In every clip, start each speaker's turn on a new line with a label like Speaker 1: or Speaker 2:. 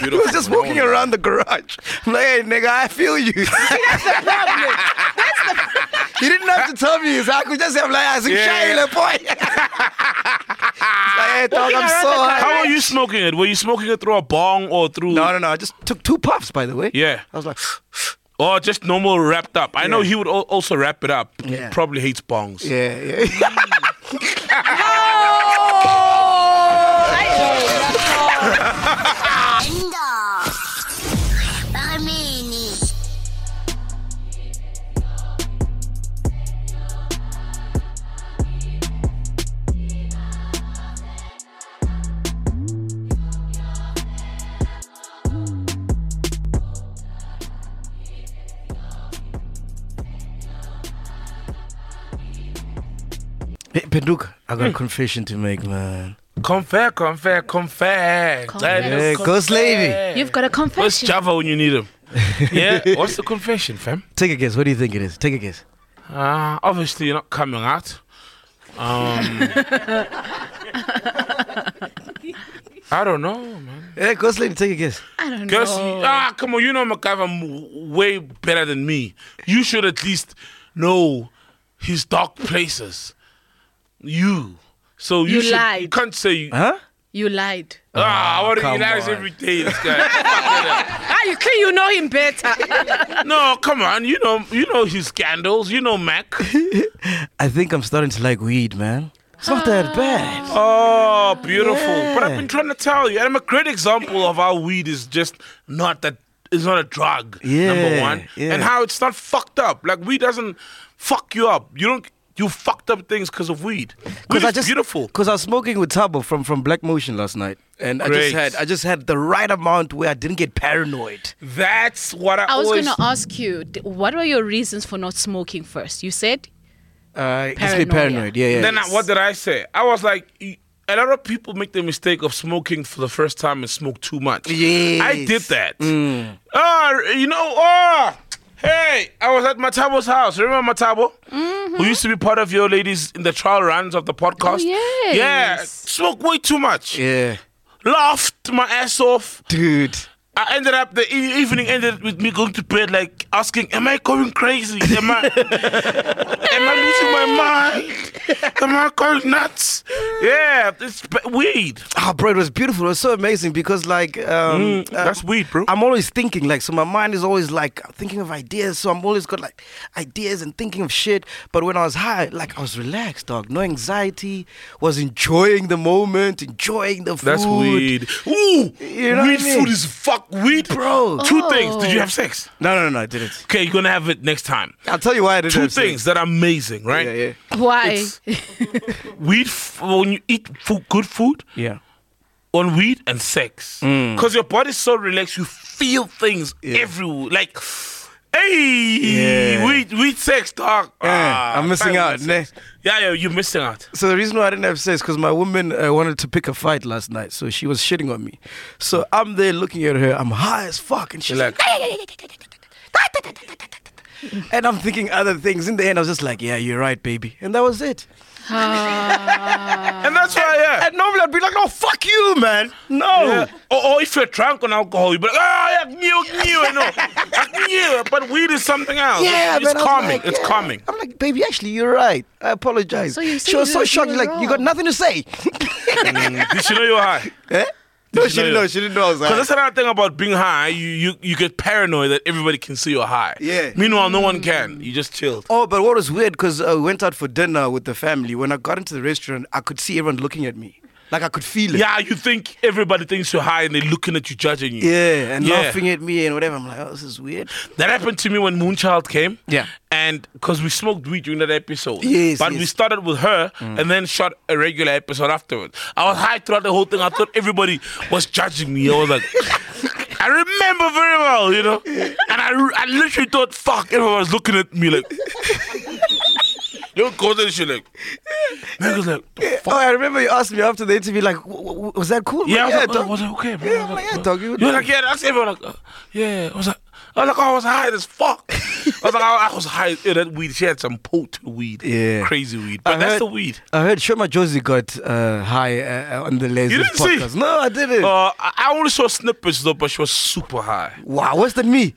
Speaker 1: He was just walking around the garage. I'm like, hey, nigga, I feel you.
Speaker 2: That's the problem. That's the
Speaker 1: he didn't have to tell me this. I could just have like, I think,
Speaker 3: Yeah.
Speaker 1: yeah. Shayla, boy. It's like, hey, dog, I'm so high.
Speaker 3: How are you smoking it? Were you smoking it through a bong or through?
Speaker 1: No, no, no. I just took two puffs, by the way.
Speaker 3: Yeah.
Speaker 1: I was like,
Speaker 3: Or just normal wrapped up. I know he would al- also wrap it up.
Speaker 1: Yeah.
Speaker 3: He probably hates bongs.
Speaker 1: yeah, yeah.
Speaker 4: Bamini.
Speaker 1: hey, Penduk, I got a confession to make, man.
Speaker 3: Confer, confer, confer.
Speaker 2: Confess.
Speaker 1: Yeah, go slaving.
Speaker 2: You've got a
Speaker 3: What's
Speaker 2: confession.
Speaker 3: Java when you need him? Yeah. What's the confession, fam?
Speaker 1: Take a guess. What do you think it is? Take a guess.
Speaker 3: Uh, obviously, you're not coming out. Um, I don't know, man.
Speaker 1: Hey, go slaving. Take a guess.
Speaker 2: I don't
Speaker 3: Guess,
Speaker 2: know.
Speaker 3: ah, come on, you know MacGyver m- way better than me. You should at least know his dark places. You. So you,
Speaker 2: You
Speaker 3: should,
Speaker 2: lied.
Speaker 3: You can't say you.
Speaker 1: Huh?
Speaker 2: You lied.
Speaker 3: Ah, I want to
Speaker 1: Uh, come
Speaker 3: realize
Speaker 1: on.
Speaker 3: every day this guy.
Speaker 2: Ah, you clear you know him better.
Speaker 3: no, come on, you know, you know his scandals. You know Mac.
Speaker 1: I think I'm starting to like weed, man. It's not that bad.
Speaker 3: Oh, beautiful. But I've
Speaker 1: Yeah.
Speaker 3: been trying to tell you, and I'm a great example of how weed is just not that it's not a drug. number
Speaker 1: Yeah,
Speaker 3: one,
Speaker 1: yeah.
Speaker 3: and how it's not fucked up. Like weed doesn't fuck you up. You don't. You fucked up things because of weed. Weed is beautiful.
Speaker 1: Because I was smoking with Tabo from, from Black Motion last night, and I
Speaker 3: Great.
Speaker 1: just had I just had the right amount where I didn't get paranoid.
Speaker 3: That's what I,
Speaker 2: I was
Speaker 3: always.
Speaker 2: going to ask you, d- what were your reasons for not smoking first? You said
Speaker 1: Uh, it's me
Speaker 2: Paranoia.
Speaker 1: paranoid. Yeah, yeah.
Speaker 3: Then I, what did I say? I was like, y- a lot of people make the mistake of smoking for the first time and smoke too much.
Speaker 1: Yes. Mm.
Speaker 3: I did that. Ah, you know, ah, hey, I was at Matabo's house. Remember Matabo?
Speaker 1: Mm-hmm.
Speaker 3: Who used to be part of your ladies in the trial runs of the podcast?
Speaker 2: yes.
Speaker 3: Yeah, smoked way too much.
Speaker 1: Oh, yeah,
Speaker 3: Laughed my ass off.
Speaker 1: dude.
Speaker 3: I ended up the e- evening ended with me going to bed like asking, "Am I going crazy? Am I am I losing my mind? Am I going nuts?" Yeah, it's b- weed.
Speaker 1: Oh, bro, it was beautiful. It was so amazing because, like, um,
Speaker 3: Mm,
Speaker 1: uh,
Speaker 3: that's weed, bro.
Speaker 1: I'm always thinking, like, so my mind is always like thinking of ideas. So I'm always got like ideas and thinking of shit. But when I was high, like, I was relaxed, dog. No anxiety. Was enjoying the moment, enjoying the food.
Speaker 3: That's weed. Ooh,
Speaker 1: You know what I
Speaker 3: weed
Speaker 1: mean?
Speaker 3: food is fuck weed,
Speaker 1: Bro.
Speaker 3: Two
Speaker 2: Oh.
Speaker 3: things. Did you have sex?
Speaker 1: No, no, no, no, I didn't.
Speaker 3: Okay, you're gonna have it next time.
Speaker 1: I'll tell you why I didn't.
Speaker 3: Two
Speaker 1: have sex.
Speaker 3: things that are amazing, right?
Speaker 1: Yeah, yeah,
Speaker 2: why?
Speaker 3: Weed f- when you eat food, good food
Speaker 1: yeah.
Speaker 3: on weed and sex,
Speaker 1: Mm.
Speaker 3: because your body's so relaxed, you feel things everywhere, like. Hey,
Speaker 1: Yeah.
Speaker 3: weed, weed sex, dog.
Speaker 1: Yeah,
Speaker 3: Ah,
Speaker 1: I'm missing
Speaker 3: fine,
Speaker 1: out,
Speaker 3: weed sex.
Speaker 1: ne?
Speaker 3: Yeah, yeah, you're missing out.
Speaker 1: So the reason why I didn't have sex because my woman uh, wanted to pick a fight last night, so she was shitting on me. So I'm there looking at her, I'm high as fuck, and she's
Speaker 3: You're
Speaker 1: like, and I'm thinking other things. In the end, I was just like, yeah, you're right, baby, and that was it.
Speaker 3: And that's why, yeah.
Speaker 1: And normally I'd be like, oh fuck you, man, no.
Speaker 3: Yeah. Or, or if you're drunk on alcohol, you'd be like, ah, I knew, I knew, I know. I knew. But weed is something else.
Speaker 1: Yeah,
Speaker 3: it's
Speaker 1: man, I was
Speaker 3: calming.
Speaker 1: like,
Speaker 3: it's
Speaker 1: yeah.
Speaker 3: calming.
Speaker 1: I'm like, baby, actually, you're right. I apologize.
Speaker 2: So you
Speaker 1: she was
Speaker 2: see,
Speaker 1: so
Speaker 2: you-
Speaker 1: shocked.
Speaker 2: you
Speaker 1: Like,
Speaker 2: were
Speaker 1: you got
Speaker 2: wrong.
Speaker 1: nothing to say.
Speaker 3: Mm. Did she know you were high?
Speaker 1: Eh? No,
Speaker 3: Did she
Speaker 1: she
Speaker 3: know
Speaker 1: didn't
Speaker 3: you-
Speaker 1: know. She didn't know I was
Speaker 3: Because
Speaker 1: high.
Speaker 3: that's another thing about being high. You, you you get paranoid that everybody can see you're high.
Speaker 1: Yeah.
Speaker 3: Meanwhile, no one can. You just chilled.
Speaker 1: Oh, but what was weird because I went out for dinner with the family. When I got into the restaurant, I could see everyone looking at me. Like I could feel it.
Speaker 3: Yeah, you think everybody thinks you're high and they're looking at you, judging you.
Speaker 1: Yeah, and
Speaker 3: Yeah.
Speaker 1: laughing at me and whatever. I'm like, oh, this is weird.
Speaker 3: That happened to me when Moonchild came.
Speaker 1: Yeah.
Speaker 3: And because we smoked weed during that episode.
Speaker 1: Yes,
Speaker 3: But we
Speaker 1: yes.
Speaker 3: started with her and then shot a regular episode afterwards. I was high throughout the whole thing. I thought everybody was judging me. I was like, I remember very well, you know? And I, re- I literally thought, fuck, everyone was looking at me like, they were close and shit like, man, I was like, the fuck?
Speaker 1: Oh, I remember you asked me after the interview, like, w- w- was that cool?
Speaker 3: Yeah, I was like,
Speaker 1: dog.
Speaker 3: oh, was it okay, bro?
Speaker 1: Yeah,
Speaker 3: I
Speaker 1: I'm
Speaker 3: was
Speaker 1: like,
Speaker 3: like,
Speaker 1: yeah,
Speaker 3: bro.
Speaker 1: dog, you
Speaker 3: You were
Speaker 1: did.
Speaker 3: like, yeah, that's everyone. Like, uh, yeah, I was like, I was like, oh, I was high as fuck. I was like, I, I was high. Yeah, that weed. She had some potent weed.
Speaker 1: Yeah.
Speaker 3: Crazy weed.
Speaker 1: I
Speaker 3: But that's
Speaker 1: heard-
Speaker 3: the weed.
Speaker 1: I heard Shoma Josie got uh, high uh, on the Lazy
Speaker 3: didn't see?
Speaker 1: podcast. No, I didn't.
Speaker 3: Uh, I I only saw snippets though, but she was super high.
Speaker 1: wow, worse than me.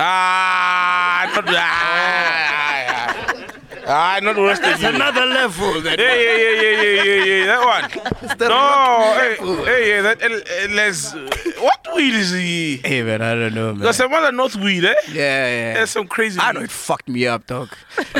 Speaker 3: Ah, not ah, ah, not worse than you.
Speaker 1: Another level. That
Speaker 3: Yeah, yeah, yeah, yeah, yeah, yeah, yeah. That one.
Speaker 1: the
Speaker 3: No, hey, hey, yeah, that el- el- les. What weed is he?
Speaker 1: Hey man, I don't know, man.
Speaker 3: There's some other north weed, eh?
Speaker 1: yeah, yeah.
Speaker 3: There's some crazy.
Speaker 1: I
Speaker 3: weed.
Speaker 1: know it fucked me up, dog.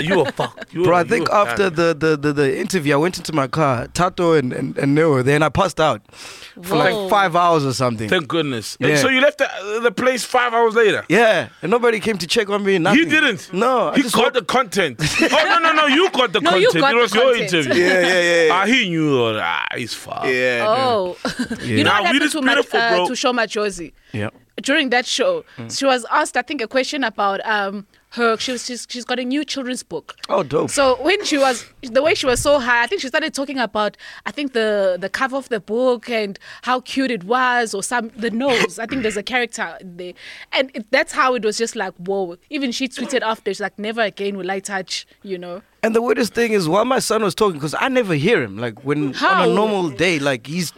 Speaker 3: You were fucked. You
Speaker 1: Bro,
Speaker 3: were-
Speaker 1: I
Speaker 3: you
Speaker 1: think
Speaker 3: were
Speaker 1: after
Speaker 3: done.
Speaker 1: the, the, the, the interview, I went into my car, Tato and, and, and Neo, then I passed out for
Speaker 2: Whoa.
Speaker 1: like five hours or something.
Speaker 3: Thank goodness. And
Speaker 1: Yeah.
Speaker 3: so you left the, the place five hours later.
Speaker 1: yeah, and nobody came to check on me. Nothing.
Speaker 3: He didn't.
Speaker 1: No, I
Speaker 3: he
Speaker 1: just
Speaker 3: got
Speaker 1: walked-
Speaker 3: the content. oh no, no, no! You got the
Speaker 2: No, you
Speaker 3: content.
Speaker 2: got
Speaker 3: it
Speaker 2: the
Speaker 3: was
Speaker 2: content.
Speaker 3: your interview.
Speaker 1: Yeah, yeah, yeah, yeah.
Speaker 3: Ah, he knew. all that. Ah, he's fucked.
Speaker 1: Yeah.
Speaker 2: Oh, you know
Speaker 3: Nah,
Speaker 2: what
Speaker 3: weed
Speaker 2: happened
Speaker 3: is
Speaker 2: to, Mat-
Speaker 3: beautiful,
Speaker 2: uh,
Speaker 3: bro.
Speaker 2: to Shoma Josie
Speaker 1: Yeah.
Speaker 2: during that show?
Speaker 1: Hmm.
Speaker 2: She was asked, I think, a question about um her. She was she's, she's got a new children's book.
Speaker 1: Oh, dope.
Speaker 2: So when she was the way she was so high, I think she started talking about I think the the cover of the book and how cute it was, or some the nose. I think there's a character there, and it, that's how it was just like whoa. Even she tweeted after, she's like, "Never again will I touch," you know.
Speaker 1: And the weirdest thing is while my son was talking, because I never hear him. Like when
Speaker 2: How?
Speaker 1: on a normal day, like he's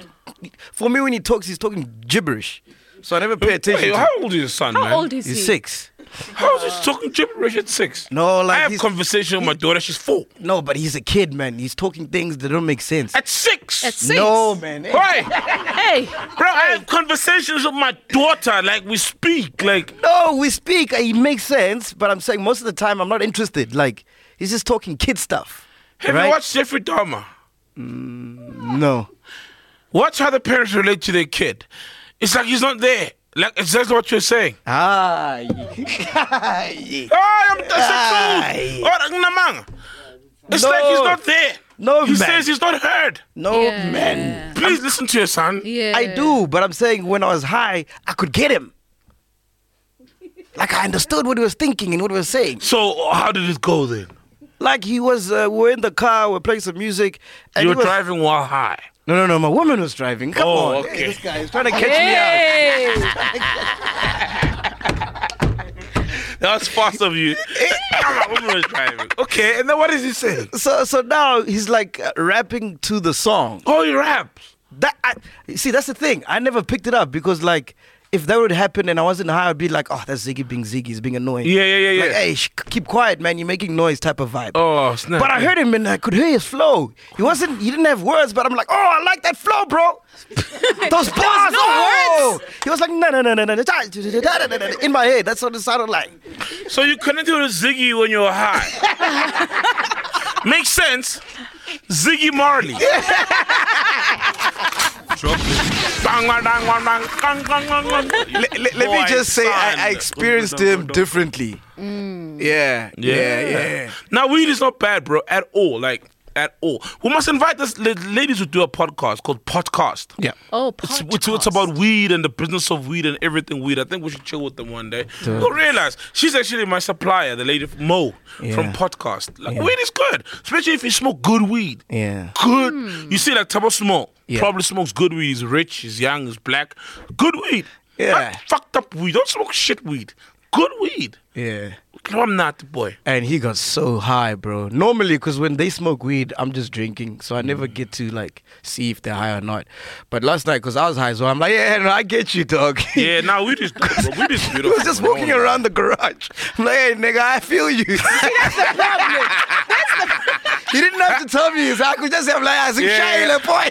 Speaker 1: for me when he talks, he's talking gibberish. So I never pay attention.
Speaker 3: Wait,
Speaker 1: to
Speaker 3: how old is your son,
Speaker 2: How
Speaker 3: man?
Speaker 2: old is
Speaker 1: he's
Speaker 2: he?
Speaker 1: six.
Speaker 3: How is he talking gibberish at six?
Speaker 1: No, like
Speaker 3: I have
Speaker 1: he's-
Speaker 3: conversation with my daughter. She's four.
Speaker 1: No, but he's a kid, man. He's talking things that don't make sense.
Speaker 3: At six.
Speaker 2: At six.
Speaker 1: No, man. Hey,
Speaker 3: Why,
Speaker 2: Hey,
Speaker 3: bro? I have conversations with my daughter. Like we speak. Like
Speaker 1: No, we speak. uh, It makes sense, but I'm saying most of the time I'm not interested. Like he's just talking kid stuff.
Speaker 3: have
Speaker 1: right?
Speaker 3: you watched Jeffrey Dahmer?
Speaker 1: No.
Speaker 3: Watch how the parents relate to their kid. It's like he's not there. Like exactly what you're saying.
Speaker 1: Ah. yeah.
Speaker 3: Ay, I'm that's
Speaker 1: Ay.
Speaker 3: the truth. Oh, namang. It's
Speaker 1: No.
Speaker 3: like he's not there.
Speaker 1: No,
Speaker 3: he
Speaker 1: man.
Speaker 3: says he's not heard.
Speaker 1: no,
Speaker 2: Yeah.
Speaker 1: man.
Speaker 3: Please listen to your son.
Speaker 2: yeah.
Speaker 1: I do, but I'm saying when I was high, I could get him. Like I understood what he was thinking and what he was saying.
Speaker 3: So how did it go then?
Speaker 1: Like he was, uh, we we're in the car, we we're playing some music. And
Speaker 3: you
Speaker 1: he
Speaker 3: were
Speaker 1: was-
Speaker 3: driving while high.
Speaker 1: No, no, no. My woman was driving. Come
Speaker 3: Oh,
Speaker 1: on,
Speaker 3: okay.
Speaker 1: Hey, this guy is trying to catch me out.
Speaker 2: Hey.
Speaker 3: That was fast of you. Ah, my woman was driving. Okay, and then what is he saying?
Speaker 1: So, so now he's like uh, rapping to the song.
Speaker 3: Oh, he raps.
Speaker 1: That I, see, that's the thing. I never picked it up because like. If that would happen and I wasn't high, I'd be like, "Oh, that's Ziggy being Ziggy, he's being annoying."
Speaker 3: Yeah, yeah, yeah,
Speaker 1: Like,
Speaker 3: yeah.
Speaker 1: hey, sh- keep quiet, man. You're making noise, type of vibe.
Speaker 3: Oh, snap.
Speaker 1: But I heard him and I could hear his flow. He wasn't, he didn't have words, but I'm like, oh, I like that flow, bro. Those bars,
Speaker 2: no
Speaker 1: oh. He was like, no, no, no, no, no, no, da- da- da- da- da- da- da- in my head. That's what it sounded like.
Speaker 3: So you connected with Ziggy when you were high. Makes sense. Ziggy Marley. Dang, dang, dang, dang, dang, dang, dang.
Speaker 1: Let, let, let me
Speaker 3: Boy,
Speaker 1: just say,
Speaker 3: son.
Speaker 1: I, I experienced him differently. Yeah, yeah, yeah,
Speaker 3: Now weed is not bad, bro, at all. Like at all. We must invite this la- ladies who do a podcast called Podcast.
Speaker 1: yeah.
Speaker 2: Oh,
Speaker 3: It's,
Speaker 2: podcast.
Speaker 3: it's, it's about weed and the business of weed and everything weed. I think we should chill with them one day. You'll realize she's actually my supplier, the lady f- Mo
Speaker 1: Yeah.
Speaker 3: from podcast. Like
Speaker 1: Yeah.
Speaker 3: weed is good, especially if you smoke good weed.
Speaker 1: Yeah.
Speaker 3: good. You see, like Tabo Smoke
Speaker 1: Yeah.
Speaker 3: probably smokes good weed. He's rich, he's young, he's black. Good weed.
Speaker 1: Yeah.
Speaker 3: Not fucked up weed. Don't smoke shit weed. Good weed.
Speaker 1: Yeah.
Speaker 3: No, I'm not boy.
Speaker 1: And he got so high, bro. Normally, because when they smoke weed, I'm just drinking, so I never get to like see if they're high or not. But last night, because I was high, so I'm like, yeah, no, I get you, dog.
Speaker 3: Yeah, now we just bro, we just
Speaker 1: He was just walking around the garage. I'm like, hey, nigga, I feel you. He didn't have to tell me. So I could just say, I'm like, I'm
Speaker 3: Yeah,
Speaker 1: shy,
Speaker 3: yeah.
Speaker 1: little boy.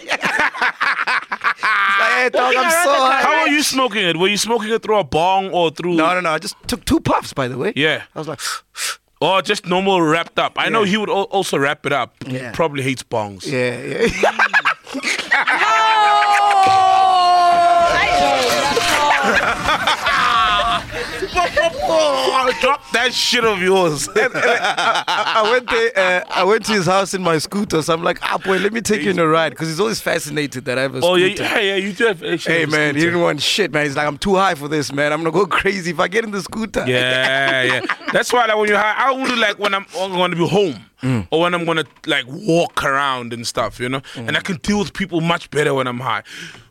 Speaker 1: He's like, hey, dog, I'm so
Speaker 3: How
Speaker 1: high.
Speaker 3: are you smoking it? Were you smoking it through a bong or through?
Speaker 1: No, no, no. I just took two puffs, by the way.
Speaker 3: Yeah.
Speaker 1: I was like,
Speaker 3: Or Oh, just normal wrapped up. I know
Speaker 1: Yeah.
Speaker 3: he would al- also wrap it up.
Speaker 1: Yeah.
Speaker 3: He probably hates bongs.
Speaker 1: yeah, yeah.
Speaker 3: Oh, drop that shit of yours.
Speaker 1: I, I went there. Uh, I went to his house in my scooter. So I'm like, ah, boy, let me take you on a ride because he's always fascinated that I have a scooter.
Speaker 3: oh yeah, yeah, yeah. You do have.
Speaker 1: Hey man, he didn't want shit, man. He's like, I'm too high for this, man. I'm gonna go crazy if I get in the scooter.
Speaker 3: Yeah, yeah. That's why like, when you're high, I only like when I'm, I'm going to be home
Speaker 1: Mm.
Speaker 3: or when I'm going to like walk around and stuff, you know? And I can deal with people much better when I'm high.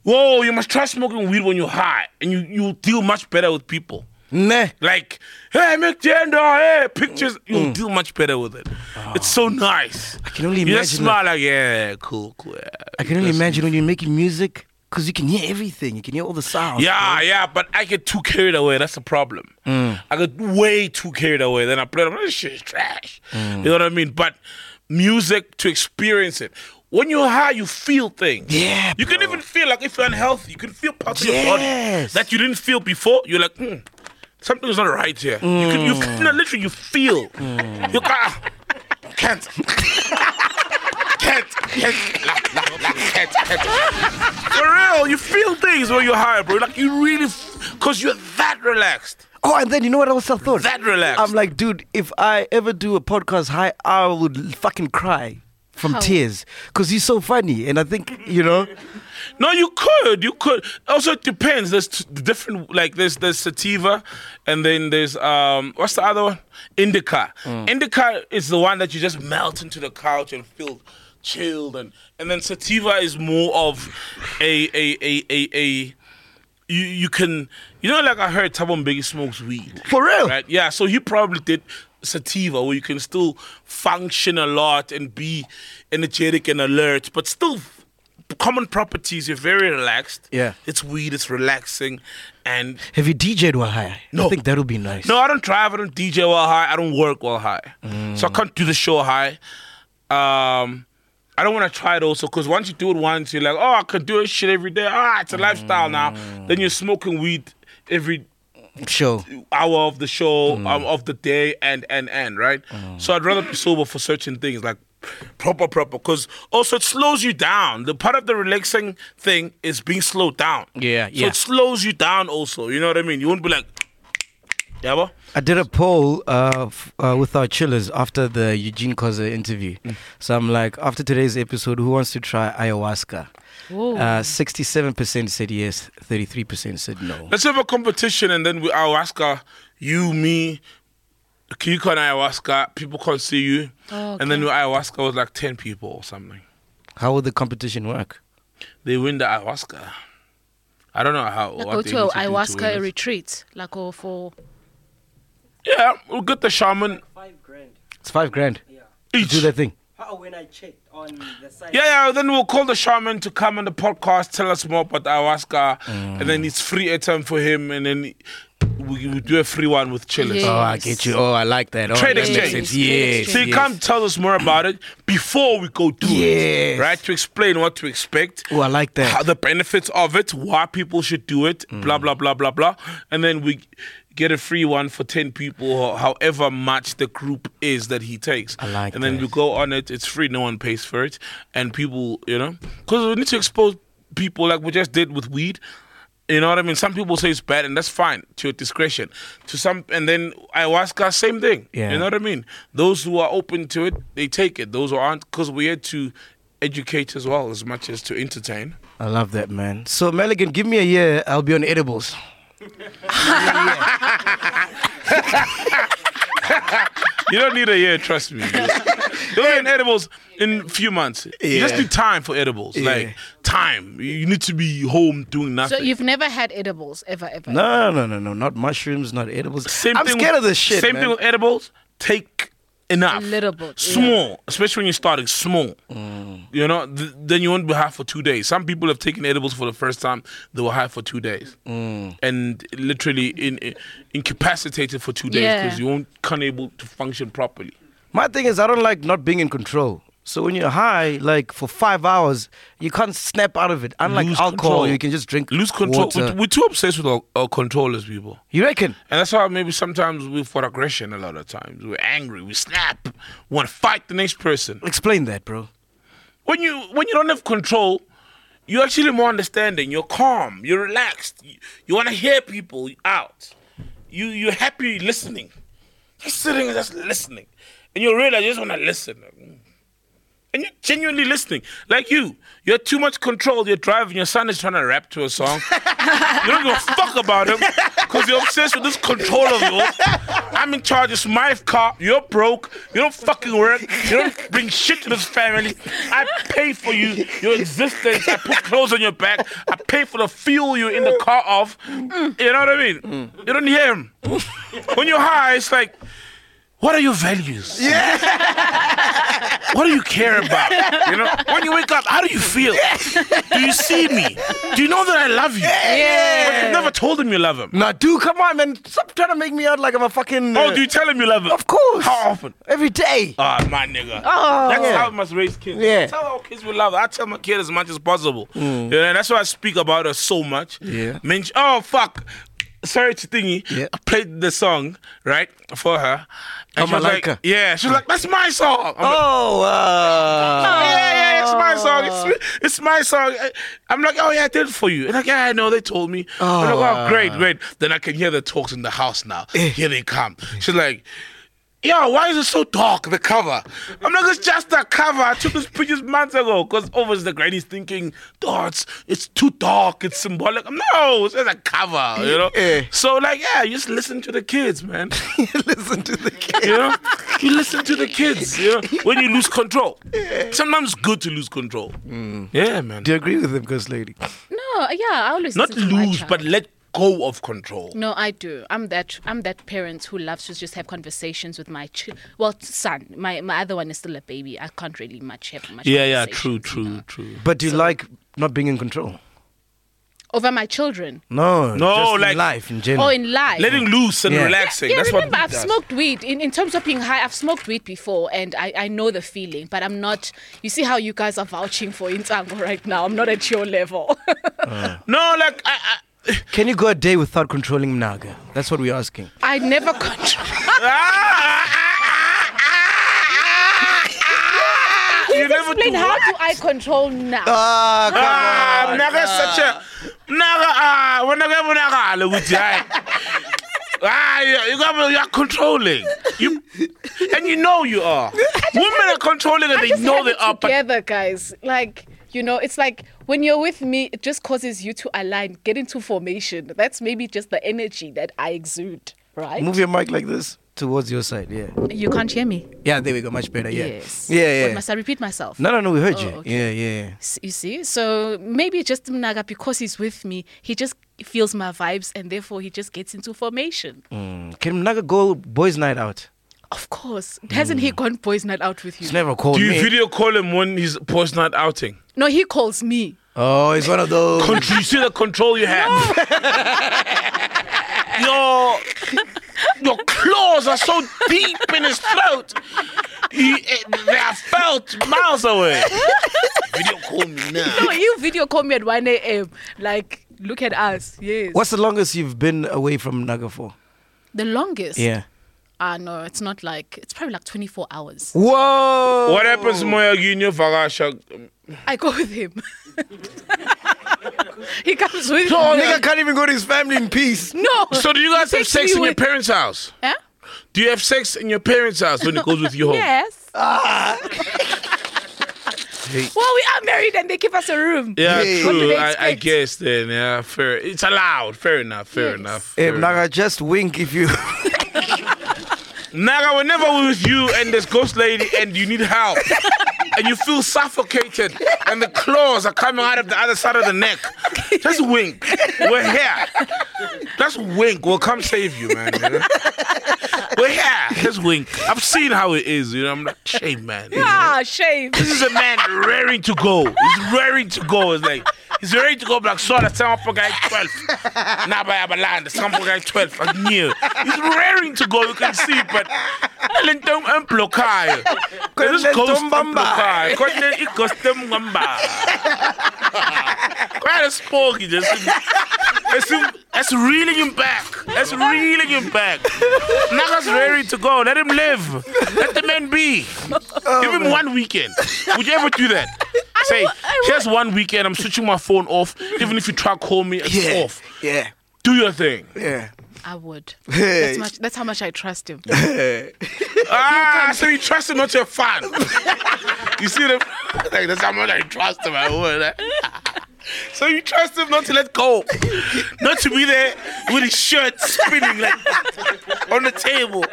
Speaker 3: Whoa, you must try smoking weed when you're high and you, you deal much better with people.
Speaker 1: Nah.
Speaker 3: Like, hey, make gender, hey, pictures. You'll deal much better with it. It's so nice. I
Speaker 1: Mm. Ah. can only
Speaker 3: you just
Speaker 1: imagine, like-
Speaker 3: smile like, yeah, cool, cool. yeah."
Speaker 1: I can only
Speaker 3: Just-
Speaker 1: imagine when you're making music, because you can hear everything. You can hear all the sounds.
Speaker 3: Yeah, yeah, but I get too carried away. That's the problem.
Speaker 1: Mm.
Speaker 3: I get way too carried away. Then I play. it, I'm like, this shit is trash.
Speaker 1: Mm.
Speaker 3: You know what I mean? But music to experience it. When you're high, you feel things.
Speaker 1: Yeah,
Speaker 3: You can even feel like if you're unhealthy, you can feel parts of your body
Speaker 1: Yes.
Speaker 3: that you didn't feel before. You're like, hmm, something's not right here. You can, you can, no, literally, you feel. You can't. Can't. Can't. Can't. La, la, la, can't. Can't. For real, you feel things when you're high, bro. Like you really, f- cause you're that relaxed.
Speaker 1: Oh, and then you know what else I thought?
Speaker 3: That relaxed.
Speaker 1: I'm like, dude, if I ever do a podcast high, I would fucking cry from
Speaker 2: How?
Speaker 1: tears because he's so funny. And I think, you know,
Speaker 3: No, you could, you could. Also, it depends. There's t- different, like there's there's sativa, and then there's um, what's the other one? Indica. Indica is the one that you just melt into the couch and feel chilled, and and then sativa is more of a a a a a. You, you can you know like I heard Thabo Biggie smokes weed.
Speaker 1: for real.
Speaker 3: Right? Yeah. So he probably did sativa where you can still function a lot and be energetic and alert, but still common properties. You're very relaxed.
Speaker 1: Yeah.
Speaker 3: It's weed. It's relaxing, and
Speaker 1: Have you DJ'd while high? I
Speaker 3: No.
Speaker 1: think that would be nice.
Speaker 3: no, I don't drive. I don't DJ while high. I don't work while high. So I can't do the show high. Um, I don't want to try it also because once you do it once, you're like, oh, I could do this shit every day. Ah, it's a lifestyle now. Then you're smoking weed every
Speaker 1: Sure.
Speaker 3: hour of the show
Speaker 1: Mm.
Speaker 3: um, of the day and and and right so i'd rather be sober for certain things like proper proper because also it slows you down the part of the relaxing thing is being slowed down
Speaker 1: Yeah,
Speaker 3: so
Speaker 1: yeah.
Speaker 3: it slows you down also you know what i mean you won't be like yeah bro?
Speaker 1: I did a poll uh, f- uh, with our chillers after the Eugene Koza interview.
Speaker 3: Mm.
Speaker 1: So I'm like, after today's episode, who wants to try ayahuasca?
Speaker 2: Whoa.
Speaker 1: Uh, 67% said yes, 33% said no.
Speaker 3: let's have a competition and then we ayahuasca you me Kiko and ayahuasca people can't see you
Speaker 2: Oh,
Speaker 3: and then we ayahuasca was like 10 people or something
Speaker 1: How would the competition work?
Speaker 3: they win the ayahuasca I don't know how.
Speaker 2: Like
Speaker 3: what
Speaker 2: go
Speaker 3: they
Speaker 2: to a
Speaker 3: need do win
Speaker 2: ayahuasca
Speaker 3: it.
Speaker 2: retreat, like or for
Speaker 3: Yeah, we'll get the shaman
Speaker 4: Five grand.
Speaker 1: It's five grand.
Speaker 3: each.
Speaker 1: Do that thing.
Speaker 4: How when I checked on the site.
Speaker 3: Yeah, yeah, then we'll call the shaman to come on the podcast, tell us more about ayahuasca,
Speaker 1: Mm.
Speaker 3: and then it's free airtime for him, and then we, we do a free one with chillers.
Speaker 2: Yeah.
Speaker 1: Oh, I get you. Oh, I like that. Oh,
Speaker 3: Trade
Speaker 1: that makes
Speaker 3: exchange.
Speaker 1: sense.
Speaker 2: Trade
Speaker 1: Yes.
Speaker 2: exchange.
Speaker 3: So you
Speaker 1: yes.
Speaker 3: come tell us more about it before we go do
Speaker 1: Yes.
Speaker 3: it, right? To explain what to expect,
Speaker 1: Oh, I like that. Mm.
Speaker 3: how the benefits of it, why people should do it, blah blah blah blah blah, and then we get a free one for ten people, or however much the group is that he takes.
Speaker 1: I like
Speaker 3: And then
Speaker 1: that.
Speaker 3: we go on it. It's free. No one pays for it, and people, you know, because we need to expose people like we just did with weed. You know what I mean? Some people say it's bad, and that's fine to your discretion. To some, and then ayahuasca, same thing.
Speaker 1: Yeah.
Speaker 3: You know what I mean? Those who are open to it, they take it. Those who aren't, because we're here to educate as well as much as to entertain.
Speaker 1: I love that, man. So, Maligan, give me a year. I'll be on edibles.
Speaker 3: You don't need a year, trust me. You'll be in edibles in a few months. You just
Speaker 1: Yeah.
Speaker 3: need time for edibles.
Speaker 1: Yeah.
Speaker 3: Like, time. You need to be home doing
Speaker 2: So
Speaker 3: nothing.
Speaker 2: you've never had edibles ever, ever.
Speaker 1: No, no, no, no. Not mushrooms, not edibles.
Speaker 3: Same
Speaker 1: I'm
Speaker 3: thing
Speaker 1: scared
Speaker 3: with,
Speaker 1: of this shit.
Speaker 3: Same
Speaker 1: man.
Speaker 3: thing with edibles. Take enough.
Speaker 2: A little bit, yeah.
Speaker 3: Small, especially when you're starting small.
Speaker 1: Mm.
Speaker 3: You know, th- then you won't be high for two days. Some people have taken edibles for the first time. They were high for two days,
Speaker 1: Mm.
Speaker 3: and literally in, in- incapacitated for two days
Speaker 2: Yeah.
Speaker 3: because you won't can't able to function properly.
Speaker 1: My thing is, I don't like not being in control. So when you're high, like for five hours, you can't snap out of it. Unlike
Speaker 3: Lose
Speaker 1: alcohol,
Speaker 3: control.
Speaker 1: you can just drink
Speaker 3: Lose control.
Speaker 1: water.
Speaker 3: We're, we're too obsessed with our, our control as people.
Speaker 1: you reckon?
Speaker 3: And that's why maybe sometimes we're for aggression a lot of times. We're angry, we snap, we want to fight the next person.
Speaker 1: Explain that, bro.
Speaker 3: when you when you don't have control, you're actually more understanding. You're calm. You're relaxed. You, you want to hear people out. You you're happy listening. You're sitting and just listening, and you realize you just want to listen. And you're genuinely listening. Like you, you're too much control. You're driving. Your son is trying to rap to a song. you don't give a fuck about him because you're obsessed with this control of yours. I'm in charge. It's my car. You're broke. You don't fucking work. You don't bring shit to this family. I pay for you, your existence. I put clothes on your back. I pay for the fuel you're in the car off. You know what I mean? You don't hear him. when you're high, it's like, what are your values? Yeah. what do you care about? You know, when you wake up, how do you feel? do you see me? Do you know that I love you? Yeah. But you've never told him you love him.
Speaker 1: Nah, dude, come on, man. Stop trying to make me out like I'm a fucking.
Speaker 3: Oh,
Speaker 1: uh,
Speaker 3: do you tell him you love him?
Speaker 1: Of course.
Speaker 3: How often?
Speaker 1: Every day.
Speaker 3: Ah, my nigga.
Speaker 2: Oh.
Speaker 3: That's
Speaker 1: Yeah.
Speaker 3: how we must raise kids.
Speaker 1: Yeah. Hmm.
Speaker 3: Tell our kids we love. I tell my kid as much as possible. You know, and that's why I speak about her so much.
Speaker 1: Yeah.
Speaker 3: Mench- oh fuck. Sorry to thingy.
Speaker 1: Yeah.
Speaker 3: I played the song, right? For her.
Speaker 1: Oh,
Speaker 3: And she was like,
Speaker 1: Malaika.
Speaker 3: Yeah. She was like, That's my song. I'm like,
Speaker 1: Oh,
Speaker 3: "Oh,
Speaker 1: uh,
Speaker 3: yeah, yeah, it's my song. It's, it's my song. I- I'm like, oh yeah, I did it for you. And like, yeah, I know. They told me. I'm like,
Speaker 1: Oh,
Speaker 3: oh,
Speaker 1: uh.
Speaker 3: great, great. Then I can hear the talks in the house now. Here they come. She's like, yo, why is it so dark? The cover. I'm like, it's just the cover. I took this pictures months ago because obviously the granny's thinking, oh, it's it's too dark. It's symbolic. I'm, no, it's just a cover. You know.
Speaker 1: Yeah.
Speaker 3: So like, yeah, you just listen to the kids, man.
Speaker 1: listen to the kid.
Speaker 3: You know, you listen to the kids. You know, when you lose control, sometimes it's good to lose control.
Speaker 2: Mm.
Speaker 3: Yeah, man.
Speaker 1: Do you agree with him, Ghost Lady?
Speaker 2: No, yeah, I always
Speaker 3: Not
Speaker 2: listen to my
Speaker 3: lose,
Speaker 2: child.
Speaker 3: but let go of control.
Speaker 2: No, I do. I'm that I'm that parent who loves to just have conversations with my ch- well son. My my other one is still a baby. I can't really much have much.
Speaker 3: Yeah, yeah, true,
Speaker 2: conversations, you
Speaker 3: true,
Speaker 2: know.
Speaker 3: true.
Speaker 1: But do you like not being in control?
Speaker 2: Over my children
Speaker 1: No,
Speaker 3: No,
Speaker 1: just in
Speaker 3: like-
Speaker 1: life in general.
Speaker 2: or Oh, in life.
Speaker 3: Letting loose and
Speaker 1: Yeah.
Speaker 3: relaxing.
Speaker 2: yeah,
Speaker 3: That's
Speaker 2: remember
Speaker 3: what
Speaker 2: I've
Speaker 3: does.
Speaker 2: smoked weed. In in terms of being high, I've smoked weed before, and I, I know the feeling. But I'm not. You see how you guys are vouching for Intango right now. I'm not at your level.
Speaker 3: Uh. No, like I, I,
Speaker 1: Can you go a day without controlling Mnaga? That's what we're asking.
Speaker 2: I never control.
Speaker 3: Ah! you never
Speaker 2: Explain
Speaker 3: do
Speaker 2: how
Speaker 3: what?
Speaker 2: do I control now?
Speaker 1: Ah, come
Speaker 3: Ah, mnaga such a mnaga ah whenever mnaga ukuthi hayi Ah, you- you got you are controlling. You and you know you are. Women are controlling and
Speaker 2: I
Speaker 3: they
Speaker 2: just
Speaker 3: know
Speaker 2: have
Speaker 3: they
Speaker 2: it
Speaker 3: are. But
Speaker 2: together, guys. Like you know, it's like when you're with me, it just causes you to align, get into formation. That's maybe just the energy that I exude, right?
Speaker 1: Move your mic like this towards your side. Yeah.
Speaker 2: You can't hear me.
Speaker 1: Yeah, there we go. Much better. Yeah.
Speaker 2: Yes.
Speaker 1: Yeah,
Speaker 2: What,
Speaker 1: yeah.
Speaker 2: must I repeat myself?
Speaker 1: No, no, no. We heard
Speaker 2: Oh,
Speaker 1: you.
Speaker 2: okay.
Speaker 1: Yeah, yeah.
Speaker 2: S- You see, so maybe just Mnaga, because he's with me, he just feels my vibes, and therefore he just gets into formation.
Speaker 1: Mm. Can Mnaga go boys' night out?
Speaker 2: Of course, hasn't he gone boys' night out with you?
Speaker 1: He's Mm. never called
Speaker 3: do you
Speaker 1: me.
Speaker 3: video call him when he's post night outing?
Speaker 2: no, he calls me.
Speaker 1: oh, he's one of those.
Speaker 3: Control, you see the control you have. your your claws are so deep in his throat. He, eh, they are felt miles away. Video call me now.
Speaker 2: No, you video call me at 1 a.m. Like, look at us. Yes.
Speaker 1: What's the longest you've been away from Mnaga for?
Speaker 2: the longest?
Speaker 1: Yeah.
Speaker 2: Ah, no, it's not like, it's probably like 24 hours. Oh.
Speaker 1: Whoa.
Speaker 3: What happens moya ginyo vakasha?
Speaker 2: I go with him. he comes with
Speaker 1: Oh,
Speaker 2: me.
Speaker 1: nigga can't even go to his family in peace.
Speaker 2: No.
Speaker 3: So do you guys
Speaker 2: He
Speaker 3: have
Speaker 2: takes
Speaker 3: sex
Speaker 2: me
Speaker 3: in your
Speaker 2: with-
Speaker 3: parents' house?
Speaker 2: Huh?
Speaker 3: Do you have sex in your parents' house when it goes with you home?
Speaker 2: Yes.
Speaker 3: Ah.
Speaker 2: Well, we are married and they give us a room.
Speaker 3: Yeah,
Speaker 1: Yeah.
Speaker 2: What do
Speaker 3: true.
Speaker 2: they
Speaker 3: I, I
Speaker 2: expect?
Speaker 3: guess then. Yeah, fair. It's allowed. Fair enough. Fair
Speaker 2: Yes.
Speaker 3: enough.
Speaker 1: Hey,
Speaker 3: fair enough.
Speaker 1: Mnaga, just wink if you.
Speaker 3: Naga, whenever we're with you and this ghost lady and you need help and you feel suffocated and the claws are coming out of the other side of the neck, just wink. We're here. Just wink. We'll come save you, man. you know? We're here. Just wink. I've seen how it is. You know, I'm like, shame, man.
Speaker 2: Ah, shame.
Speaker 3: This is a man raring to go. He's raring to go. It's like he's ready to go. Like so, that's some upper guy twelve. Now by a land, some upper guy twelve. I knew. He's raring to go. You can see, but um, lentom emplokai. This ghost emplokai. Kwenye i ghost mbamba. Quite a spooky. Just. That's, that's reeling him back. That's reeling him back. Naga's ready to go. Let him live. Let the man be. Give him one weekend. Would you ever do that? Say, here's one weekend. I'm switching my phone off. Even if you try to call me, it's
Speaker 1: Yeah.
Speaker 3: off.
Speaker 1: Yeah.
Speaker 3: Do your thing.
Speaker 1: Yeah.
Speaker 2: I would.
Speaker 1: Hey.
Speaker 2: That's, much, that's how much I trust him.
Speaker 3: Ah, so you trust him, not your fan. you see them? Like, that's how much I trust him. I would. eh? So you trust him not to let go, not to be there with his shirt spinning like on the table.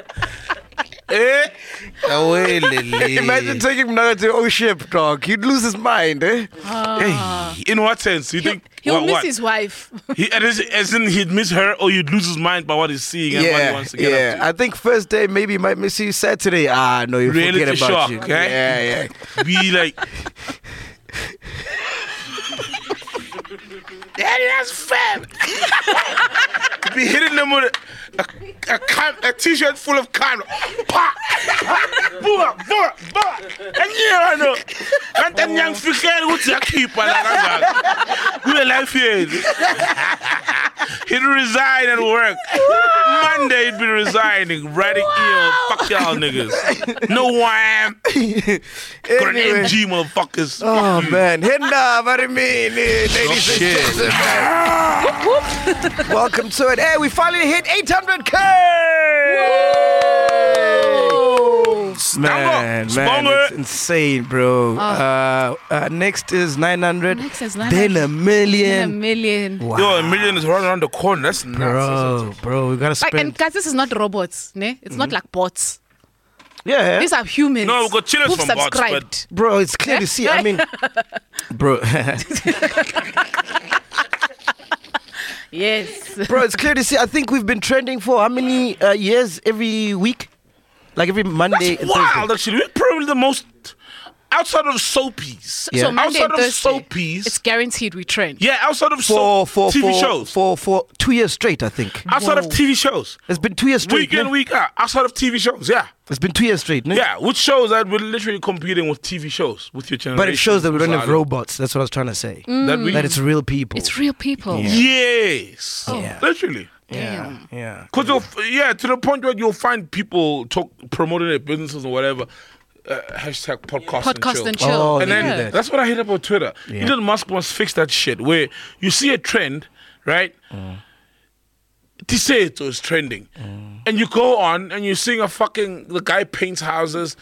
Speaker 3: Eh?
Speaker 1: Away, Lily. Imagine taking Mnaga to your own ship, dog. He'd lose his mind, eh?
Speaker 3: In what sense? You think
Speaker 2: Uh. He'll
Speaker 3: what,
Speaker 2: miss
Speaker 3: what?
Speaker 2: his wife.
Speaker 3: He, and as, as in he'd miss her, or you'd lose his mind by what he's seeing and what he
Speaker 1: yeah,
Speaker 3: wants to get
Speaker 1: yeah.
Speaker 3: up
Speaker 1: I think first day maybe he might miss you. Saturday, ah, no, you forget
Speaker 3: Reality
Speaker 1: about
Speaker 3: shock,
Speaker 1: you.
Speaker 3: okay?
Speaker 1: Yeah, yeah.
Speaker 3: to. Be like, Daddy, that's fam. Be hitting them with a, a, a, cam, a t-shirt full of cam. Pa, pa, bua, bua, bua. And you I know, and then young figure who's a keeper like that. Who the life here? He'd resign and work. Monday he'd be resigning, writing wow. Fuck y'all niggas. No wham. Got an
Speaker 1: Anyway.
Speaker 3: MG motherfuckers.
Speaker 1: Oh
Speaker 3: Fuck you.
Speaker 1: man, Hinda, what do you mean, eh, ladies and
Speaker 3: shit.
Speaker 1: gentlemen? Welcome to it. Hey, we finally hit 800k. Man,
Speaker 3: Stronger,
Speaker 1: man,
Speaker 3: stronger.
Speaker 1: it's insane, bro. Uh, uh, next is 900,
Speaker 2: Oh. Next is
Speaker 1: then a
Speaker 2: 900, A
Speaker 1: million.
Speaker 2: million.
Speaker 1: Wow,
Speaker 3: Yo, a million is running around the corner. That's nuts.
Speaker 1: bro, bro, we gotta
Speaker 2: Like,
Speaker 1: spend.
Speaker 2: and guys, this is not robots, ne? It's not like bots.
Speaker 1: yeah,
Speaker 2: These are humans.
Speaker 3: Mm-hmm. No, we've got chillers
Speaker 2: who've
Speaker 3: from bots, but-
Speaker 2: subscribed.
Speaker 1: Bro, it's clear to see. I mean, bro,
Speaker 2: Yes.
Speaker 1: bro, it's clear to see. I think we've been trending for how many uh, years every week, like every Monday.
Speaker 3: That's
Speaker 1: and
Speaker 3: wild,
Speaker 1: Thursday.
Speaker 3: actually. We're probably the most outside of soapies.
Speaker 1: Yeah.
Speaker 2: So Monday
Speaker 3: Outside
Speaker 2: and
Speaker 3: of
Speaker 2: Thursday,
Speaker 3: soapies.
Speaker 2: it's guaranteed we train.
Speaker 3: Yeah, outside of
Speaker 1: For
Speaker 3: soap
Speaker 1: for
Speaker 3: TV
Speaker 1: for,
Speaker 3: shows.
Speaker 1: for for two years straight, I think.
Speaker 3: outside of
Speaker 2: Whoa.
Speaker 3: TV shows.
Speaker 1: It's been two years straight.
Speaker 3: Week in,
Speaker 1: no?
Speaker 3: week out. Outside of TV shows, yeah.
Speaker 1: It's been two years straight. No?
Speaker 3: Yeah, which shows that we're literally competing with TV shows with your generation.
Speaker 1: But it shows that we don't have
Speaker 3: Exactly. Mm.
Speaker 1: robots. That's what I was trying to say.
Speaker 3: That we,
Speaker 1: That it's real people.
Speaker 2: It's real people.
Speaker 3: Yes.
Speaker 1: Yeah.
Speaker 3: Literally.
Speaker 1: yeah,
Speaker 2: Damn.
Speaker 1: yeah.
Speaker 3: Because you'll, f- yeah, to the point where you'll find people talk promoting their businesses or whatever. Uh, hashtag podcast,
Speaker 2: Podcast and chill.
Speaker 1: Oh,
Speaker 3: and
Speaker 1: they
Speaker 3: then
Speaker 1: do
Speaker 2: yeah.
Speaker 1: that.
Speaker 3: that's what I hate about Twitter.
Speaker 1: Yeah.
Speaker 3: Elon Musk must fix that shit. Where you see a trend, right?
Speaker 1: Mm.
Speaker 3: They say it was trending, and you go on and you're seeing a fucking the guy paints houses.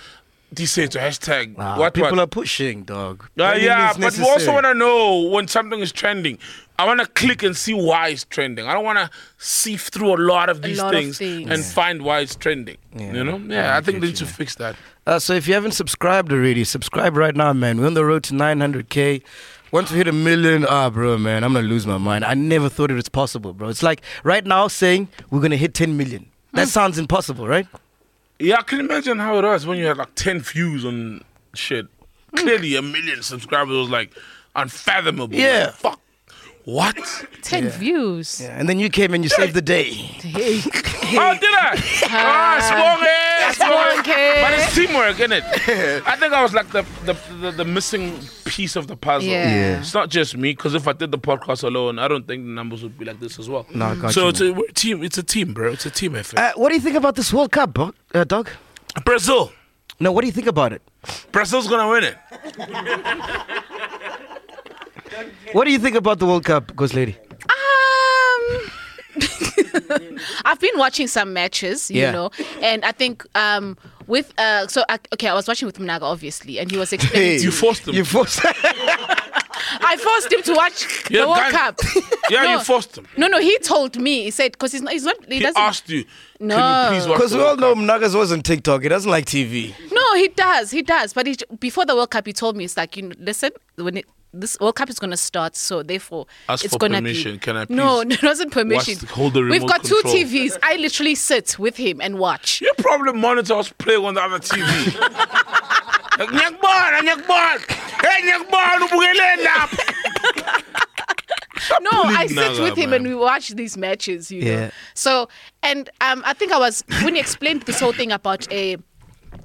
Speaker 3: They say it hashtag
Speaker 1: Wow,
Speaker 3: what
Speaker 1: people
Speaker 3: what.
Speaker 1: are pushing, dog.
Speaker 3: Uh,
Speaker 1: Trending
Speaker 3: yeah,
Speaker 1: is
Speaker 3: but we also
Speaker 1: necessary.
Speaker 3: want to know when something is trending. I want to click and see why it's trending. I don't want to sift through a lot of these
Speaker 2: lot of
Speaker 3: things,
Speaker 2: things.
Speaker 3: and find why it's trending. You know? Yeah, I think they need to fix that.
Speaker 1: Uh, so if you haven't subscribed already, subscribe right now, man. We're on the road to 900k. Once we hit a million, ah, bro, man, I'm gonna lose my mind. I never thought it was possible, bro. It's like right now saying we're gonna hit 10 million. That sounds impossible, right?
Speaker 3: Yeah, I can imagine how it was when you had like 10 views on shit. Clearly, a million subscribers was like unfathomable.
Speaker 1: Yeah.
Speaker 3: Like, fuck. What?
Speaker 2: 10 views.
Speaker 1: And then you came and you saved the day.
Speaker 2: Hey.
Speaker 3: How Oh, did I? Ah, it's wrong,
Speaker 2: Swanky.
Speaker 3: But it's teamwork, isn't it? I think I was like the the, the, the missing piece of the puzzle.
Speaker 2: Yeah. Yeah.
Speaker 3: It's not just me, because if I did the podcast alone, I don't think the numbers would be like this as well.
Speaker 1: No, I got
Speaker 3: so
Speaker 1: you,
Speaker 3: it's a we're a team. It's a team, bro. It's a team effort.
Speaker 1: Uh, what do you think about this World Cup, bro? Uh, dog?
Speaker 3: Brazil.
Speaker 1: No, what do you think about it?
Speaker 3: Brazil's gonna win it.
Speaker 1: What do you think about the World Cup, Ghost Lady?
Speaker 2: Um, I've been watching some matches, you
Speaker 1: Yeah.
Speaker 2: know, and I think um with uh so I, okay, I was watching with Mnaga obviously, and he was explaining. to
Speaker 3: You
Speaker 2: me-
Speaker 3: forced them.
Speaker 1: You forced
Speaker 2: I forced him to watch
Speaker 3: Yeah,
Speaker 2: the World
Speaker 3: guys-
Speaker 2: Cup.
Speaker 3: Yeah,
Speaker 2: No.
Speaker 3: you forced them.
Speaker 2: No, no, he told me. He said because he's not. He's not he,
Speaker 3: He
Speaker 2: doesn't.
Speaker 3: asked you.
Speaker 2: No.
Speaker 3: Can you please watch
Speaker 1: Because
Speaker 3: the
Speaker 1: we all
Speaker 3: World
Speaker 1: know
Speaker 3: Cup?"
Speaker 1: Mnagas wasn't TikTok. He doesn't like TV.
Speaker 2: No, he does. He does. But he, before the World Cup, he told me it's like you know, listen when it. This World Cup is going to start, so therefore
Speaker 3: Ask
Speaker 2: it's
Speaker 3: for
Speaker 2: going to
Speaker 3: permission.
Speaker 2: be.
Speaker 3: Can I
Speaker 2: no, no,
Speaker 3: please
Speaker 2: it wasn't permission.
Speaker 3: watch- hold the
Speaker 2: We've
Speaker 3: remote
Speaker 2: got
Speaker 3: control?
Speaker 2: two TVs. I literally sit with him and watch.
Speaker 3: You probably monitor us playing on the other TV. Like, Nyakbon, Nyakbon. Hey, Nyakbon, ubukele lapha.
Speaker 2: no, I sit
Speaker 3: Naga,
Speaker 2: with him
Speaker 3: man.
Speaker 2: and we watch these matches, you know.
Speaker 1: Yeah.
Speaker 2: So and um I think I was when he explained this whole thing about a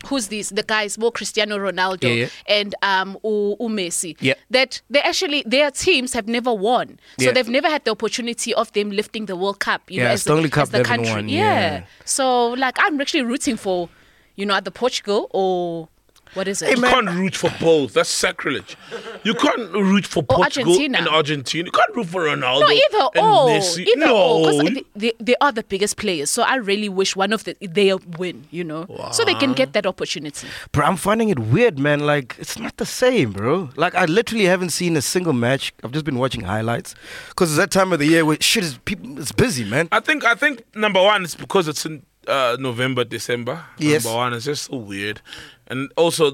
Speaker 2: who's this the guys more Cristiano Ronaldo
Speaker 1: Yeah, yeah.
Speaker 2: and um U, U Messi.
Speaker 1: Yeah.
Speaker 2: That they actually their teams have never won. So
Speaker 1: Yeah.
Speaker 2: they've never had the opportunity of them lifting the World Cup, you
Speaker 1: Yeah,
Speaker 2: know,
Speaker 1: it's
Speaker 2: as
Speaker 1: the only cup
Speaker 2: as the
Speaker 1: they haven't
Speaker 2: country.
Speaker 1: won, yeah.
Speaker 2: So like I'm actually rooting for, you know, either Portugal or what is it?
Speaker 3: You can't root for both. That's sacrilege. You can't root for
Speaker 2: Or
Speaker 3: Portugal
Speaker 2: Argentina.
Speaker 3: and Argentina. You can't root for Ronaldo.
Speaker 2: No, either
Speaker 3: and
Speaker 2: or.
Speaker 3: Messi.
Speaker 2: Either
Speaker 3: no.
Speaker 2: or. Because they, they, they are the biggest players. So I really wish one of the they win, you know? So they can get that opportunity.
Speaker 1: Bro, I'm finding it weird, man. Like, it's not the same, bro. Like, I literally haven't seen a single match. I've just been watching highlights because it's that time of the year where shit is people, it's busy, man.
Speaker 3: I think I think number one it's because it's in uh, November, December.
Speaker 1: Yes.
Speaker 3: Number one, it's just so weird. And also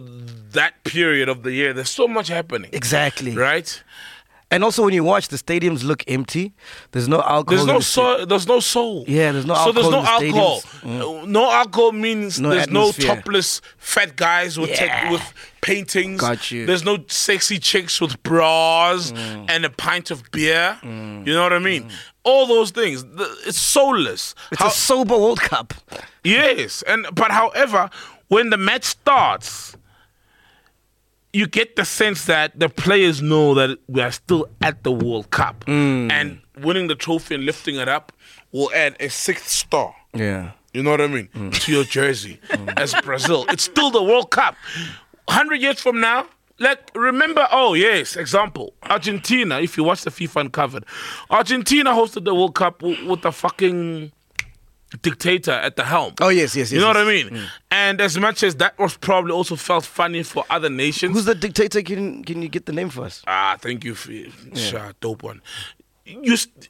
Speaker 3: that period of the year, there's so much happening.
Speaker 1: Exactly.
Speaker 3: Right?
Speaker 1: And also, when you watch, the stadiums look empty. There's no alcohol.
Speaker 3: There's
Speaker 1: in
Speaker 3: no
Speaker 1: the sta-
Speaker 3: soul. There's no soul.
Speaker 1: Yeah, there's no
Speaker 3: So there's no
Speaker 1: alcohol in the
Speaker 3: alcohol.
Speaker 1: stadiums. Mm.
Speaker 3: No alcohol means
Speaker 1: No
Speaker 3: there's
Speaker 1: atmosphere.
Speaker 3: no topless fat guys with tech-
Speaker 1: Yeah.
Speaker 3: with paintings.
Speaker 1: Got you. Mm.
Speaker 3: There's no sexy chicks with bras and a pint of beer. You know what I mean? All those things. The- It's soulless.
Speaker 1: It's
Speaker 3: How-
Speaker 1: a sober World Cup.
Speaker 3: Yes, and but however, when the match starts, you get the sense that the players know that we are still at the World Cup, and winning the trophy and lifting it up will add a sixth star.
Speaker 1: Yeah.
Speaker 3: You know what I mean? To your jersey as Brazil. It's still the World Cup. 100 years from now, like, remember, oh, yes, example, Argentina, if you watch the FIFA Uncovered, Argentina hosted the World Cup w- with the fucking dictator at the helm.
Speaker 1: Oh, yes, yes, yes.
Speaker 3: you know
Speaker 1: yes.
Speaker 3: what I mean?
Speaker 1: mm.
Speaker 3: And as much as that was probably also felt funny for other nations,
Speaker 1: Who's the dictator? Can, can you get the name for us?
Speaker 3: Ah, thank you for sure, dope one. You, st-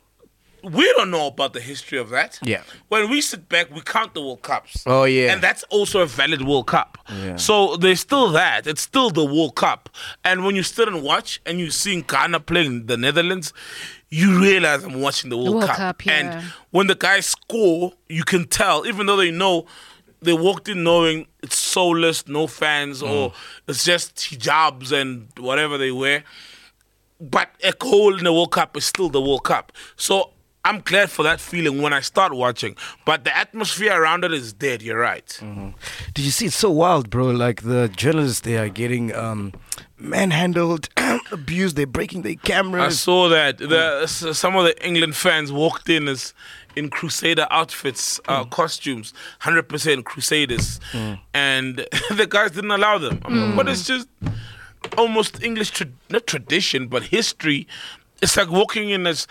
Speaker 3: we don't know about the history of that.
Speaker 1: Yeah.
Speaker 3: When we sit back, we count the World Cups.
Speaker 1: Oh, yeah.
Speaker 3: And that's also a valid World Cup.
Speaker 1: Yeah.
Speaker 3: So there's still that. It's still the World Cup. And when you sit and watch, and you're seeing Ghana playing the Netherlands, you realize I'm watching the World,
Speaker 2: World Cup, yeah.
Speaker 3: And when the guys score, you can tell, even though they know they walked in knowing it's soulless, no fans, or it's just hijabs and whatever they wear. But a goal in the World Cup is still the World Cup. So I'm glad for that feeling when I start watching. But the atmosphere around it is dead, you're right.
Speaker 1: Did you see? It's so wild, bro. Like the journalists, they are getting um, manhandled, abused. They're breaking their
Speaker 3: I
Speaker 1: cameras.
Speaker 3: saw that. The, s- some of the England fans walked in as in Crusader outfits,
Speaker 2: Hmm.
Speaker 3: uh, costumes, 100% Crusaders. And the guys didn't allow them. I'm
Speaker 2: Hmm.
Speaker 3: like, But it's just almost English, tra- not tradition, but history. It's like walking in as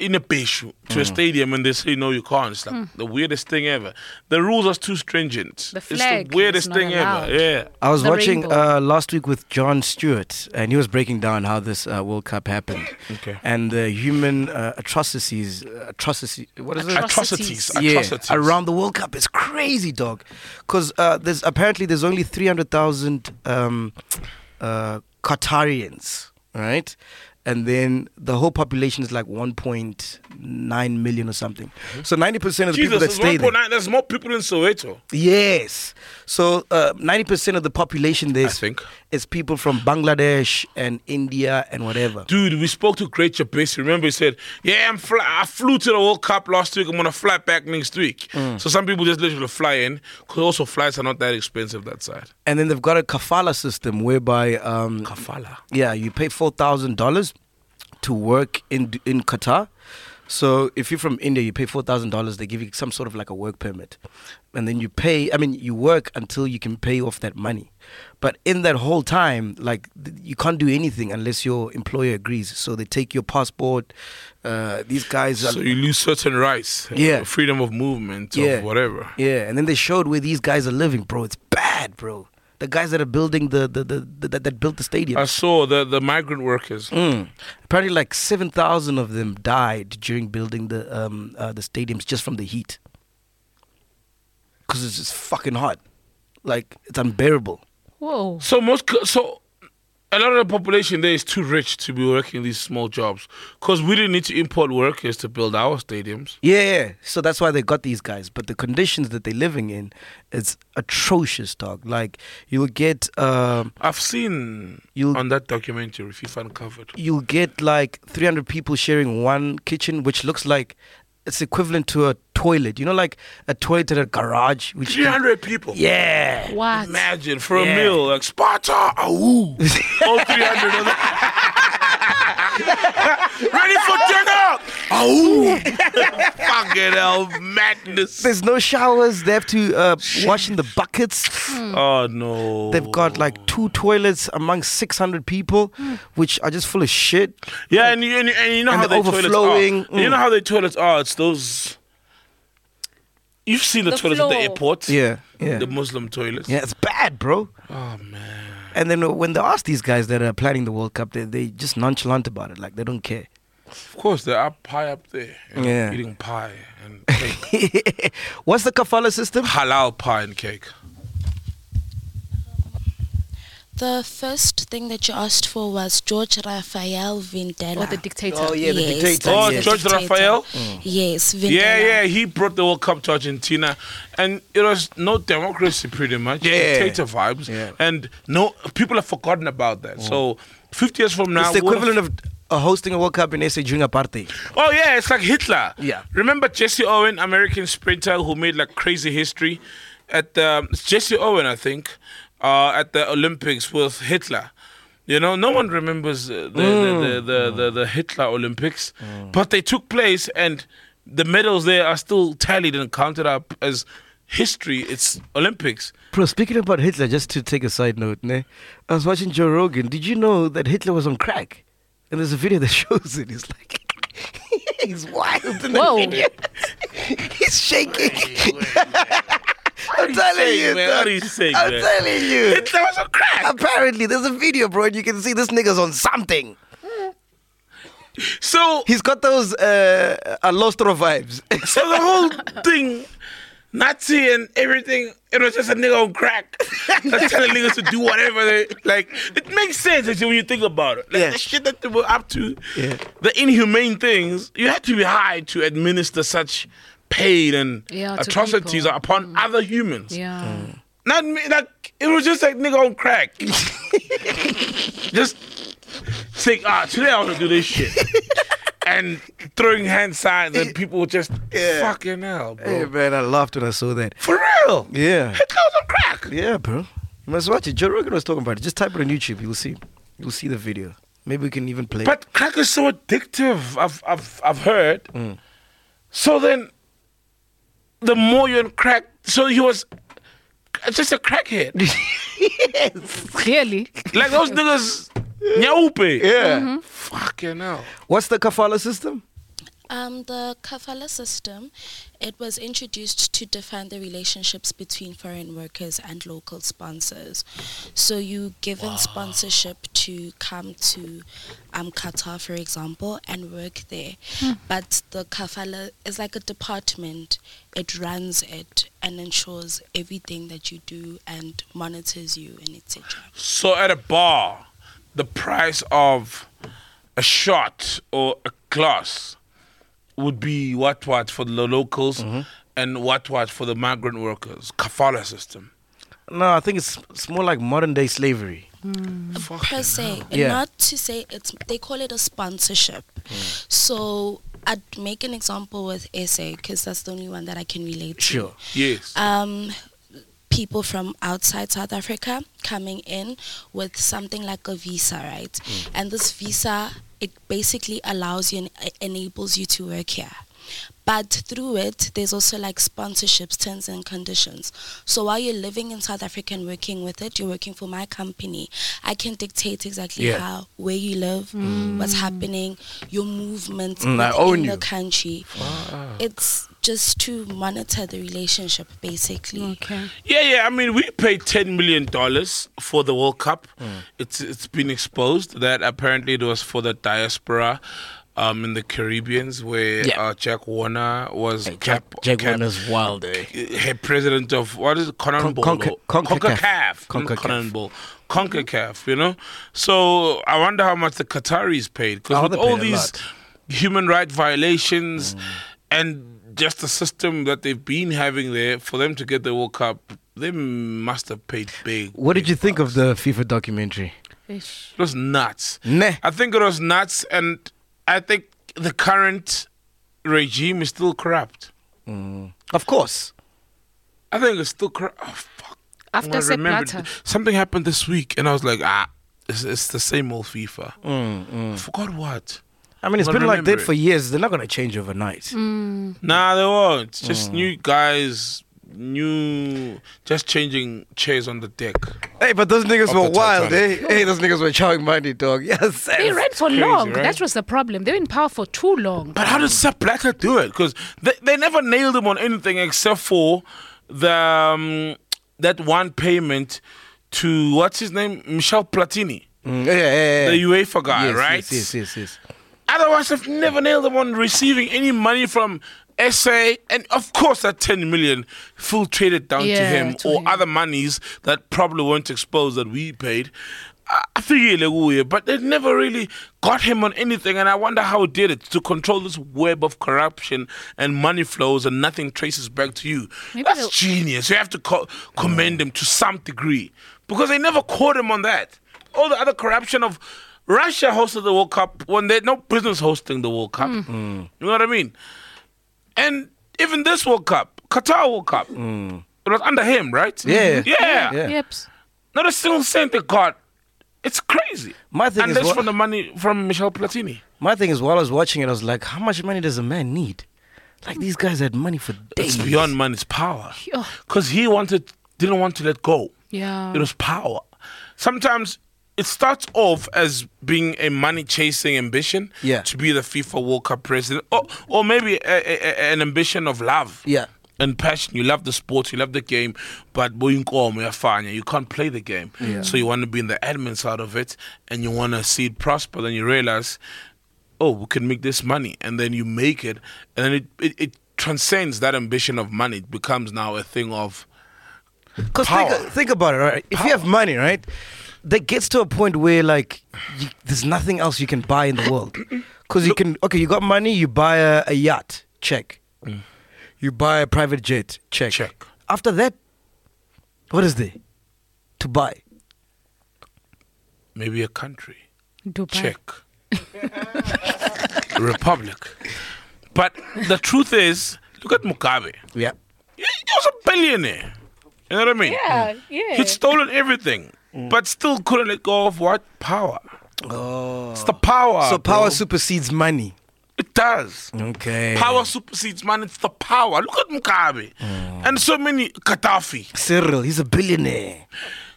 Speaker 3: in a beshu to
Speaker 2: Hmm.
Speaker 3: a stadium and they say no you can't it's like the weirdest thing ever the rules are too stringent
Speaker 2: The
Speaker 3: it's
Speaker 2: flag
Speaker 3: the weirdest
Speaker 2: is not
Speaker 3: thing
Speaker 2: allowed.
Speaker 3: ever yeah
Speaker 1: I was
Speaker 2: The
Speaker 1: watching
Speaker 2: rainbow.
Speaker 1: uh, last week with John Stewart, and he was breaking down how this uh, World Cup happened
Speaker 3: Okay.
Speaker 1: and the human uh, atrocities, atrocities. What is it?
Speaker 3: atrocities
Speaker 2: Atrocities.
Speaker 3: atrocities
Speaker 1: Yeah, around the World Cup. It's crazy, dog. Because uh, there's apparently there's only three hundred thousand um, uh, Qatarians, right? And then the whole population is like one point nine million or something. So ninety percent of the
Speaker 3: Mm-hmm. Jesus,
Speaker 1: people that
Speaker 3: there's,
Speaker 1: stay there.
Speaker 3: 1.9 there's more people in Soweto
Speaker 1: Yes. So uh, ninety percent of the population there
Speaker 3: I
Speaker 1: is,
Speaker 3: think.
Speaker 1: is people from Bangladesh and India and whatever.
Speaker 3: Dude, we spoke to Great Chapesi. Remember, he said, "Yeah, I'm fly- I flew to the World Cup last week. I'm gonna fly back next week."
Speaker 1: Mm.
Speaker 3: So some people just literally fly in because also flights are not that expensive that side.
Speaker 1: And then they've got a kafala system whereby um,
Speaker 3: Kafala.
Speaker 1: Yeah, you pay four thousand dollars to work in in Qatar. So if you're from India, you pay four thousand dollars. They give you some sort of like a work permit, and then you pay. I mean, you work until you can pay off that money. But in that whole time, like th- you can't do anything unless your employer agrees. So they take your passport. Uh, these guys are
Speaker 3: So you lose certain rights. uh,
Speaker 1: Yeah.
Speaker 3: freedom of movement.
Speaker 1: Yeah.
Speaker 3: of whatever.
Speaker 1: yeah, and then they showed where these guys are living, bro. It's bad, bro. The guys that are building the the, the, the that, that built the stadium.
Speaker 3: I saw the the migrant workers.
Speaker 1: Mm. Apparently, like seven thousand of them died during building the um, uh, the stadiums just from the heat, because it's just fucking hot, like it's unbearable.
Speaker 2: Whoa.
Speaker 3: So most co- so a lot of the population there is too rich to be working these small jobs because we didn't need to import workers to build our stadiums.
Speaker 1: Yeah, yeah. So that's why they got these guys. But the conditions that they're living in, it's atrocious, dog. Like you'll get, um,
Speaker 3: I've seen
Speaker 1: You'll-
Speaker 3: on that documentary FIFA uncovered.
Speaker 1: you'll get like three hundred people sharing one kitchen, which looks like it's equivalent to a toilet. You know, like a toilet at a garage. Which
Speaker 3: Three hundred people.
Speaker 1: Yeah.
Speaker 2: What?
Speaker 3: Imagine for
Speaker 1: Yeah.
Speaker 3: a meal like Sparta, awoo, all three hundred of them. Ready for dinner? Awoo! Fucking hell, madness!
Speaker 1: There's no showers. They have to uh, wash in the buckets.
Speaker 3: Oh no!
Speaker 1: They've got like two toilets among 600 people, which are just full of shit.
Speaker 3: yeah, and you and, you- and you know
Speaker 1: And
Speaker 3: how they
Speaker 1: the
Speaker 3: toilets are.
Speaker 1: overflowing,
Speaker 3: You
Speaker 1: mm.
Speaker 3: know how they toilets are. It's those. You've seen the,
Speaker 2: The
Speaker 3: toilets at the
Speaker 2: floor.
Speaker 3: airport.
Speaker 1: Yeah, yeah.
Speaker 3: The Muslim toilets.
Speaker 1: Yeah, it's bad, bro.
Speaker 3: Oh man.
Speaker 1: And then when they ask these guys that are planning the World Cup, they they just nonchalant about it, like they don't care.
Speaker 3: Of course, they're up high up there. you know,
Speaker 1: Yeah.
Speaker 3: Eating pie and cake.
Speaker 1: What's the kafala system?
Speaker 3: halal pie and cake.
Speaker 5: The first thing that you asked for was George Raphael Vindela.
Speaker 2: Or the dictator.
Speaker 1: Oh, yeah, the
Speaker 5: Yes,
Speaker 1: dictator.
Speaker 5: that's
Speaker 3: Oh,
Speaker 5: the
Speaker 3: George Raphael?
Speaker 5: Yes, Vindela.
Speaker 3: Yeah, yeah, he brought the World Cup to Argentina, and it was no democracy, pretty much.
Speaker 1: Yeah.
Speaker 3: dictator vibes,
Speaker 1: Yeah. Mm.
Speaker 3: and no people have forgotten about that. So, fifty years from now,
Speaker 1: It's the
Speaker 3: we'll-
Speaker 1: equivalent of uh, hosting a World Cup in SA during apartheid.
Speaker 3: Oh yeah, it's like Hitler.
Speaker 1: Yeah.
Speaker 3: Remember Jesse Owen, American sprinter who made like crazy history at the it's Jesse Owen, I think, uh, at the Olympics with Hitler. You know, no one remembers uh, the, the, the, the, the the Hitler Olympics, but they took place, and the medals there are still tallied and counted up as history. It's Olympics.
Speaker 1: Bro, speaking about Hitler, just to take a side note, ne? I was watching Joe Rogan. Did you know that Hitler was on crack? And there's a video that shows it. It's like, he's wild. In that
Speaker 2: Whoa.
Speaker 1: video. he's shaking. I'm telling
Speaker 3: saying,
Speaker 1: you.
Speaker 3: man? What
Speaker 1: dog.
Speaker 3: are you saying,
Speaker 1: I'm
Speaker 3: man?
Speaker 1: telling you.
Speaker 3: Hitler was a crack.
Speaker 1: Apparently, there's a video, bro, and you can see this nigga's on something.
Speaker 3: So
Speaker 1: He's got those uh, Alostro vibes.
Speaker 3: So the whole thing, Nazi and everything, it was just a nigga on crack. Just telling niggas to do whatever they like. It makes sense actually when you think about it. Like
Speaker 1: Yeah.
Speaker 3: the shit that they were up to,
Speaker 1: Yeah.
Speaker 3: the inhumane things, you had to be high to administer such pain and
Speaker 2: Yeah, to
Speaker 3: atrocities
Speaker 2: people. Mm.
Speaker 3: upon other humans.
Speaker 2: Yeah.
Speaker 3: Not me, like it was just like nigga on crack. just think, ah, today I want to do this shit. and throwing hand signs and people were just
Speaker 1: Yeah.
Speaker 3: fucking hell, bro.
Speaker 1: hey, man, I laughed when I saw that.
Speaker 3: For real.
Speaker 1: Yeah.
Speaker 3: It goes on crack.
Speaker 1: Yeah, bro. You must watch it. Joe Rogan was talking about it. Just type it on YouTube. You'll see. You'll see the video. Maybe we can even play. it.
Speaker 3: But crack is so addictive. I've I've I've heard.
Speaker 1: Mm.
Speaker 3: So then, the more you're on crack, so he was just a crackhead.
Speaker 2: Clearly.
Speaker 3: like those niggas, nyaupe.
Speaker 1: yeah.
Speaker 3: Fucking hell.
Speaker 1: What's the kafala system?
Speaker 5: Um, the kafala system, it was introduced to define the relationships between foreign workers and local sponsors. So you given sponsorship to come to um, Qatar, for example, and work there. But the kafala is like a department. It runs it and ensures everything that you do and monitors you and etc.
Speaker 3: So at a bar, the price of a shot or a glass would be what what for the locals and what what for the migrant workers. Kafala system.
Speaker 1: No, I think it's it's more like modern day slavery.
Speaker 5: per se, and
Speaker 1: Yeah.
Speaker 5: not to say it's. They call it a sponsorship.
Speaker 1: Mm.
Speaker 5: So I'd make an example with SA because that's the only one that I can relate
Speaker 1: Sure.
Speaker 3: Yes.
Speaker 1: Uh,
Speaker 5: to. Um, people from outside South Africa coming in with something like a visa, right? And this visa, it basically allows you and e- enables you to work here. But through it, there's also like sponsorships, terms and conditions. So while you're living in South Africa and working with it, you're working for my company. I can dictate exactly
Speaker 1: Yeah.
Speaker 5: how, where you live, what's happening, your movements
Speaker 1: Mm, I
Speaker 5: within
Speaker 1: own
Speaker 5: the
Speaker 1: you.
Speaker 5: country. It's just to monitor the relationship, basically.
Speaker 2: Okay.
Speaker 3: Yeah, yeah. I mean, we paid ten million dollars for the World Cup.
Speaker 1: Mm.
Speaker 3: It's it's been exposed that apparently it was for the diaspora. Um, in the Caribbeans, where
Speaker 1: Yeah.
Speaker 3: uh, Jack Warner was cap-
Speaker 1: Jack
Speaker 3: cap-
Speaker 1: Warner's wild, eh?
Speaker 3: head president of what is it, Conan
Speaker 1: Con-
Speaker 3: Bowl?
Speaker 1: Conca-
Speaker 3: or-
Speaker 1: Concacaf.
Speaker 3: CONCACAF.
Speaker 1: Concacaf.
Speaker 3: Not Conan Bowl. CONCACAF, you know? So I wonder how much the Qataris paid.
Speaker 1: Oh,
Speaker 3: Because with
Speaker 1: they paid
Speaker 3: all
Speaker 1: a
Speaker 3: these
Speaker 1: lot. Mm.
Speaker 3: human rights violations and just the system that they've been having there, for them to get the World Cup, they must have paid big.
Speaker 1: What did
Speaker 3: big
Speaker 1: you think
Speaker 3: bucks.
Speaker 1: of the FIFA documentary?
Speaker 2: Ish.
Speaker 3: It was nuts.
Speaker 1: Nah.
Speaker 3: I think it was nuts. And I think the current regime is still corrupt.
Speaker 1: Of course.
Speaker 3: I think it's still corrupt. Oh, fuck.
Speaker 2: After
Speaker 3: Well,
Speaker 2: Sepp
Speaker 3: remember,
Speaker 2: Blatter.
Speaker 3: Something happened this week, and I was like, ah, it's, it's the same old FIFA.
Speaker 1: Mm,
Speaker 3: I forgot what.
Speaker 1: I mean, it's
Speaker 3: Well,
Speaker 1: been like that
Speaker 3: remember
Speaker 1: for
Speaker 3: it.
Speaker 1: years. They're not gonna change overnight.
Speaker 3: Nah, they won't. It's
Speaker 1: Mm.
Speaker 3: Just new guys, new, just changing chairs on the deck.
Speaker 1: Hey, but those niggas
Speaker 3: Of
Speaker 1: were
Speaker 3: the
Speaker 1: wild, eh?
Speaker 3: Titanic.
Speaker 1: Hey, those niggas were chowing money, dog. Yes.
Speaker 2: They
Speaker 1: yes.
Speaker 2: ran for
Speaker 3: crazy,
Speaker 2: long.
Speaker 3: right?
Speaker 2: That was the problem. They were in power for too long.
Speaker 3: But
Speaker 1: Mm.
Speaker 3: how did Sepp Blatter do it? Because they, they never nailed him on anything except for the um, that one payment to what's his name, Michel Platini,
Speaker 1: Mm, yeah, yeah, yeah.
Speaker 3: the UEFA guy,
Speaker 1: yes,
Speaker 3: right?
Speaker 1: Yes, yes, yes, yes.
Speaker 3: I Otherwise, I've never nailed them on receiving any money from SA, and of course, that 10 million filtrated down to
Speaker 2: Yeah,
Speaker 3: him
Speaker 2: to
Speaker 3: or
Speaker 2: him.
Speaker 3: other monies that probably weren't exposed that we paid. I- I figure like, oh, yeah, but they never really got him on anything, and I wonder how he did it to control this web of corruption and money flows, and nothing traces back to you.
Speaker 2: Maybe
Speaker 3: That's
Speaker 2: they'll-
Speaker 3: genius. You have to co- commend him to some degree because they never caught him on that. All the other corruption of Russia hosted the World Cup when they had no business hosting the World Cup.
Speaker 2: Mm.
Speaker 3: You know what I mean? And even this World Cup, Qatar World Cup, it was under him, right?
Speaker 1: Yeah.
Speaker 3: Yeah.
Speaker 1: Yeah.
Speaker 2: Yep.
Speaker 3: Not a single cent they got. It's crazy.
Speaker 1: My thing is
Speaker 3: Unless
Speaker 1: what-
Speaker 3: from the money from Michel Platini.
Speaker 1: My thing is, while I was watching it, I was like, how much money does a man need? Like these guys had money for days.
Speaker 3: It's beyond money, it's power.
Speaker 2: Yeah.
Speaker 3: Because he wanted, didn't want to let go.
Speaker 2: Yeah.
Speaker 3: It was power. Sometimes it starts off as being a money chasing ambition
Speaker 1: Yeah.
Speaker 3: to be the FIFA World Cup president, or, or maybe a, a- a- an ambition of love
Speaker 1: Yeah.
Speaker 3: and passion. You love the sport, you love the game, but boyinkomo, yafanya, you can't play the game. So you want to be in the admin side of it and you want to see it prosper. Then you realize, oh, we can make this money. And then you make it. And then it, it, it transcends that ambition of money. It becomes now a thing of.
Speaker 1: Because think,
Speaker 3: Power.
Speaker 1: think about it, right? If you have money, right, that gets to a point where like you, there's nothing else you can buy in the world. Because you can, okay, you got money, you buy a, a yacht, check. You buy a private jet, check.
Speaker 3: Check.
Speaker 1: After that, what is there to buy?
Speaker 3: maybe a country.
Speaker 2: Dubai.
Speaker 3: Czech. Republic. But the truth is, look at Mugabe.
Speaker 1: Yeah.
Speaker 3: He he was a billionaire. You know what I mean? Mm.
Speaker 2: Yeah. Yeah.
Speaker 3: He'd stolen everything,
Speaker 1: Mm.
Speaker 3: but still couldn't let go of what? Power.
Speaker 1: Oh.
Speaker 3: It's the power.
Speaker 1: So power
Speaker 3: bro.
Speaker 1: supersedes money.
Speaker 3: It does.
Speaker 1: Okay.
Speaker 3: Power supersedes man. It's the power. Look at Mugabe.
Speaker 1: Mm.
Speaker 3: And so many. Gaddafi.
Speaker 1: Cyril, he's a billionaire.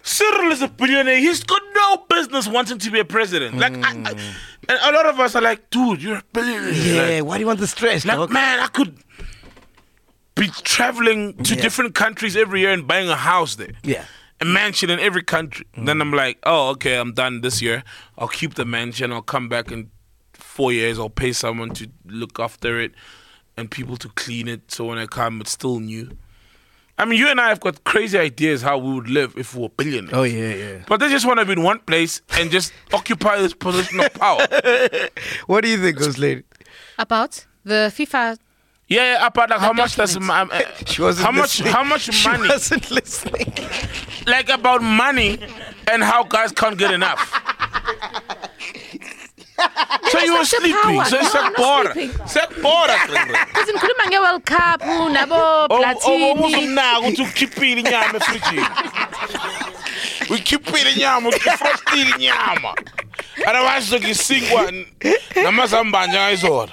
Speaker 3: Cyril is a billionaire. He's got no business wanting to be a president. Like, I, I, and a lot of us are like, dude, you're a billionaire. Like,
Speaker 1: Mm. Yeah, why do you want the stress?
Speaker 3: Like,
Speaker 1: dog?
Speaker 3: man, I could be traveling to
Speaker 1: Yeah.
Speaker 3: different countries every year and buying a house there.
Speaker 1: Yeah. Mm.
Speaker 3: A mansion in every country. Then I'm like, oh, okay, I'm done this year. I'll keep the mansion. I'll come back in four years. I'll pay someone to look after it and people to clean it. So when I come, it's still new. I mean, you and I have got crazy ideas how we would live if we were billionaires.
Speaker 1: Oh yeah, yeah.
Speaker 3: But they just want to be in one place and just occupy this position of power.
Speaker 1: What do you think, Ghost Lady?
Speaker 2: About the FIFA.
Speaker 3: Yeah, yeah, about like how much does um,
Speaker 2: document.
Speaker 3: uh,
Speaker 1: She wasn't
Speaker 3: how much
Speaker 1: listening.
Speaker 3: how much
Speaker 1: She
Speaker 3: money
Speaker 1: wasn't listening.
Speaker 3: like about money and how guys can't get enough. so you were
Speaker 2: such a
Speaker 3: sleeping.
Speaker 2: power.
Speaker 3: So it's
Speaker 2: No,
Speaker 3: a
Speaker 2: I'm not sleeping.
Speaker 3: border. It's a border.
Speaker 2: Because ngikhuluma nge-World Cup,
Speaker 3: Oh,
Speaker 2: unabo Platini.
Speaker 3: ubuzumnaka ukuthi ukhiphile inyama efrijini ukhiphile inyama ufrostile inyama otherwise zokisinkwa n- namazambanje angayizona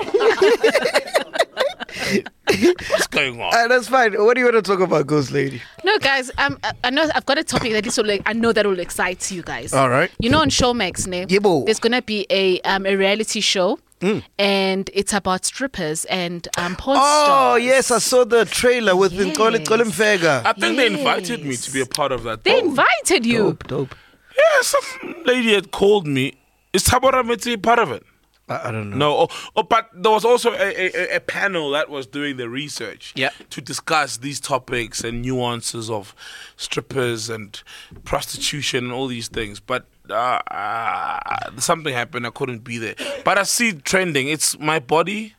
Speaker 3: what's going on
Speaker 1: Alright, that's fine. What do you want to talk about, Ghost Lady?
Speaker 2: No, guys, um, I- I know I've got a topic that this will, like, I know that will excite you guys.
Speaker 1: All right.
Speaker 2: You know, on Showmax, ne,
Speaker 1: Yeah, bo.
Speaker 2: there's gonna be a um a reality show,
Speaker 1: Mm.
Speaker 2: and it's about strippers and um porn
Speaker 1: Oh
Speaker 2: stars.
Speaker 1: yes, I saw the trailer with yes. Colin,
Speaker 2: Yes.
Speaker 1: Colin Fega.
Speaker 3: I think they invited me to be a part of that.
Speaker 2: They
Speaker 3: Oh.
Speaker 2: invited you.
Speaker 1: Dope, dope.
Speaker 3: Yeah, some lady had called me. Is Tabora Meti part of it?
Speaker 1: I, I don't know.
Speaker 3: No. Oh, oh, but there was also a, a, a- a panel that was doing the research
Speaker 1: Yeah.
Speaker 3: to discuss these topics and nuances of strippers and prostitution and all these things. But uh, uh, something happened. I couldn't be there. But I see it trending. It's my body.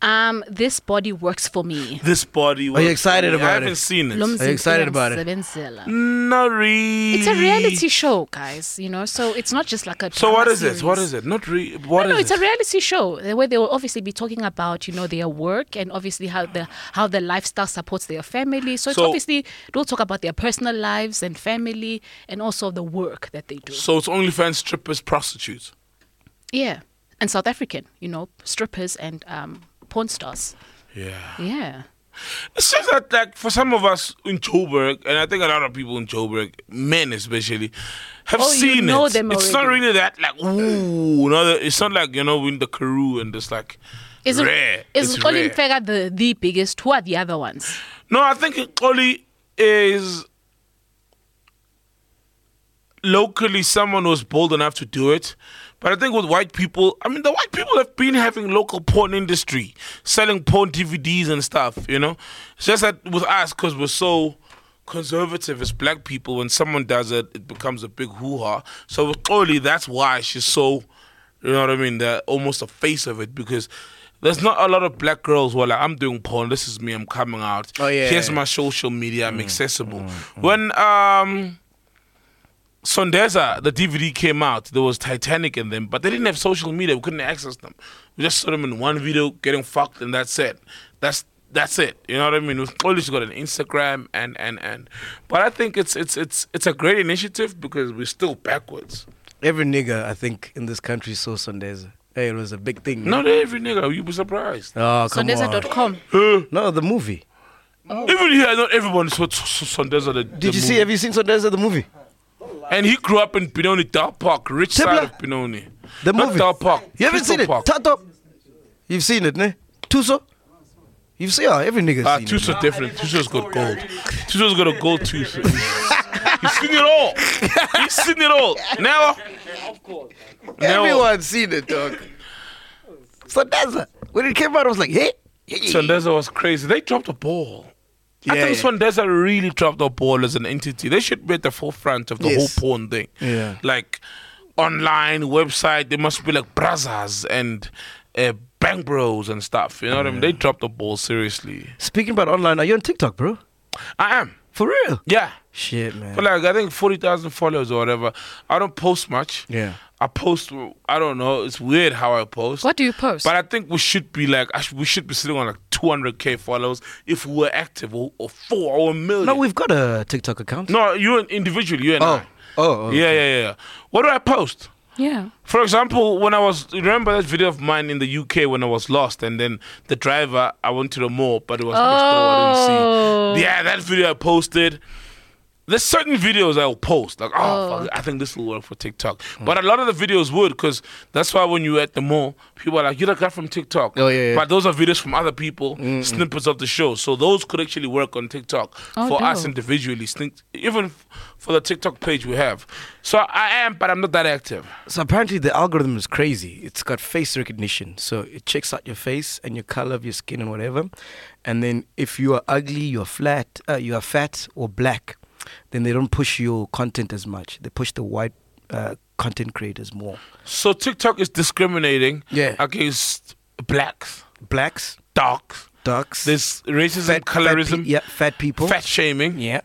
Speaker 2: Um, this body works for me.
Speaker 3: This body.
Speaker 1: Are you excited about
Speaker 3: I
Speaker 1: it?
Speaker 3: haven't seen it.
Speaker 2: Lomzi-
Speaker 1: excited about it?
Speaker 2: Lomzibenzela.
Speaker 3: Not really.
Speaker 2: It's a reality show, guys. You know, so it's not just like a.
Speaker 3: So
Speaker 2: drama
Speaker 3: what is
Speaker 2: series.
Speaker 3: it? What is it? Not really. What
Speaker 2: no, no,
Speaker 3: is
Speaker 2: it's
Speaker 3: it?
Speaker 2: a reality show where they will obviously be talking about you know their work and obviously how the how their lifestyle supports their family. So, it's
Speaker 3: So-
Speaker 2: obviously they'll talk about their personal lives and family and also the work that they do.
Speaker 3: so it's OnlyFans strippers prostitutes.
Speaker 2: yeah, and South African, you know, strippers and um, porn stars.
Speaker 3: Yeah.
Speaker 2: Yeah,
Speaker 3: It's just that, like, for some of us in Joburg, and I think a lot of people in Joburg, men especially, have
Speaker 2: Oh, you
Speaker 3: seen
Speaker 2: know
Speaker 3: it.
Speaker 2: them
Speaker 3: it's not
Speaker 2: already.
Speaker 3: really that, like, ooh, no, it's not like, you know, in the Karoo and just like,
Speaker 2: is
Speaker 3: rare.
Speaker 2: is
Speaker 3: it's
Speaker 2: Colin
Speaker 3: rare.
Speaker 2: Fega the the biggest? Who are the other ones?
Speaker 3: No, I think Oli is locally someone was bold enough to do it. But I think with white people, I mean, the white people have been having local porn industry, selling porn DVDs and stuff. You know, it's just that with us, because we're so conservative as black people, when someone does it, it becomes a big hoo ha. So with Oli, that's why she's so, you know what I mean? The almost the face of it because. There's not a lot of black girls who are like, I'm doing porn, this is me, I'm coming out.
Speaker 1: Oh, yeah. Mm,
Speaker 3: Here's my social media, I'm accessible. When um Sondeza, the DVD came out. There was Titanic in them, but they didn't have social media. We couldn't access them. We just saw them in one video getting fucked, and that's it. That's that's it. You know what I mean? We've only got an Instagram and and and. But I think it's it's it's it's a great initiative because we're still backwards.
Speaker 1: Every nigga, I think, in this country saw Sondeza. Hey, it was a big thing.
Speaker 3: Not every nigga. You'd be surprised.
Speaker 1: Oh, come on.
Speaker 2: Sondeza.com.
Speaker 3: Huh?
Speaker 1: No, the movie.
Speaker 3: Even here, not everyone saw Sondeza. The,
Speaker 1: Oh. Did you see? Have you seen Sondeza the movie?
Speaker 3: And he grew up in Pinoni Dal Park, rich side
Speaker 1: Tibla.
Speaker 3: of Pinoni.
Speaker 1: The
Speaker 3: Not
Speaker 1: movie.
Speaker 3: Dal Park.
Speaker 1: You haven't seen
Speaker 3: Tito
Speaker 1: it?
Speaker 3: Park.
Speaker 1: Tato. You've seen it, ne? Tuso. You've seen oh, every nigga's
Speaker 3: Ah,
Speaker 1: seen
Speaker 3: Tusa's
Speaker 1: it.
Speaker 3: different. Tusa's got gold. Tusa's got a gold tooth. He's seen it all. He's seen it all. Now,
Speaker 4: Of course.
Speaker 3: now,
Speaker 1: Everyone's seen it, dog. Sondeza. When it came out, I was like, hey.
Speaker 3: Sondeza was crazy. They dropped a ball. I
Speaker 1: Yeah,
Speaker 3: think
Speaker 1: yeah.
Speaker 3: Sondeza really dropped a ball as an entity. They should be at the forefront of the
Speaker 1: Yes.
Speaker 3: whole porn thing.
Speaker 1: Yeah.
Speaker 3: Like online website, they must be like brothers and uh, bang bros and stuff. You know what I mean? They dropped the ball seriously.
Speaker 1: Speaking about online, are you on TikTok, bro?
Speaker 3: I am.
Speaker 1: For real?
Speaker 3: Yeah.
Speaker 1: Shit, man.
Speaker 3: But like I think forty thousand followers or whatever. I don't post much.
Speaker 1: Yeah.
Speaker 3: I post. I don't know. It's weird how I post.
Speaker 2: What do you post?
Speaker 3: But I think we should be like I sh- we should be sitting on like two hundred k followers if we were active or, or four or a million.
Speaker 1: no, we've got a TikTok account.
Speaker 3: no you and individually you and
Speaker 1: Oh.
Speaker 3: I.
Speaker 1: Oh. oh.
Speaker 3: Yeah, yeah, yeah. What do I post?
Speaker 2: yeah.
Speaker 3: For example, when I was remember that video of mine in the UK when I was lost, and then the driver I went to the mall, but it was next door. I
Speaker 2: Oh.
Speaker 3: didn't see. Yeah, that video I posted. There's certain videos I'll post like, oh,
Speaker 2: Oh.
Speaker 3: fuck, I think this will work for TikTok. But a lot of the videos would, because that's why when you're at the mall, people are like, you're the guy from TikTok.
Speaker 1: Oh, yeah, Mm, yeah.
Speaker 3: But those are videos from other people, snippets of the show. So those could actually work on TikTok
Speaker 2: Oh,
Speaker 3: for us
Speaker 2: dope.
Speaker 3: individually, sn- even f- for the TikTok page we have. So I am, but I'm not that active.
Speaker 1: So apparently the algorithm is crazy. It's got face recognition, so it checks out your face and your color of your skin and whatever. And then if you are ugly, you're flat, uh, you are fat or black, then they don't push your content as much. They push the white uh, content creators more.
Speaker 3: So TikTok is discriminating
Speaker 1: Yeah.
Speaker 3: against blacks,
Speaker 1: Blacks,
Speaker 3: darks.
Speaker 1: ducks,
Speaker 3: There's racism,
Speaker 1: fat,
Speaker 3: colorism,
Speaker 1: fat, pe- yeah, fat people,
Speaker 3: fat shaming.
Speaker 1: yeah.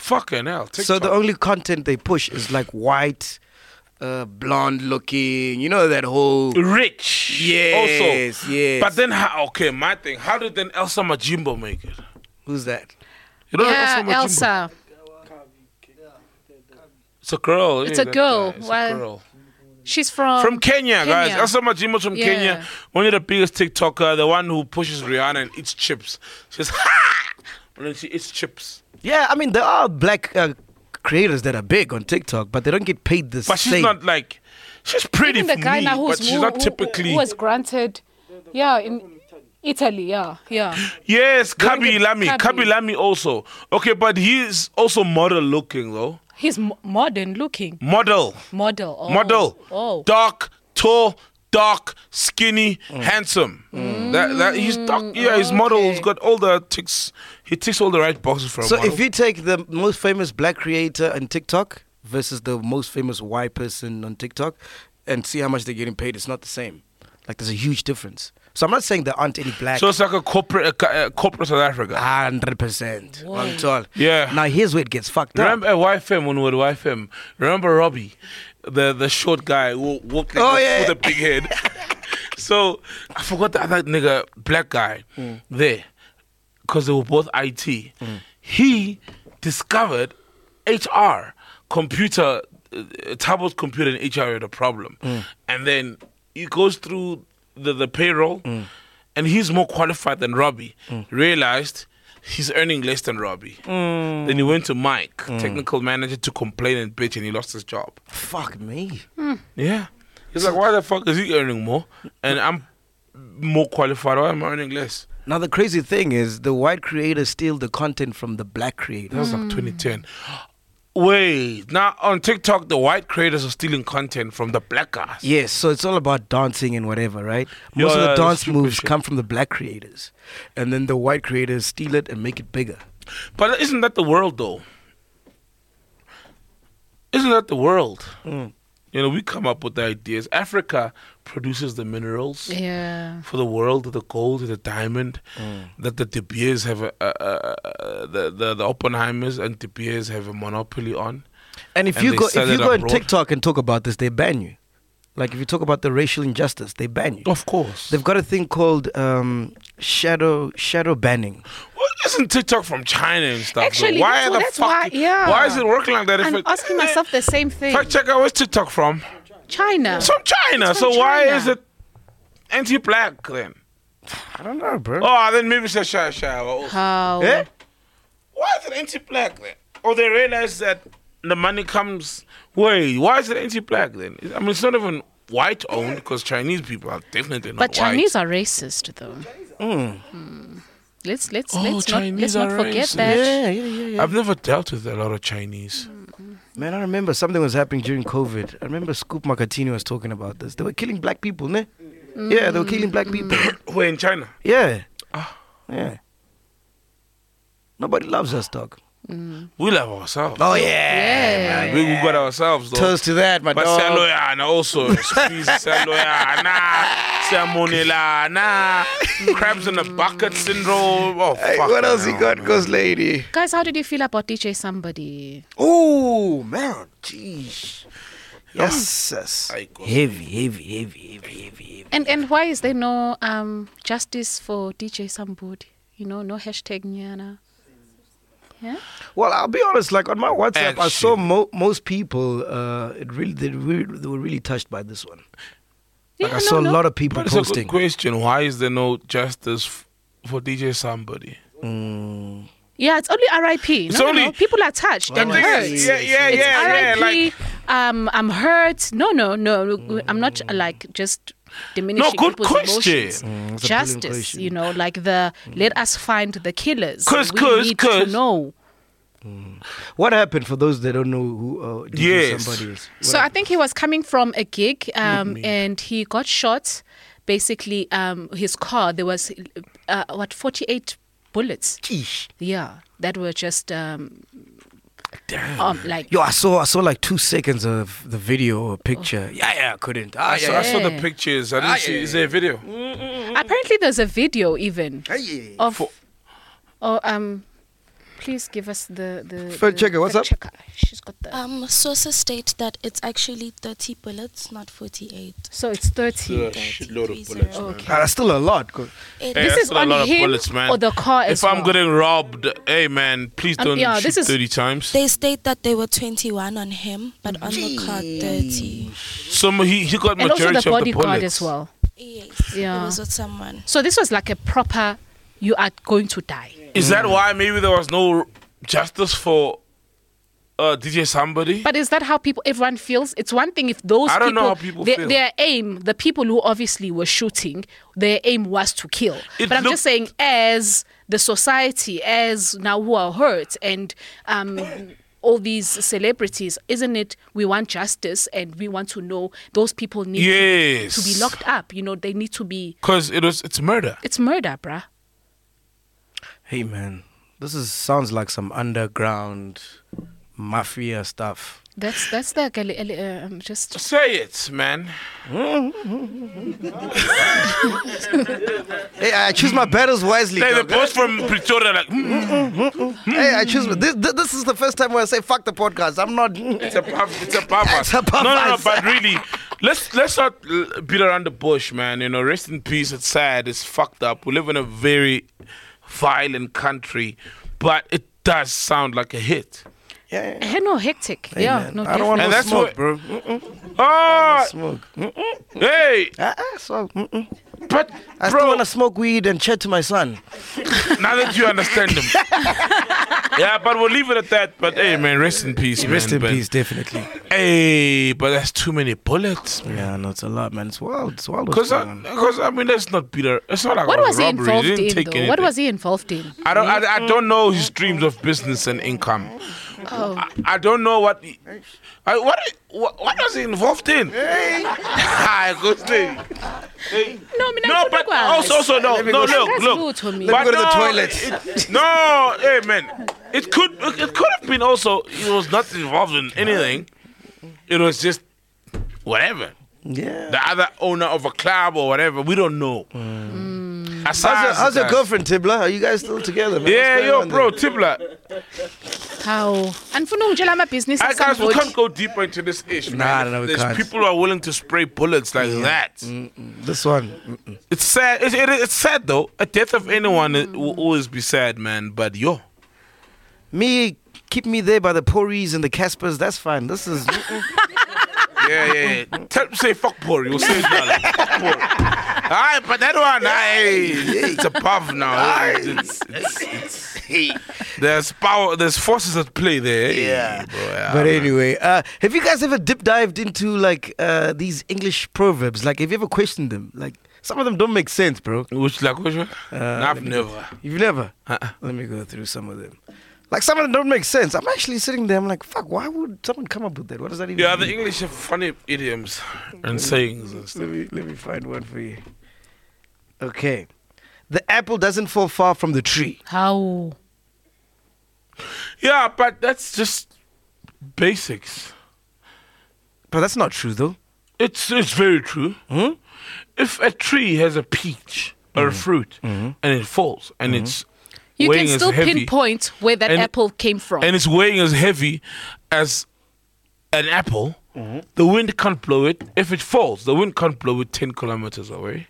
Speaker 3: Fucking hell. TikTok.
Speaker 1: So the only content they push is like white, uh, blonde looking. You know that whole
Speaker 3: rich.
Speaker 1: Yes,
Speaker 3: Also.
Speaker 1: yes.
Speaker 3: But then, how, okay, my thing. How did then Elsa Majimbo make it?
Speaker 1: who's that?
Speaker 3: You know
Speaker 2: yeah,
Speaker 3: Elsa Majimbo?
Speaker 2: Elsa.
Speaker 3: It's a girl.
Speaker 2: It's
Speaker 3: yeah,
Speaker 2: a
Speaker 3: that
Speaker 2: girl.
Speaker 3: guy. It's
Speaker 2: Why-
Speaker 3: a girl.
Speaker 2: She's from.
Speaker 3: From Kenya, guys.
Speaker 2: Kenya.
Speaker 3: Elsa Majimbo's from
Speaker 2: Yeah.
Speaker 3: Kenya. One of the biggest TikToker, the one who pushes Rihanna and eats chips. She's ha! And then she eats chips.
Speaker 1: Yeah, I mean there are black uh, creators that are big on TikTok, but they don't get paid the
Speaker 3: But
Speaker 1: same.
Speaker 3: she's not like. She's pretty
Speaker 2: Even the
Speaker 3: for
Speaker 2: guy
Speaker 3: me,
Speaker 2: now
Speaker 3: but
Speaker 2: who's
Speaker 3: she's
Speaker 2: who-
Speaker 3: not
Speaker 2: who-
Speaker 3: typically.
Speaker 2: who was granted. Yeah, in Italy. Yeah, yeah.
Speaker 3: Yes,
Speaker 2: Don't
Speaker 3: Kabi
Speaker 2: get-
Speaker 3: Lami. Kabi
Speaker 2: Kabi.
Speaker 3: Lami also. Okay, but he's also model looking though.
Speaker 2: He's m- modern looking.
Speaker 3: Model.
Speaker 2: Model. Oh.
Speaker 3: Model.
Speaker 2: Oh.
Speaker 3: Dark, tall, dark, skinny,
Speaker 1: Mm.
Speaker 3: handsome. That, that he's dark. Yeah, his model has
Speaker 2: Mm. okay.
Speaker 3: got all the ticks. He ticks all the right boxes for a
Speaker 1: so
Speaker 3: model.
Speaker 1: if you take the most famous black creator on TikTok versus the most famous white person on TikTok, and see how much they're getting paid, it's not the same. Like there's a huge difference. So I'm not saying there aren't any black.
Speaker 3: so it's like a corporate, a, ca- a corporate South
Speaker 1: Ah,
Speaker 3: Africa.
Speaker 1: Hundred percent. I'm told.
Speaker 3: Yeah.
Speaker 1: Now here's where it gets fucked up.
Speaker 3: Remember at YFM when we were at YFM? Remember Robbie, the the short guy who walked like
Speaker 1: Oh,
Speaker 3: this
Speaker 1: yeah,
Speaker 3: with a big head. so I forgot the other nigga, black guy,
Speaker 1: Mm.
Speaker 3: there, because they were both IT. He discovered HR, computer, uh, Tabo's computer and HR had a problem,
Speaker 1: Mm.
Speaker 3: and then he goes through the the payroll,
Speaker 1: Mm.
Speaker 3: and he's more qualified than Robbie. Realized. He's earning less than Robbie.
Speaker 1: Mm.
Speaker 3: Then he went to Mike, technical manager, to complain and bitch, and he lost his job.
Speaker 1: Fuck me.
Speaker 3: Yeah. He's like, why the fuck is he earning more? And I'm more qualified. Why am I earning less?
Speaker 1: Now the crazy
Speaker 3: Mm-hmm.
Speaker 1: thing is the white creators steal the content from the black creators.
Speaker 3: That was like 2010. Wait, now on TikTok, the white creators are stealing content from the black guys.
Speaker 1: Yes, so it's all about dancing and whatever, right? Most
Speaker 3: Yeah,
Speaker 1: of the
Speaker 3: that's
Speaker 1: dance
Speaker 3: stupid
Speaker 1: moves
Speaker 3: shit.
Speaker 1: come from the black creators, and then the white creators steal it and make it bigger.
Speaker 3: But isn't that the world, though? Isn't that the world? You know, we come up with the ideas. Africa produces the minerals
Speaker 2: Yeah.
Speaker 3: for the world, the gold, the diamond, that the De Beers have, uh, a, a, a, a, uh, the, the the Oppenheimers and De Beers have a monopoly on.
Speaker 1: And if
Speaker 3: And
Speaker 1: you
Speaker 3: they
Speaker 1: go, if
Speaker 3: sell
Speaker 1: you
Speaker 3: it
Speaker 1: go on
Speaker 3: abroad.
Speaker 1: TikTok and talk about this, they ban you. Like if you talk about the racial injustice, they ban you.
Speaker 3: Of course.
Speaker 1: They've got a thing called um, shadow shadow banning.
Speaker 3: Well, isn't TikTok from China and stuff? though?
Speaker 2: Actually,
Speaker 3: why
Speaker 2: that's
Speaker 3: the
Speaker 2: what- that's
Speaker 3: fuck?
Speaker 2: why- yeah.
Speaker 3: Why is it working like that?
Speaker 2: I'm
Speaker 3: it,
Speaker 2: asking myself the same thing.
Speaker 3: Fact checker, where's TikTok from?
Speaker 2: China.
Speaker 3: It's from China.
Speaker 2: It's from
Speaker 3: so why
Speaker 2: China.
Speaker 3: is it anti-black then?
Speaker 1: I don't know, bro.
Speaker 3: Oh, then maybe it's a shy shy. or-
Speaker 2: How?
Speaker 1: Eh?
Speaker 3: Why is it anti-black then? Or they realize that the money comes. Wait, why is it anti-black then? I mean, it's not even white-owned because Chinese people are definitely not
Speaker 2: But
Speaker 3: white.
Speaker 2: Chinese are racist, though.
Speaker 1: Mm.
Speaker 2: Hmm. Let's let's
Speaker 3: Oh,
Speaker 2: let's not
Speaker 3: Chinese
Speaker 2: let's not
Speaker 3: are
Speaker 2: forget
Speaker 3: racist.
Speaker 2: that.
Speaker 1: Yeah, yeah, yeah, yeah.
Speaker 3: I've never dealt with a lot of Chinese.
Speaker 1: Man, I remember something was happening during COVID. I remember Scoop Macatini was talking about this. They were killing black people, ne? Yeah, they were killing black people.
Speaker 3: We're in China.
Speaker 1: yeah. Ah. Yeah. Nobody loves us, dog.
Speaker 3: We love ourselves.
Speaker 1: Oh, yeah.
Speaker 2: Yeah.
Speaker 3: We, we got ourselves though.
Speaker 1: Toast to that, my
Speaker 3: But
Speaker 1: dog.
Speaker 3: Saloyana also squeeze Saloyana, Salmonella, nah, crabs in a bucket syndrome. Oh,
Speaker 1: Hey,
Speaker 3: fuck
Speaker 1: what else
Speaker 3: no,
Speaker 1: you got,
Speaker 3: man.
Speaker 1: Ghost Lady?
Speaker 2: Guys, how did you feel about DJ somebody?
Speaker 1: Oh, man. Jeez. Yes, yes.
Speaker 3: I go-
Speaker 1: Heavy, heavy, heavy, heavy, heavy, heavy.
Speaker 2: And and why is there no um justice for DJ Sambudi? You know, no hashtag Nyana. Yeah?
Speaker 1: Well, I'll be honest. Like on my WhatsApp, I saw
Speaker 3: Action.
Speaker 1: mo- most people. Uh, it really they, re- they were really touched by this one. Like
Speaker 2: Yeah,
Speaker 1: I
Speaker 2: no,
Speaker 1: saw
Speaker 2: no.
Speaker 1: a lot of people
Speaker 3: But it's a good
Speaker 1: posting.
Speaker 3: question. Why is there no justice f- for DJ Somebody?
Speaker 2: Ah,
Speaker 1: Mm.
Speaker 2: Yeah, it's only RIP.
Speaker 3: It's
Speaker 2: No, no,
Speaker 3: only-
Speaker 2: no. people are touched and
Speaker 1: Well,
Speaker 2: hurt.
Speaker 1: it's-
Speaker 3: Yeah, yeah,
Speaker 2: It's
Speaker 3: yeah, yeah.
Speaker 2: RIP.
Speaker 3: Like,
Speaker 2: um, I'm hurt. No, no, no. look, I'm not like just diminishing
Speaker 3: good
Speaker 2: people's
Speaker 3: question.
Speaker 2: emotions.
Speaker 1: that's a brilliant
Speaker 2: Justice,
Speaker 1: question.
Speaker 2: you know, like the let us find the killers.
Speaker 3: 'Cause-
Speaker 2: we
Speaker 3: 'cause-
Speaker 2: need
Speaker 3: 'cause-
Speaker 2: to know.
Speaker 1: What happened for those that don't know who uh, DJ
Speaker 3: Yes.
Speaker 1: somebody is? What
Speaker 2: So I
Speaker 1: happened?
Speaker 2: think he was coming from a gig,
Speaker 3: Mm,
Speaker 2: um, and he got shot. Basically, um, his car there was uh, what forty eight bullets.
Speaker 1: Yeesh.
Speaker 2: Yeah, that were just um, um like
Speaker 1: Yo, I saw I saw like two seconds of the video or
Speaker 2: Oh.
Speaker 1: picture. Yeah, yeah, I couldn't. Ah,
Speaker 3: I,
Speaker 1: yeah,
Speaker 3: saw, I
Speaker 1: yeah.
Speaker 3: saw the
Speaker 2: Yeah.
Speaker 3: pictures. I didn't see. Is there a video?
Speaker 2: apparently there's a video even
Speaker 1: yeah.
Speaker 2: of oh um. Please give us the the
Speaker 1: Fact
Speaker 2: the
Speaker 1: checker, what's
Speaker 2: fact
Speaker 1: up?
Speaker 2: checker. She's got the
Speaker 5: Um, sources state that it's actually 30 bullets, not 48.
Speaker 2: so it's thirty.
Speaker 3: Yeah, shitload of bullets, man.
Speaker 2: Okay.
Speaker 1: Ah, that's still a lot. Go-
Speaker 5: It
Speaker 3: Hey,
Speaker 2: This
Speaker 3: that's
Speaker 2: is
Speaker 3: still a
Speaker 2: on
Speaker 3: lot of
Speaker 2: him
Speaker 3: bullets, man.
Speaker 2: or the car
Speaker 3: If
Speaker 2: as
Speaker 3: I'm
Speaker 2: well?
Speaker 3: getting robbed, hey man, please
Speaker 2: Um,
Speaker 3: don't
Speaker 2: yeah,
Speaker 3: shoot
Speaker 2: this is-
Speaker 3: 30 times.
Speaker 5: They state that there were 21 on him, but on the car 30.
Speaker 3: So he, he got
Speaker 2: and also
Speaker 3: majority
Speaker 2: the
Speaker 3: of the
Speaker 2: bodyguard
Speaker 3: bullets.
Speaker 2: as well.
Speaker 5: Yes.
Speaker 2: Yeah.
Speaker 5: It was with someone.
Speaker 2: So this was like a proper. You are going to die.
Speaker 3: Is
Speaker 1: Mm.
Speaker 3: that why maybe there was no justice for uh, DJ Somebody?
Speaker 2: But is that how people, everyone feels? It's one thing if those
Speaker 3: I don't
Speaker 2: people,
Speaker 3: know how people
Speaker 2: their,
Speaker 3: feel.
Speaker 2: their aim, the people who obviously were shooting, their aim was to kill.
Speaker 3: It
Speaker 2: but I'm
Speaker 3: looked-
Speaker 2: just saying, as the society, as now who are hurt and um, all these celebrities, isn't it? We want justice and we want to know those people need to-
Speaker 3: Yes.
Speaker 2: to, be locked up. You know, they need to be.
Speaker 3: Because it was it's murder.
Speaker 2: It's murder, bruh.
Speaker 1: Hey man, this is sounds like some underground mafia stuff.
Speaker 2: That's that's the uh, um, just
Speaker 3: Say it, man.
Speaker 1: Hey, I choose my battles wisely.
Speaker 3: Like the
Speaker 1: dog.
Speaker 3: boss from Pretoria, like, mm,
Speaker 1: Hey, I choose. This, this this is the first time where I say fuck the podcast. I'm not.
Speaker 3: it's a puff, it's a puff.
Speaker 1: It's a puff
Speaker 3: No, no, no,
Speaker 1: us.
Speaker 3: but really, let's let's not l- beat around the bush, man. You know, rest in peace. It's sad. It's fucked up. We live in a very violent country, but it does sound like a hit.
Speaker 1: Yeah, yeah.
Speaker 2: Hey, no hectic. yeah,
Speaker 1: man,
Speaker 2: no.
Speaker 1: I don't want
Speaker 3: And
Speaker 1: no
Speaker 2: definitely.
Speaker 3: that's
Speaker 1: smoke,
Speaker 3: what-
Speaker 1: bro. Mm-mm,
Speaker 3: Oh,
Speaker 1: smoke.
Speaker 3: hey,
Speaker 1: Uh-uh, smoke. Mm-mm.
Speaker 3: but
Speaker 1: I still
Speaker 3: bro,
Speaker 1: want to smoke weed and chat to my son.
Speaker 3: now that you understand them. yeah, but we'll leave it at that. But hey, man, rest in peace, man. but-
Speaker 1: definitely.
Speaker 3: Hey, but that's too many bullets, man.
Speaker 1: Yeah, no, it's a lot, man. It's wild. It's wild. what's
Speaker 3: Because
Speaker 1: going
Speaker 3: I,
Speaker 1: on.
Speaker 3: because I mean, that's not Peter. It's not like
Speaker 2: What
Speaker 3: it
Speaker 2: was he
Speaker 3: robbery.
Speaker 2: involved
Speaker 3: didn't
Speaker 2: in,
Speaker 3: take
Speaker 2: though?
Speaker 3: anything.
Speaker 2: What was he involved in?
Speaker 3: I don't. I, I don't know his dreams of business and income,
Speaker 2: Oh.
Speaker 3: I, I don't know what. the- I, what, what what was he involved in? Hi, good thing.
Speaker 2: No, mina
Speaker 3: No,
Speaker 2: ngifuna
Speaker 3: but
Speaker 2: ukwazi.
Speaker 3: also, also no,
Speaker 1: Let me
Speaker 3: no,
Speaker 1: go-
Speaker 3: look, look.
Speaker 2: Lutho
Speaker 1: Let
Speaker 2: mina.
Speaker 3: But
Speaker 1: me go to the
Speaker 3: no,
Speaker 1: toilet.
Speaker 3: it- no, hey man, it could it could have been also. He was not involved in anything. It was just whatever.
Speaker 1: Yeah.
Speaker 3: The other owner of a club or whatever, we don't know. As
Speaker 1: How's,
Speaker 3: far
Speaker 1: your,
Speaker 3: as
Speaker 1: how's
Speaker 3: it
Speaker 1: your
Speaker 3: does.
Speaker 1: girlfriend, Tibla? Are you guys still together, man?
Speaker 3: Yeah,
Speaker 1: What's going
Speaker 3: yo,
Speaker 1: on
Speaker 3: bro,
Speaker 1: there?
Speaker 3: Tibla.
Speaker 2: Hawu. Andifuna ungitshela amabhizinisi
Speaker 3: I guys, we
Speaker 2: somebody.
Speaker 3: can't go deeper into this issue.
Speaker 1: Nah,
Speaker 3: man.
Speaker 1: no, we
Speaker 3: There's
Speaker 1: can't. Mm.
Speaker 3: people who are willing to spray bullets like that.
Speaker 1: This one. Mm-mm.
Speaker 3: It's sad. It, it, it's sad though. A death of anyone i- will always be sad, man. But yo,
Speaker 1: Me, keep me there by the Pories and the Caspers. That's fine. This is.
Speaker 3: yeah, yeah, yeah. Tell him say fuck poor. You'll say it now. Like, fuck poor. Aye, but that one, aye, it's above now. eh? It's, it's, it's, it's, there's power. There's forces at play there. eh,
Speaker 1: Yeah.
Speaker 3: bro, yeah,
Speaker 1: But
Speaker 3: man.
Speaker 1: anyway, uh, have you guys ever dip dived into like uh, these English proverbs? Like, have you ever questioned them? Like, some of them don't make sense, bro.
Speaker 3: Which like which one?
Speaker 1: Uh,
Speaker 3: I've never.
Speaker 1: You've never.
Speaker 3: Uh-uh.
Speaker 1: Let me go through some of them. Like, some of them don't make sense. I'm actually sitting there. I'm like, fuck. Why would someone come up with that? What does that even?
Speaker 3: Yeah,
Speaker 1: mean?
Speaker 3: the English have funny idioms
Speaker 1: Mm.
Speaker 3: and sayings and stuff.
Speaker 1: Let me let me find one for you. Okay, the apple doesn't fall far from the tree.
Speaker 2: Hawu.
Speaker 3: Yeah, but that's just basics.
Speaker 1: But that's not true though.
Speaker 3: It's it's very true.
Speaker 1: Hmm? Mm-hmm.
Speaker 3: If a tree has a peach or a fruit and it falls and it's
Speaker 2: You
Speaker 3: weighing
Speaker 2: can still
Speaker 3: as heavy,
Speaker 2: pinpoint where that
Speaker 3: And-
Speaker 2: apple came from.
Speaker 3: and it's weighing as heavy as an apple, the wind can't blow it. If it falls, the wind can't blow it ten kilometers away.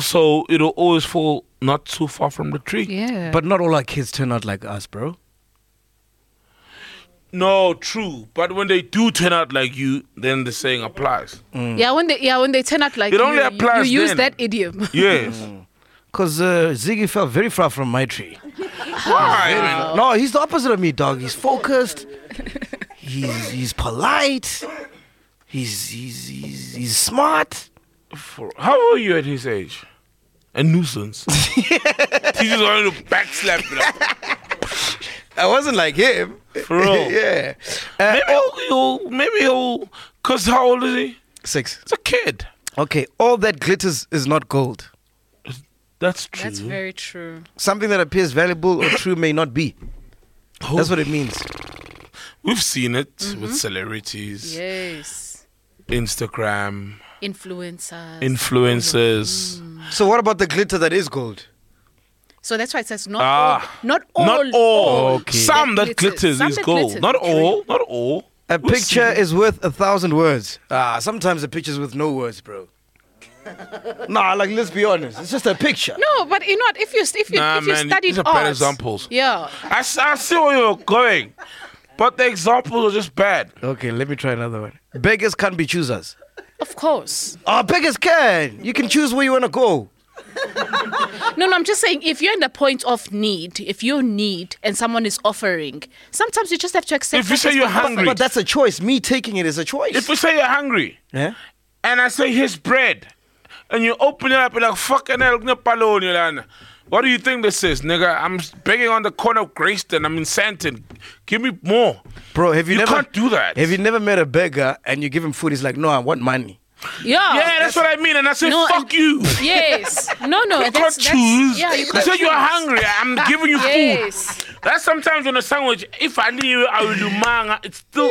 Speaker 3: So it'll always fall not too far from the tree.
Speaker 2: yeah.
Speaker 1: But not all our kids turn out like us, bro.
Speaker 3: No, true. But when they do turn out like you, then the saying applies.
Speaker 2: yeah, when they yeah when they turn out like
Speaker 3: Mm. It
Speaker 2: you,
Speaker 3: only
Speaker 2: you-
Speaker 3: applies
Speaker 2: you use
Speaker 3: then.
Speaker 2: that idiom.
Speaker 3: Yes.
Speaker 1: Cause uh, Ziggy fell very far from my tree.
Speaker 3: Why? man?
Speaker 1: No, he's the opposite of me, dog. He's focused. he's he's polite. He's he's he's, he's smart.
Speaker 3: For- How are you at his age? A nuisance. he just wanted to backslap it.
Speaker 1: I wasn't like him.
Speaker 3: For real.
Speaker 1: yeah. Uh,
Speaker 3: Maybe he'll, he'll, maybe he'll, cause how old is he?
Speaker 1: Six.
Speaker 3: It's a kid.
Speaker 1: Okay. All that glitters is not gold.
Speaker 3: That's true.
Speaker 2: That's very true.
Speaker 1: Something that appears valuable or true may not be.
Speaker 3: Who-
Speaker 1: That's what it means.
Speaker 3: Oh, We've seen it with celebrities,
Speaker 2: Yes.
Speaker 3: Instagram,
Speaker 2: Influencers.
Speaker 3: influencers.
Speaker 1: So what about the glitter that is gold?
Speaker 2: so that's why it says not
Speaker 3: Ah.
Speaker 2: all. Not all.
Speaker 3: Not all.
Speaker 1: Okay.
Speaker 3: Some that
Speaker 2: Mm. That glitters.
Speaker 3: glitters
Speaker 2: Some
Speaker 3: is
Speaker 2: that
Speaker 3: gold.
Speaker 2: glitters.
Speaker 3: Not
Speaker 2: True.
Speaker 3: all. Not all.
Speaker 1: A
Speaker 3: We've
Speaker 1: picture
Speaker 3: seen it.
Speaker 1: is worth a thousand words. Ah, sometimes a picture's with no words, bro. nah, like let's be honest. It's just a picture.
Speaker 2: No, but you know what? If you if you
Speaker 3: Nah,
Speaker 2: if you
Speaker 3: man,
Speaker 2: studied
Speaker 3: these are
Speaker 2: art,
Speaker 3: bad examples.
Speaker 2: Yeah.
Speaker 3: I, s- I see where you're going, but the examples are just bad.
Speaker 1: Okay, let me try another one. Beggars can't be choosers.
Speaker 2: Of course.
Speaker 1: Oh, beggars can. You can choose where you want to go.
Speaker 2: No, no, I'm just saying if you're in the point of need, if you need and someone is offering, sometimes you just have to accept
Speaker 3: If you
Speaker 2: that
Speaker 3: say
Speaker 2: as
Speaker 3: you're
Speaker 2: part of-
Speaker 1: But,
Speaker 3: hungry,
Speaker 1: but that's a choice. Me taking it is a choice.
Speaker 3: if you say you're hungry,
Speaker 1: yeah?
Speaker 3: and I say here's bread, and you open it up and like fucking hell, no palo on your line. What do you think this is, nigga? I'm begging on the corner of Grayston. I'm in Santon. Give me more.
Speaker 1: Bro, have you,
Speaker 3: You
Speaker 1: never
Speaker 3: can't do that.
Speaker 1: Have you never met a beggar and you give him food? He's like, no, I want money.
Speaker 2: Yeah.
Speaker 3: yeah, that's, what I mean. And I say,
Speaker 2: No,
Speaker 3: fuck
Speaker 2: and-
Speaker 3: you.
Speaker 2: Yes. No, no.
Speaker 3: You
Speaker 2: that's,
Speaker 3: can't
Speaker 2: that's,
Speaker 3: choose.
Speaker 2: Yeah, you
Speaker 3: you
Speaker 2: can't
Speaker 3: say you're
Speaker 2: choose.
Speaker 3: hungry. I'm giving you
Speaker 2: Yes.
Speaker 3: food. That's sometimes on a sandwich. If I knew I would do manga, it's still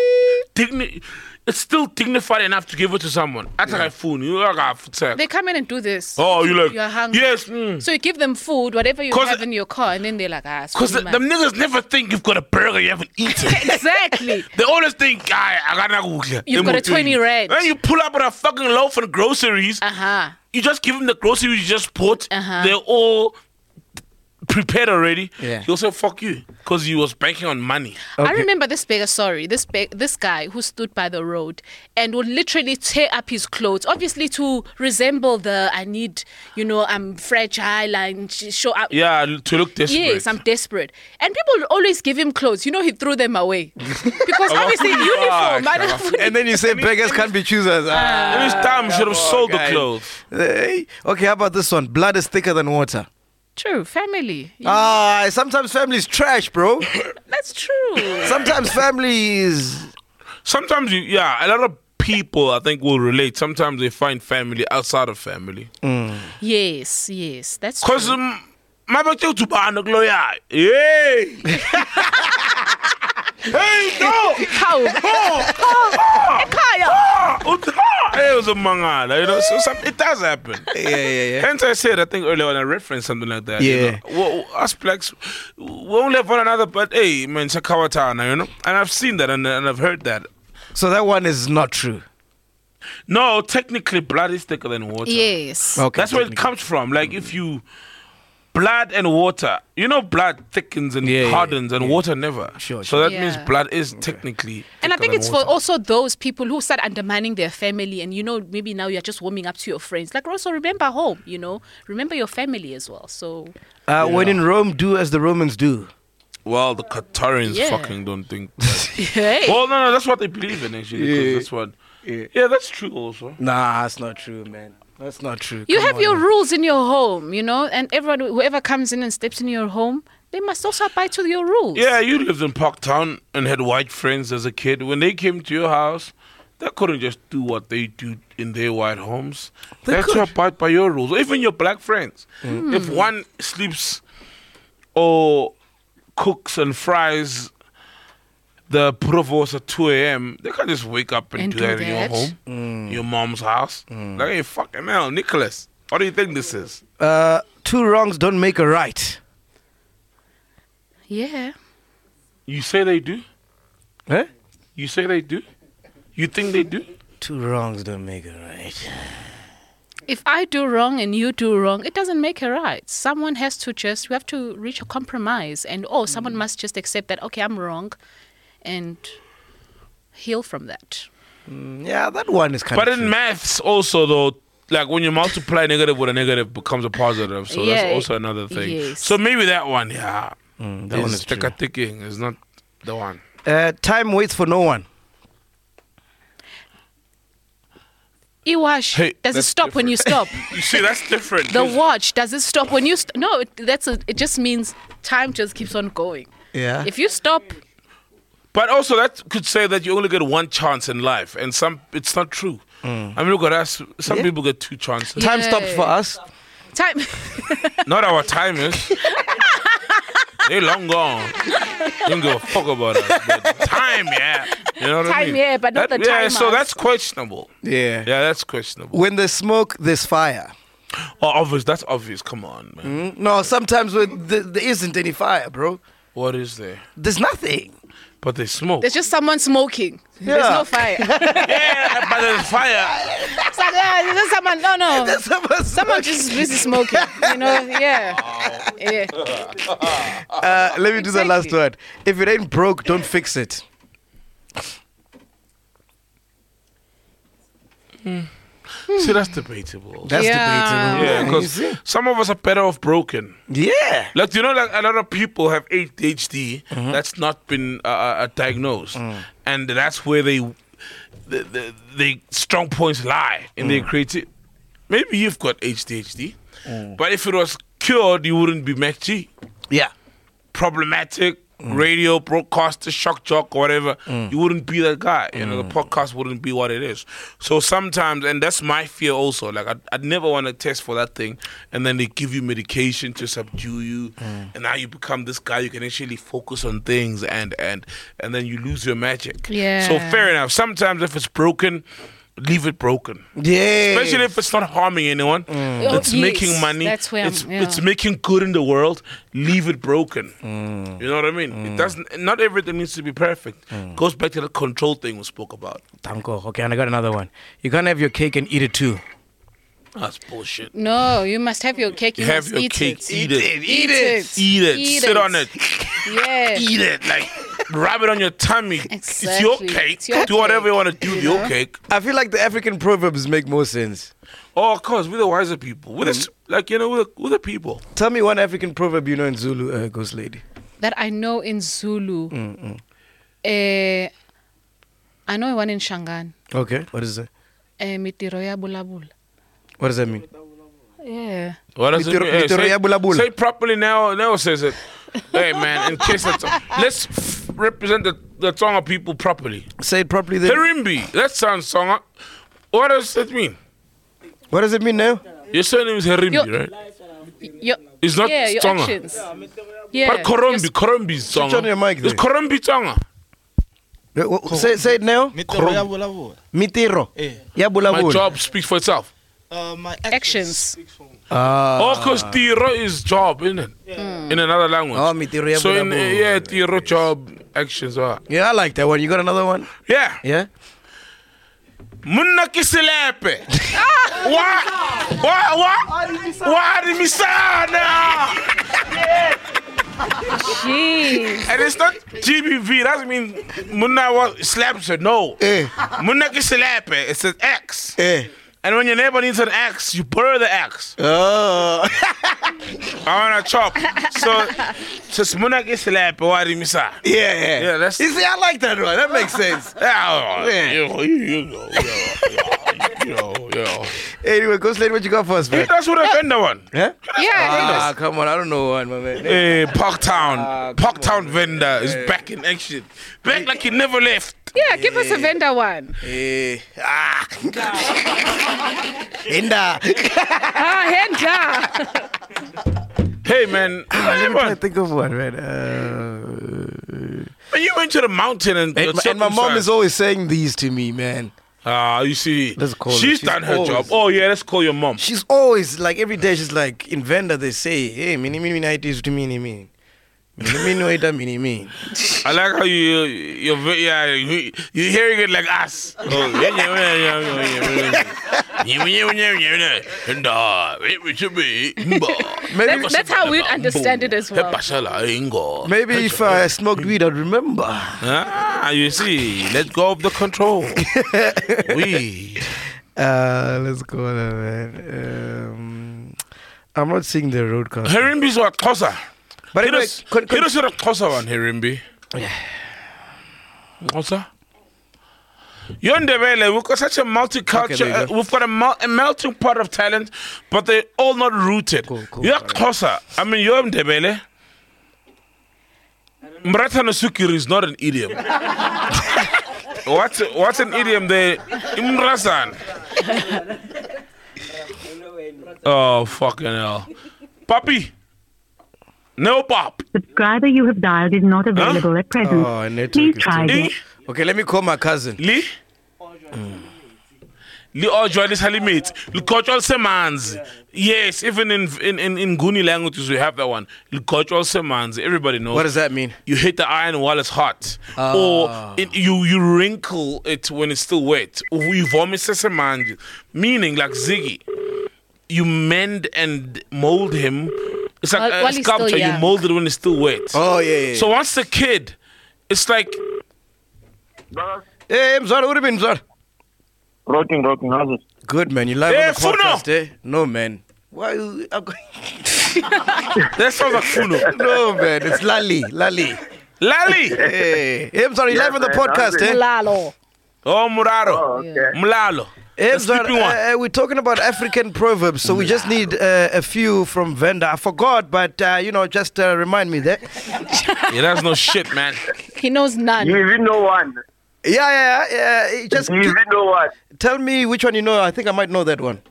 Speaker 3: digni- It's still dignified enough to give it to someone. That's like a food. You like a food sack.
Speaker 2: They come in and do this.
Speaker 3: Oh, you like?
Speaker 2: You're hungry.
Speaker 3: Yes. mm.
Speaker 2: So you give them food, whatever you
Speaker 3: 'Cause-
Speaker 2: have in your car, and then they're like, ah, it's
Speaker 3: Cause
Speaker 2: too
Speaker 3: the,
Speaker 2: much.
Speaker 3: them niggas never think you've got a burger you haven't eaten.
Speaker 2: exactly.
Speaker 3: They always think, I, I gotta go. here." They
Speaker 2: You've got a
Speaker 3: will tell
Speaker 2: 20
Speaker 3: you.
Speaker 2: rand.
Speaker 3: Then you pull up with a fucking loaf of groceries.
Speaker 2: Uh huh.
Speaker 3: you just give them the groceries you just bought.
Speaker 2: Uh-huh.
Speaker 3: They're all prepared already.
Speaker 1: Yeah.
Speaker 3: He'll say, fuck you. Because he was banking on money.
Speaker 2: I
Speaker 1: Okay.
Speaker 2: remember this beggar. Sorry, this beg- this guy who stood by the road and would literally tear up his clothes, obviously to resemble the I need, you know, I'm fragile and sh- show up.
Speaker 3: Yeah, to look desperate.
Speaker 2: Yes, I'm desperate. And people would always give him clothes. You know, he threw them away because obviously
Speaker 3: fuck.
Speaker 2: uniform. I
Speaker 3: Oh,
Speaker 2: don't
Speaker 1: And then you say beggars can't be choosers. Ah.
Speaker 3: At least time should have sold the
Speaker 1: guys.
Speaker 3: clothes.
Speaker 1: Hey. Okay, how about this one? Blood is thicker than water.
Speaker 2: True, family. You-
Speaker 1: Ah, sometimes family is trash, bro.
Speaker 2: That's true.
Speaker 1: Sometimes family is.
Speaker 3: Sometimes you, yeah, a lot of people I think will relate. Sometimes they find family outside of family.
Speaker 1: Mm.
Speaker 2: yes, yes, that's true.
Speaker 3: Cause um, my birthday to buy the glory. Yay! Hey, no!
Speaker 2: How? Ekhaya.
Speaker 3: Ah, ut- ah, It was a mangala, you know. So some, it does happen.
Speaker 1: Yeah, yeah, yeah.
Speaker 3: Hence, I said I think earlier when I referenced something like that.
Speaker 1: Yeah.
Speaker 3: You know, we, us blacks, we won't love one another, but hey, man, Sakawatana, you know. And I've seen that and, and I've heard that.
Speaker 1: So that one is not true.
Speaker 3: No, technically, blood is thicker than water.
Speaker 2: Yes.
Speaker 1: Okay.
Speaker 3: That's where it comes from. Like if you blood and water, you know, blood thickens and
Speaker 1: Yeah, yeah,
Speaker 3: hardens, and water never.
Speaker 1: Sure,
Speaker 3: So that means
Speaker 2: Yeah.
Speaker 3: blood is technically.
Speaker 2: And I
Speaker 3: thicker
Speaker 2: think
Speaker 3: than
Speaker 2: it's for
Speaker 3: water.
Speaker 2: also those people who start undermining their family, and you know, maybe now you're just warming up to your friends. Like also remember home, you know, remember your family as well. So
Speaker 1: Uh, When in Rome, do as the Romans do.
Speaker 3: Well, the Qatarians
Speaker 2: Yeah.
Speaker 3: fucking don't think. That.
Speaker 2: hey,
Speaker 3: well, no, no, that's what they believe in actually. 'cause
Speaker 1: Yeah.
Speaker 3: that's what.
Speaker 1: Yeah.
Speaker 3: Yeah, that's true also.
Speaker 1: Nah, that's not true, man. That's not true.
Speaker 2: you
Speaker 1: Come
Speaker 2: have
Speaker 1: on,
Speaker 2: your
Speaker 1: man.
Speaker 2: rules in your home, you know, and everyone, whoever comes in and steps in your home, they must also abide to your rules.
Speaker 3: Yeah, you lived in Parktown and had white friends as a kid. When they came to your house, they couldn't just do what they do in their white homes. They had to abide by your rules. Even your black friends. If one sleeps or cooks and fries the provost at 2 a.m., they can't just wake up and,
Speaker 2: And
Speaker 3: do,
Speaker 2: do
Speaker 3: that, in your
Speaker 2: that.
Speaker 3: home, your mom's house. Like, hey, fucking hell, Nicholas, what do you think this is?
Speaker 1: Uh, two wrongs don't make a right.
Speaker 2: Yeah.
Speaker 3: You say they do?
Speaker 1: Huh?
Speaker 3: You say they do? You think they do?
Speaker 1: Two wrongs don't make a right.
Speaker 2: If I do wrong and you do wrong, it doesn't make it right. Someone has to just, we have to reach a compromise, and oh, someone
Speaker 3: Mm.
Speaker 2: must just accept that, okay, I'm wrong, and heal from that.
Speaker 1: Yeah, that one is kind
Speaker 3: But
Speaker 1: of.
Speaker 3: in maths also though, like when you multiply negative with a negative becomes a positive. So
Speaker 2: Yeah,
Speaker 3: that's also another thing.
Speaker 2: yes.
Speaker 3: So maybe that one, yeah.
Speaker 1: Mm, that one
Speaker 3: is
Speaker 1: is true.
Speaker 3: ticker ticking is not the one.
Speaker 1: Uh, time waits for no one.
Speaker 2: Iwash,
Speaker 3: Hey,
Speaker 2: does it
Speaker 3: that's
Speaker 2: stop when you stop?
Speaker 3: You see, that's different.
Speaker 2: the watch, does it stop when you st- No, it, that's a, it just means time just keeps on going.
Speaker 1: Yeah.
Speaker 2: If you stop,
Speaker 3: but also that could say that you only get one chance in life and some it's not true.
Speaker 1: Mm.
Speaker 3: I mean look at us some
Speaker 1: Yeah.
Speaker 3: people get two chances.
Speaker 1: time stops
Speaker 2: Yeah.
Speaker 1: for us.
Speaker 2: time.
Speaker 3: Not our timers. they long gone. You don't give a fuck about us. But time, yeah. You know what I
Speaker 2: Time,
Speaker 3: mean?
Speaker 2: yeah, but not
Speaker 3: That-
Speaker 2: the
Speaker 3: Yeah, so
Speaker 2: timers.
Speaker 3: that's questionable.
Speaker 1: Yeah.
Speaker 3: Yeah, that's questionable.
Speaker 1: When there's smoke, there's fire.
Speaker 3: Oh, obvious. That's obvious. Come on, man.
Speaker 1: Mm? No, sometimes when th- there isn't any fire, bro.
Speaker 3: What is there?
Speaker 1: There's nothing.
Speaker 3: But they smoke.
Speaker 2: There's just someone smoking. There's
Speaker 1: Yeah.
Speaker 2: no fire. it's like,
Speaker 3: yeah, but there's fire.
Speaker 2: ah, there's just someone, no, no.
Speaker 1: There's someone
Speaker 2: Someone
Speaker 1: smoking.
Speaker 2: just busy smoking, you know? Yeah. yeah.
Speaker 1: Uh, let me do the last
Speaker 2: Exactly.
Speaker 1: one. If it ain't broke, don't fix it.
Speaker 3: See, that's debatable.
Speaker 1: That's
Speaker 2: Yeah.
Speaker 1: debatable.
Speaker 3: yeah,
Speaker 1: you
Speaker 3: because
Speaker 1: see?
Speaker 3: some of us are better off broken.
Speaker 1: yeah.
Speaker 3: Like you know, like a lot of people have ADHD that's not been uh, uh, diagnosed, and that's where they, the, the, the strong points lie in their creative. Maybe you've got ADHD, but if it was cured, you wouldn't be Mac G.
Speaker 1: Yeah.
Speaker 3: problematic radio broadcaster, shock jock, or whatever, you wouldn't be that guy. You know, the podcast wouldn't be what it is. So sometimes, and that's my fear also. Like I'd, I'd never want to test for that thing, and then they give you medication to subdue you, and now you become this guy. You can actually focus on things, and and and then you lose your magic. So
Speaker 2: Yeah.
Speaker 3: fair enough. Sometimes if it's broken. Leave it broken,
Speaker 1: Yeah.
Speaker 3: especially if it's not harming anyone.
Speaker 2: Oh,
Speaker 3: It's making
Speaker 2: yes,
Speaker 3: money.
Speaker 2: that's where I'm-
Speaker 3: it's
Speaker 2: yeah.
Speaker 3: it's making good in the world, leave it broken. You know what I mean? It doesn't. Not everything needs to be perfect. Goes back to the control thing we spoke about.
Speaker 1: Tanko. Okay, and I got another one. You can't have your cake and eat it too.
Speaker 3: That's Ah, bullshit.
Speaker 2: No, you must have your cake. You,
Speaker 3: You have
Speaker 2: must
Speaker 3: your
Speaker 2: eat
Speaker 3: cake,
Speaker 2: It.
Speaker 3: eat, it.
Speaker 1: Eat
Speaker 2: it.
Speaker 3: eat it,
Speaker 2: Eat
Speaker 3: sit
Speaker 2: it.
Speaker 3: on it,
Speaker 2: Yeah.
Speaker 3: eat it, like rub it on your tummy. It's your
Speaker 2: Exactly.
Speaker 3: cake.
Speaker 2: It's your
Speaker 3: do whatever
Speaker 2: cake,
Speaker 3: you want to do. with
Speaker 2: you
Speaker 3: Your
Speaker 2: know?
Speaker 3: cake.
Speaker 1: I feel like the African proverbs make more sense.
Speaker 3: Oh, of course, we're the wiser people. We're the s like you know, we're the, we're the people.
Speaker 1: Tell me one African proverb you know in Zulu, uh, Ghost Lady.
Speaker 2: That I know in Zulu. Eh, I know one in Shangan.
Speaker 1: Okay. What is that?
Speaker 2: Eh, mitiro ya bulabula.
Speaker 1: What does that mean?
Speaker 2: Yeah.
Speaker 3: What does it
Speaker 1: Mitero-
Speaker 3: mean? Hey,
Speaker 1: mitero ya
Speaker 3: say,
Speaker 1: bulabula.
Speaker 3: say properly now. Now says it. hey man, in case that's let's f- represent the the Tonga people properly.
Speaker 1: Say it properly then.
Speaker 3: Herimbi, that sounds Tonga. What does that mean?
Speaker 1: What does it mean now?
Speaker 3: Your surname is Herimbi,
Speaker 2: Yo-
Speaker 3: right?
Speaker 2: Your,
Speaker 3: It's not
Speaker 2: yeah, your
Speaker 3: Tonga.
Speaker 2: actions. Yeah.
Speaker 3: But Korombi, Korombi is Tonga.
Speaker 1: on your mic
Speaker 3: It's
Speaker 1: there.
Speaker 3: Korombi Tonga.
Speaker 1: Uh, wh- Say, say it now.
Speaker 6: Mitoro ya vulavula.
Speaker 1: Mitiro.
Speaker 6: Eh.
Speaker 1: Ya
Speaker 3: My
Speaker 1: bulabula.
Speaker 3: job speaks for itself.
Speaker 6: Uh, my
Speaker 2: Actions.
Speaker 6: actions. speaks for me.
Speaker 1: Ah.
Speaker 3: Oh, 'cause tiro is job, isn't it?
Speaker 2: Hmm.
Speaker 3: In another language.
Speaker 1: Oh, mitiro ya
Speaker 3: So in,
Speaker 1: bulabula.
Speaker 3: yeah, tiro job actions are.
Speaker 1: Yeah, I like that one. You got another one?
Speaker 3: Yeah.
Speaker 1: Yeah.
Speaker 3: Muna kisilepe. Wa wa wa warimisana.
Speaker 2: Jeez.
Speaker 3: And it's not GBV. That mean muna wa slaps her. No.
Speaker 1: Eh.
Speaker 3: Muna kisilepe. It's an X.
Speaker 1: Eh.
Speaker 3: And when your neighbor needs an axe, you borrow the axe.
Speaker 1: Oh.
Speaker 3: I want a chop. So, so muna kisilepe warimisa.
Speaker 1: yeah, yeah.
Speaker 3: Yeah, that's-
Speaker 1: You see, I like that one. That makes sense.
Speaker 3: Yeah, Oh,
Speaker 1: Yeah.
Speaker 3: you know, you you know, you know, you know.
Speaker 1: anyway, go slate what you got for us,
Speaker 3: Hey,
Speaker 1: man.
Speaker 3: That's what offend the one.
Speaker 1: Huh?
Speaker 2: Yeah.
Speaker 1: Ah, come on. I don't know one, my man.
Speaker 3: Hey, Parktown,
Speaker 1: Ah, come
Speaker 3: Parktown vendor is back in action. Back like he never left.
Speaker 2: yeah, give us a vendor one.
Speaker 1: Eh. Ah. Linda.
Speaker 2: Ah, vendor.
Speaker 3: Hey man,
Speaker 1: Let me try to
Speaker 3: man,
Speaker 1: think of one, man. Uh,
Speaker 3: when you went to the mountain and,
Speaker 1: and, my, and my mom is always saying these to me, man.
Speaker 3: ah, you see,
Speaker 1: Let's call her.
Speaker 3: she's
Speaker 1: She's
Speaker 3: done her
Speaker 1: always-
Speaker 3: job. Oh yeah, let's call your mom.
Speaker 1: She's always like every day. She's like in Venda. They say, "Hey, mini mini night is to mini mini, mini mini waiter mini mini."
Speaker 3: I like how you you're ve- yeah you- you're hearing it like us. Oh, yeah, yeah, yeah, yeah, yeah, yeah, yeah. Yeah, yeah, yeah, yeah, yeah. And, uh, it was a bit, mm,
Speaker 1: Maybe-
Speaker 2: That's- that's how we'd understand it as well.
Speaker 3: Hepashala, ingo.
Speaker 1: Maybe if I smoked weed, I'd remember.
Speaker 3: Ah, you see, let go of the control. we.
Speaker 1: Uh, let's go on, uh, man. Um, I'm not seeing the road cast.
Speaker 3: Herimbi's what? Kosa.
Speaker 1: But
Speaker 3: Hit
Speaker 1: anyway,
Speaker 3: us
Speaker 1: con-
Speaker 3: hit
Speaker 1: con-
Speaker 3: us with a Kosa one, Herimbi. Kosa? Yondebele, we've got such a multicultural,
Speaker 1: Okay, there you
Speaker 3: uh,
Speaker 1: go.
Speaker 3: we've got a, mul- a melting pot of talent, but they're all not rooted.
Speaker 1: Cool, cool,
Speaker 3: you're
Speaker 1: alright.
Speaker 3: Kosa. I mean, you're Ndebele. Mrata Sukiri is not an idiom. what's, what's an idiom there? Imrasan. Oh, fucking hell. Papi. No pop.
Speaker 7: subscriber you have dialed is not available at present.
Speaker 1: Oh, and network
Speaker 7: Please
Speaker 1: is
Speaker 7: try
Speaker 1: terrible.
Speaker 7: again.
Speaker 3: Eh?
Speaker 1: Okay, let me call my cousin.
Speaker 3: Li? Li ojo this halimate. Cultural semans. Yes, even in in in, in Guni languages we have that one. Cultural semans. Everybody knows.
Speaker 1: What does that mean?
Speaker 3: You hit the iron while it's hot,
Speaker 1: Ah.
Speaker 3: or it, you you wrinkle it when it's still wet. You vomit sesemanje, meaning like Ziggy, you mend and mold him. It's like
Speaker 2: While-
Speaker 3: a
Speaker 2: while he's still
Speaker 3: sculpture. You
Speaker 2: young.
Speaker 3: mold it when it's still wet.
Speaker 1: Oh yeah. yeah.
Speaker 3: So once the kid, it's like
Speaker 1: hey, Mzar, what have been Mzar?
Speaker 8: Rocking, rocking, how's it?
Speaker 1: Good man, you live
Speaker 3: Hey,
Speaker 1: on the
Speaker 3: Funo!
Speaker 1: podcast, eh? No man. Why? you- I'm going-
Speaker 3: that sounds like Funo.
Speaker 1: no man, it's Lali, Lali.
Speaker 3: Lali.
Speaker 1: Hey, hey, Mzar, you live on the
Speaker 8: man, how's
Speaker 1: podcast,
Speaker 8: it?
Speaker 1: eh?
Speaker 2: Lalo.
Speaker 3: Oh, Muraro.
Speaker 8: Okay.
Speaker 3: Mlalo.
Speaker 1: Hey,
Speaker 3: The
Speaker 1: Mzar,
Speaker 3: sleeping one.
Speaker 1: uh, uh, we're talking about African proverbs, so we just need uh, a few from Venda. I forgot, but uh, you know, just uh, remind me there.
Speaker 3: Yeah, that's no shit, man.
Speaker 2: He knows none.
Speaker 8: You even know one.
Speaker 1: Yeah, yeah, yeah. yeah, Just
Speaker 8: You even know one.
Speaker 1: tell me which one you know. I think I might know that one.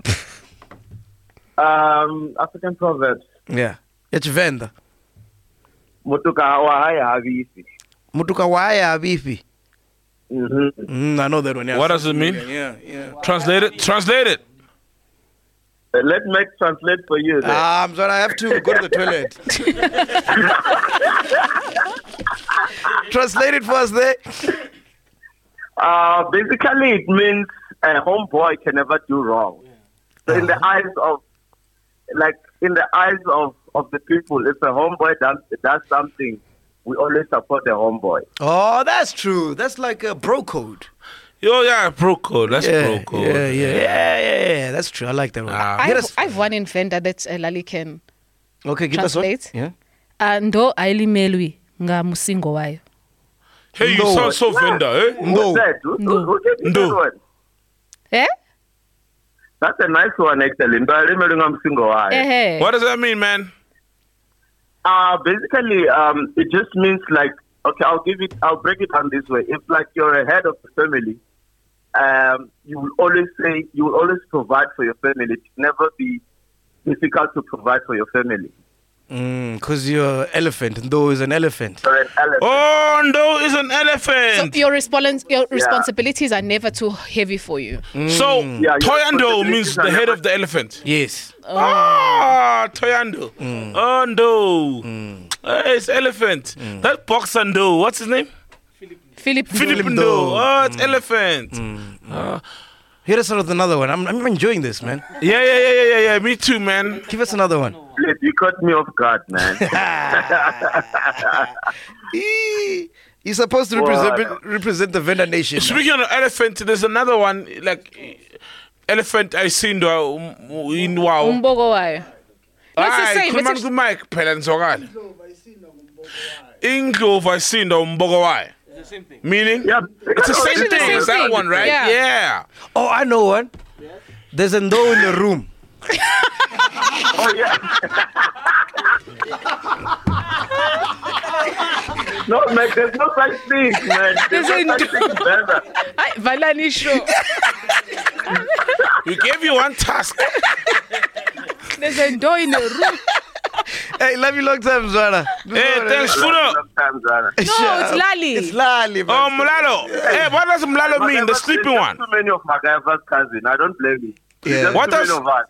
Speaker 8: Um, African proverbs.
Speaker 1: Yeah. It's Venda.
Speaker 8: Mutuka hawahaya havisi.
Speaker 1: Mutuka waya bifi.
Speaker 8: Mm-hmm.
Speaker 1: Mm, I know that one. Yeah.
Speaker 3: What does it mean?
Speaker 1: Yeah, yeah.
Speaker 3: Translate it. Translate it.
Speaker 8: Let me translate for you. Then.
Speaker 1: Um, so I have to go to the toilet. Translate it for us there.
Speaker 8: Uh, basically, it means a homeboy can never do wrong. So in the eyes of, like in the eyes of, of the people, if a homeboy does, does something, we always support the homeboy.
Speaker 1: Oh, that's true. That's like a bro code.
Speaker 3: Yo, yeah, bro code. That's bro code.
Speaker 1: yeah, yeah, yeah, yeah, yeah. That's true. I like that one.
Speaker 3: Ah.
Speaker 1: Hit
Speaker 2: I've,
Speaker 1: us-
Speaker 2: I've one in vendor that's a Lali can.
Speaker 1: okay, give us
Speaker 2: Translate.
Speaker 1: one. Yeah.
Speaker 2: Uh, ndo ailimelwi ngamusingo wayo.
Speaker 3: Hey, you
Speaker 1: No.
Speaker 3: sound so vendor, eh?
Speaker 8: Who
Speaker 1: No.
Speaker 8: said? Who, who- who gave you
Speaker 3: No.
Speaker 8: that one?
Speaker 2: Eh?
Speaker 8: That's a nice one, actually. I'm single.
Speaker 2: Ehe.
Speaker 3: What does that mean, man?
Speaker 8: Uh, basically, um, it just means like, okay, I'll give it, I'll break it down this way. If like you're a head of the family, um, you will always say, you will always provide for your family. It will never be difficult to provide for your family.
Speaker 1: Because Mm, you're an elephant, and though is an elephant.
Speaker 8: You're an elephant.
Speaker 3: Oh, no, it's an
Speaker 2: So
Speaker 3: elephant.
Speaker 2: your, respons- your responsibilities are never too heavy for you.
Speaker 3: So,
Speaker 1: Mm.
Speaker 8: your
Speaker 3: Toyando means
Speaker 8: responsibilities are
Speaker 3: the head
Speaker 8: never-
Speaker 3: of the elephant.
Speaker 1: Yes.
Speaker 3: Mm. Ah, Toyando.
Speaker 1: Mm.
Speaker 3: Oh, no. Eh, it's elephant.
Speaker 1: Mm.
Speaker 3: That boxer, no. What's his name? Philip,
Speaker 2: Philip,
Speaker 1: Philip
Speaker 3: no.
Speaker 1: Ndo.
Speaker 3: Oh, it's elephant. Oh.
Speaker 1: Hit us out with another one. I'm, I'm enjoying this, man.
Speaker 3: Yeah, yeah, yeah, yeah, yeah, yeah. Me too, man.
Speaker 1: Give us another one.
Speaker 8: Please, You caught me off guard, man.
Speaker 1: Eee. You're supposed to represent,
Speaker 8: What?
Speaker 1: represent the vendor nation.
Speaker 3: Speaking of elephant, there's another one like eh, elephant I seen though, um, in wow.
Speaker 2: Umbogo wayo. No, it's the
Speaker 3: Hayi,
Speaker 2: same,
Speaker 3: khuluma
Speaker 2: it's a-
Speaker 3: kumike phela nizwakale indlovu ayisindwa umboko wayo meaning
Speaker 8: Yeah. Oh,
Speaker 3: it's the same
Speaker 2: Actually the
Speaker 3: thing
Speaker 2: same
Speaker 3: as that
Speaker 2: thing.
Speaker 3: one right
Speaker 2: Yeah.
Speaker 3: yeah
Speaker 1: Oh, I know one. There's a no in the room.
Speaker 8: Oh, yeah. no, man, there's no such thing, man. There's no such thing, brother.
Speaker 2: Ay, Valani show.
Speaker 3: we gave you one task
Speaker 2: There's a door in the room.
Speaker 1: Hey, love you long time, Zwana.
Speaker 3: hey thanks Funo
Speaker 8: Sometimes, brother.
Speaker 2: No, it's Lali.
Speaker 1: It's Lali, man.
Speaker 3: oh Mlalo hey what does Mlalo mean the
Speaker 8: MacGyver's-
Speaker 3: sleeping
Speaker 8: there's
Speaker 3: one
Speaker 8: Too many of MacGyver's cousin. I don't blame you.
Speaker 1: Yeah.
Speaker 8: Yeah. Just
Speaker 3: What
Speaker 8: too
Speaker 3: does-
Speaker 8: many of us.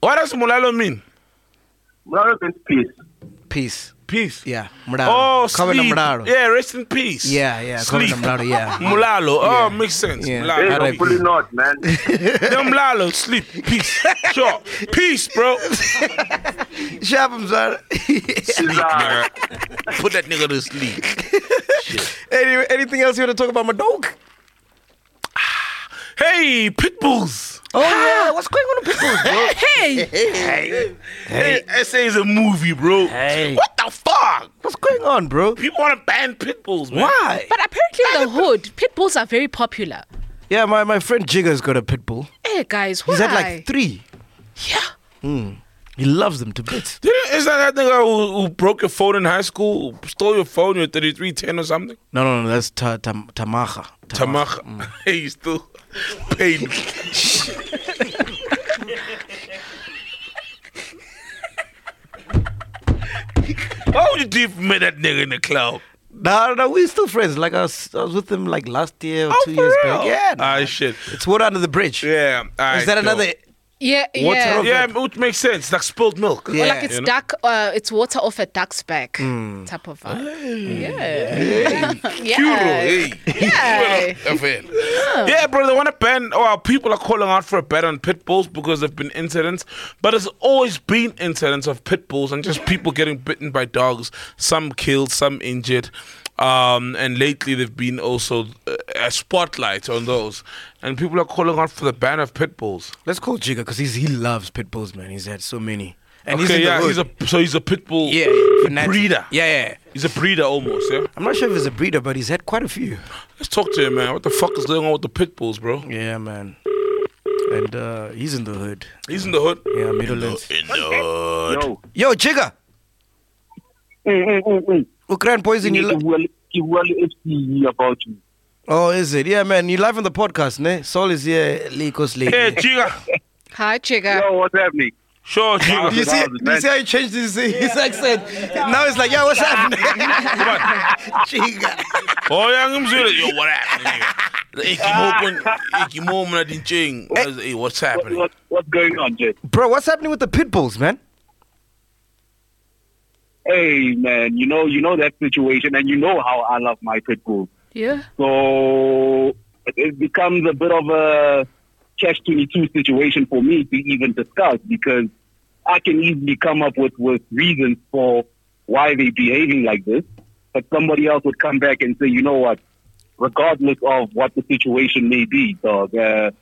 Speaker 3: what does Mlalo mean
Speaker 8: Mlalo means peace.
Speaker 1: Peace.
Speaker 3: peace
Speaker 1: Yeah. Mraro.
Speaker 3: Um, oh
Speaker 1: Come
Speaker 3: sleep
Speaker 1: Mraro.
Speaker 3: yeah rest in peace
Speaker 1: Yeah, yeah. Come
Speaker 3: sleep
Speaker 1: Mraro, yeah.
Speaker 3: Mulalo, oh, makes sense.
Speaker 1: Yeah.
Speaker 8: Hey,
Speaker 1: R.I.P.
Speaker 3: Mulalo.
Speaker 1: Alright.
Speaker 8: hopefully not, man.
Speaker 3: Them Lalo, sleep, peace. Sure, peace, bro.
Speaker 1: Sharp, Mzwana.
Speaker 8: It's, uh,
Speaker 3: nigga. Put that nigga to sleep.
Speaker 1: Any, anything else you want to talk about, my dog?
Speaker 3: Hey, Pitbulls.
Speaker 1: Oh, yeah. What's going on with people, bro?
Speaker 2: Hey,
Speaker 3: Hey, SA is a movie, bro.
Speaker 1: Hey.
Speaker 3: What the fuck?
Speaker 1: What's going on, bro?
Speaker 3: People want to ban Pitbulls, man.
Speaker 1: Why?
Speaker 2: but apparently in the hood, pit bulls are very popular.
Speaker 1: Yeah, my, my friend Jigger's got a pit bull.
Speaker 2: Hey guys, why?
Speaker 1: He's had like three. Hmm.
Speaker 2: yeah.
Speaker 1: He loves them to bits.
Speaker 3: Didn't- Is that that nigga who, who broke your phone in high school, who stole your phone, your 3310 or something?
Speaker 1: No, no, no. That's ta- tam- Tamaha.
Speaker 3: Tamaka. Hey, you still paid me. How would you defame that nigga in the club?
Speaker 1: No, no, we're still friends. Like I was, I was with him like last year or two
Speaker 3: for
Speaker 1: years
Speaker 3: real?
Speaker 1: back. Yeah, no,
Speaker 3: Ah, shit.
Speaker 1: it's water under the bridge.
Speaker 3: Yeah.
Speaker 1: Is that another?
Speaker 2: Yeah, yeah.
Speaker 1: Water of-
Speaker 3: Yeah, it makes sense. It's like spilled milk.
Speaker 2: Or
Speaker 1: Yeah.
Speaker 2: like it's
Speaker 3: you know?
Speaker 2: duck, uh, it's water off a duck's back type of vibe. Yeah.
Speaker 3: Euro,
Speaker 2: yeah.
Speaker 3: hey. FN. Yeah, bro, they want to ban. Well, people are calling out for a ban on pit bulls because there've been incidents, but there's always been incidents of pit bulls and just people getting bitten by dogs. Some killed, some injured. Um, and lately, there've been also uh, a spotlight on those, and people are calling out for the ban of pit bulls.
Speaker 1: Let's call Jigga because he's he loves pit bulls, man. He's had so many, and he's
Speaker 3: okay,
Speaker 1: in
Speaker 3: yeah,
Speaker 1: the hood.
Speaker 3: he's a so he's a pit bull
Speaker 1: yeah, yeah, fanatic.
Speaker 3: breeder.
Speaker 1: Yeah, yeah.
Speaker 3: He's a breeder almost. Yeah,
Speaker 1: I'm not sure if he's a breeder, but he's had quite a few.
Speaker 3: let's talk to him, man. What the fuck is going on with the pit bulls, bro?
Speaker 1: Yeah, man. And uh, he's in the hood.
Speaker 3: He's in the hood.
Speaker 1: Yeah, Midlands.
Speaker 3: In the hood.
Speaker 8: yo.
Speaker 1: Yo, Jigga,
Speaker 8: Mm, mm, mm, mm.
Speaker 1: Ukraine poison. You li-
Speaker 8: Well, well, FTE about you.
Speaker 1: oh, is it? Yeah, man. You live on the podcast, ne? Sol is here. Likos Lee.
Speaker 3: Hey, Giga.
Speaker 2: Hi, Chiga.
Speaker 8: Yo, what's happening?
Speaker 3: Sure,
Speaker 1: Do you
Speaker 3: Giga.
Speaker 1: see? Do you see how he changed his, his accent? Now it's like, yeah, what's happening? Jigga.
Speaker 3: Oh, yeah, I'm Zulu. Yo, what happened, nigga?
Speaker 8: Ah.
Speaker 3: Iki Mokon, Iki Ding Hey, what's happening?
Speaker 8: What, what's going on, Jay?
Speaker 1: Bro, what's happening with the pit bulls, man?
Speaker 8: Hey, man, you know, you know that situation, and you know how I love my pit bull.
Speaker 2: Yeah.
Speaker 8: So it becomes a bit of a catch 22 situation for me to even discuss because I can easily come up with, with reasons for why they're behaving like this. But somebody else would come back and say, you know what, regardless of what the situation may be, dog, uh,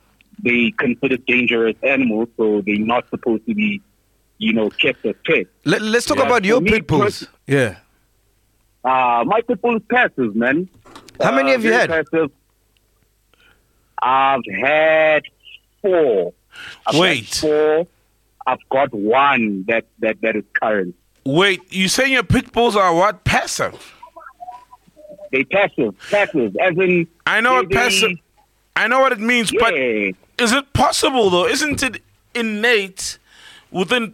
Speaker 8: they considered dangerous animals, so they're not supposed to be, you know, kept as pets.
Speaker 1: Let, let's talk
Speaker 8: Yeah,
Speaker 1: about
Speaker 8: for
Speaker 1: your
Speaker 8: me,
Speaker 1: pit bulls.
Speaker 8: pers-
Speaker 1: Yeah.
Speaker 8: Uh, my pit bull is passive, man. Uh,
Speaker 1: How many have you
Speaker 8: very
Speaker 1: had?
Speaker 8: passive. I've had four. I've got
Speaker 3: Wait.
Speaker 8: four. I've got one that, that, that is current.
Speaker 3: Wait, you saying your pit bulls are what? Passive.
Speaker 8: They passive, passive, as in
Speaker 3: I know what
Speaker 8: they- they-
Speaker 3: passive. I know what it means,
Speaker 8: Yeah,
Speaker 3: but is it possible though? Isn't it innate within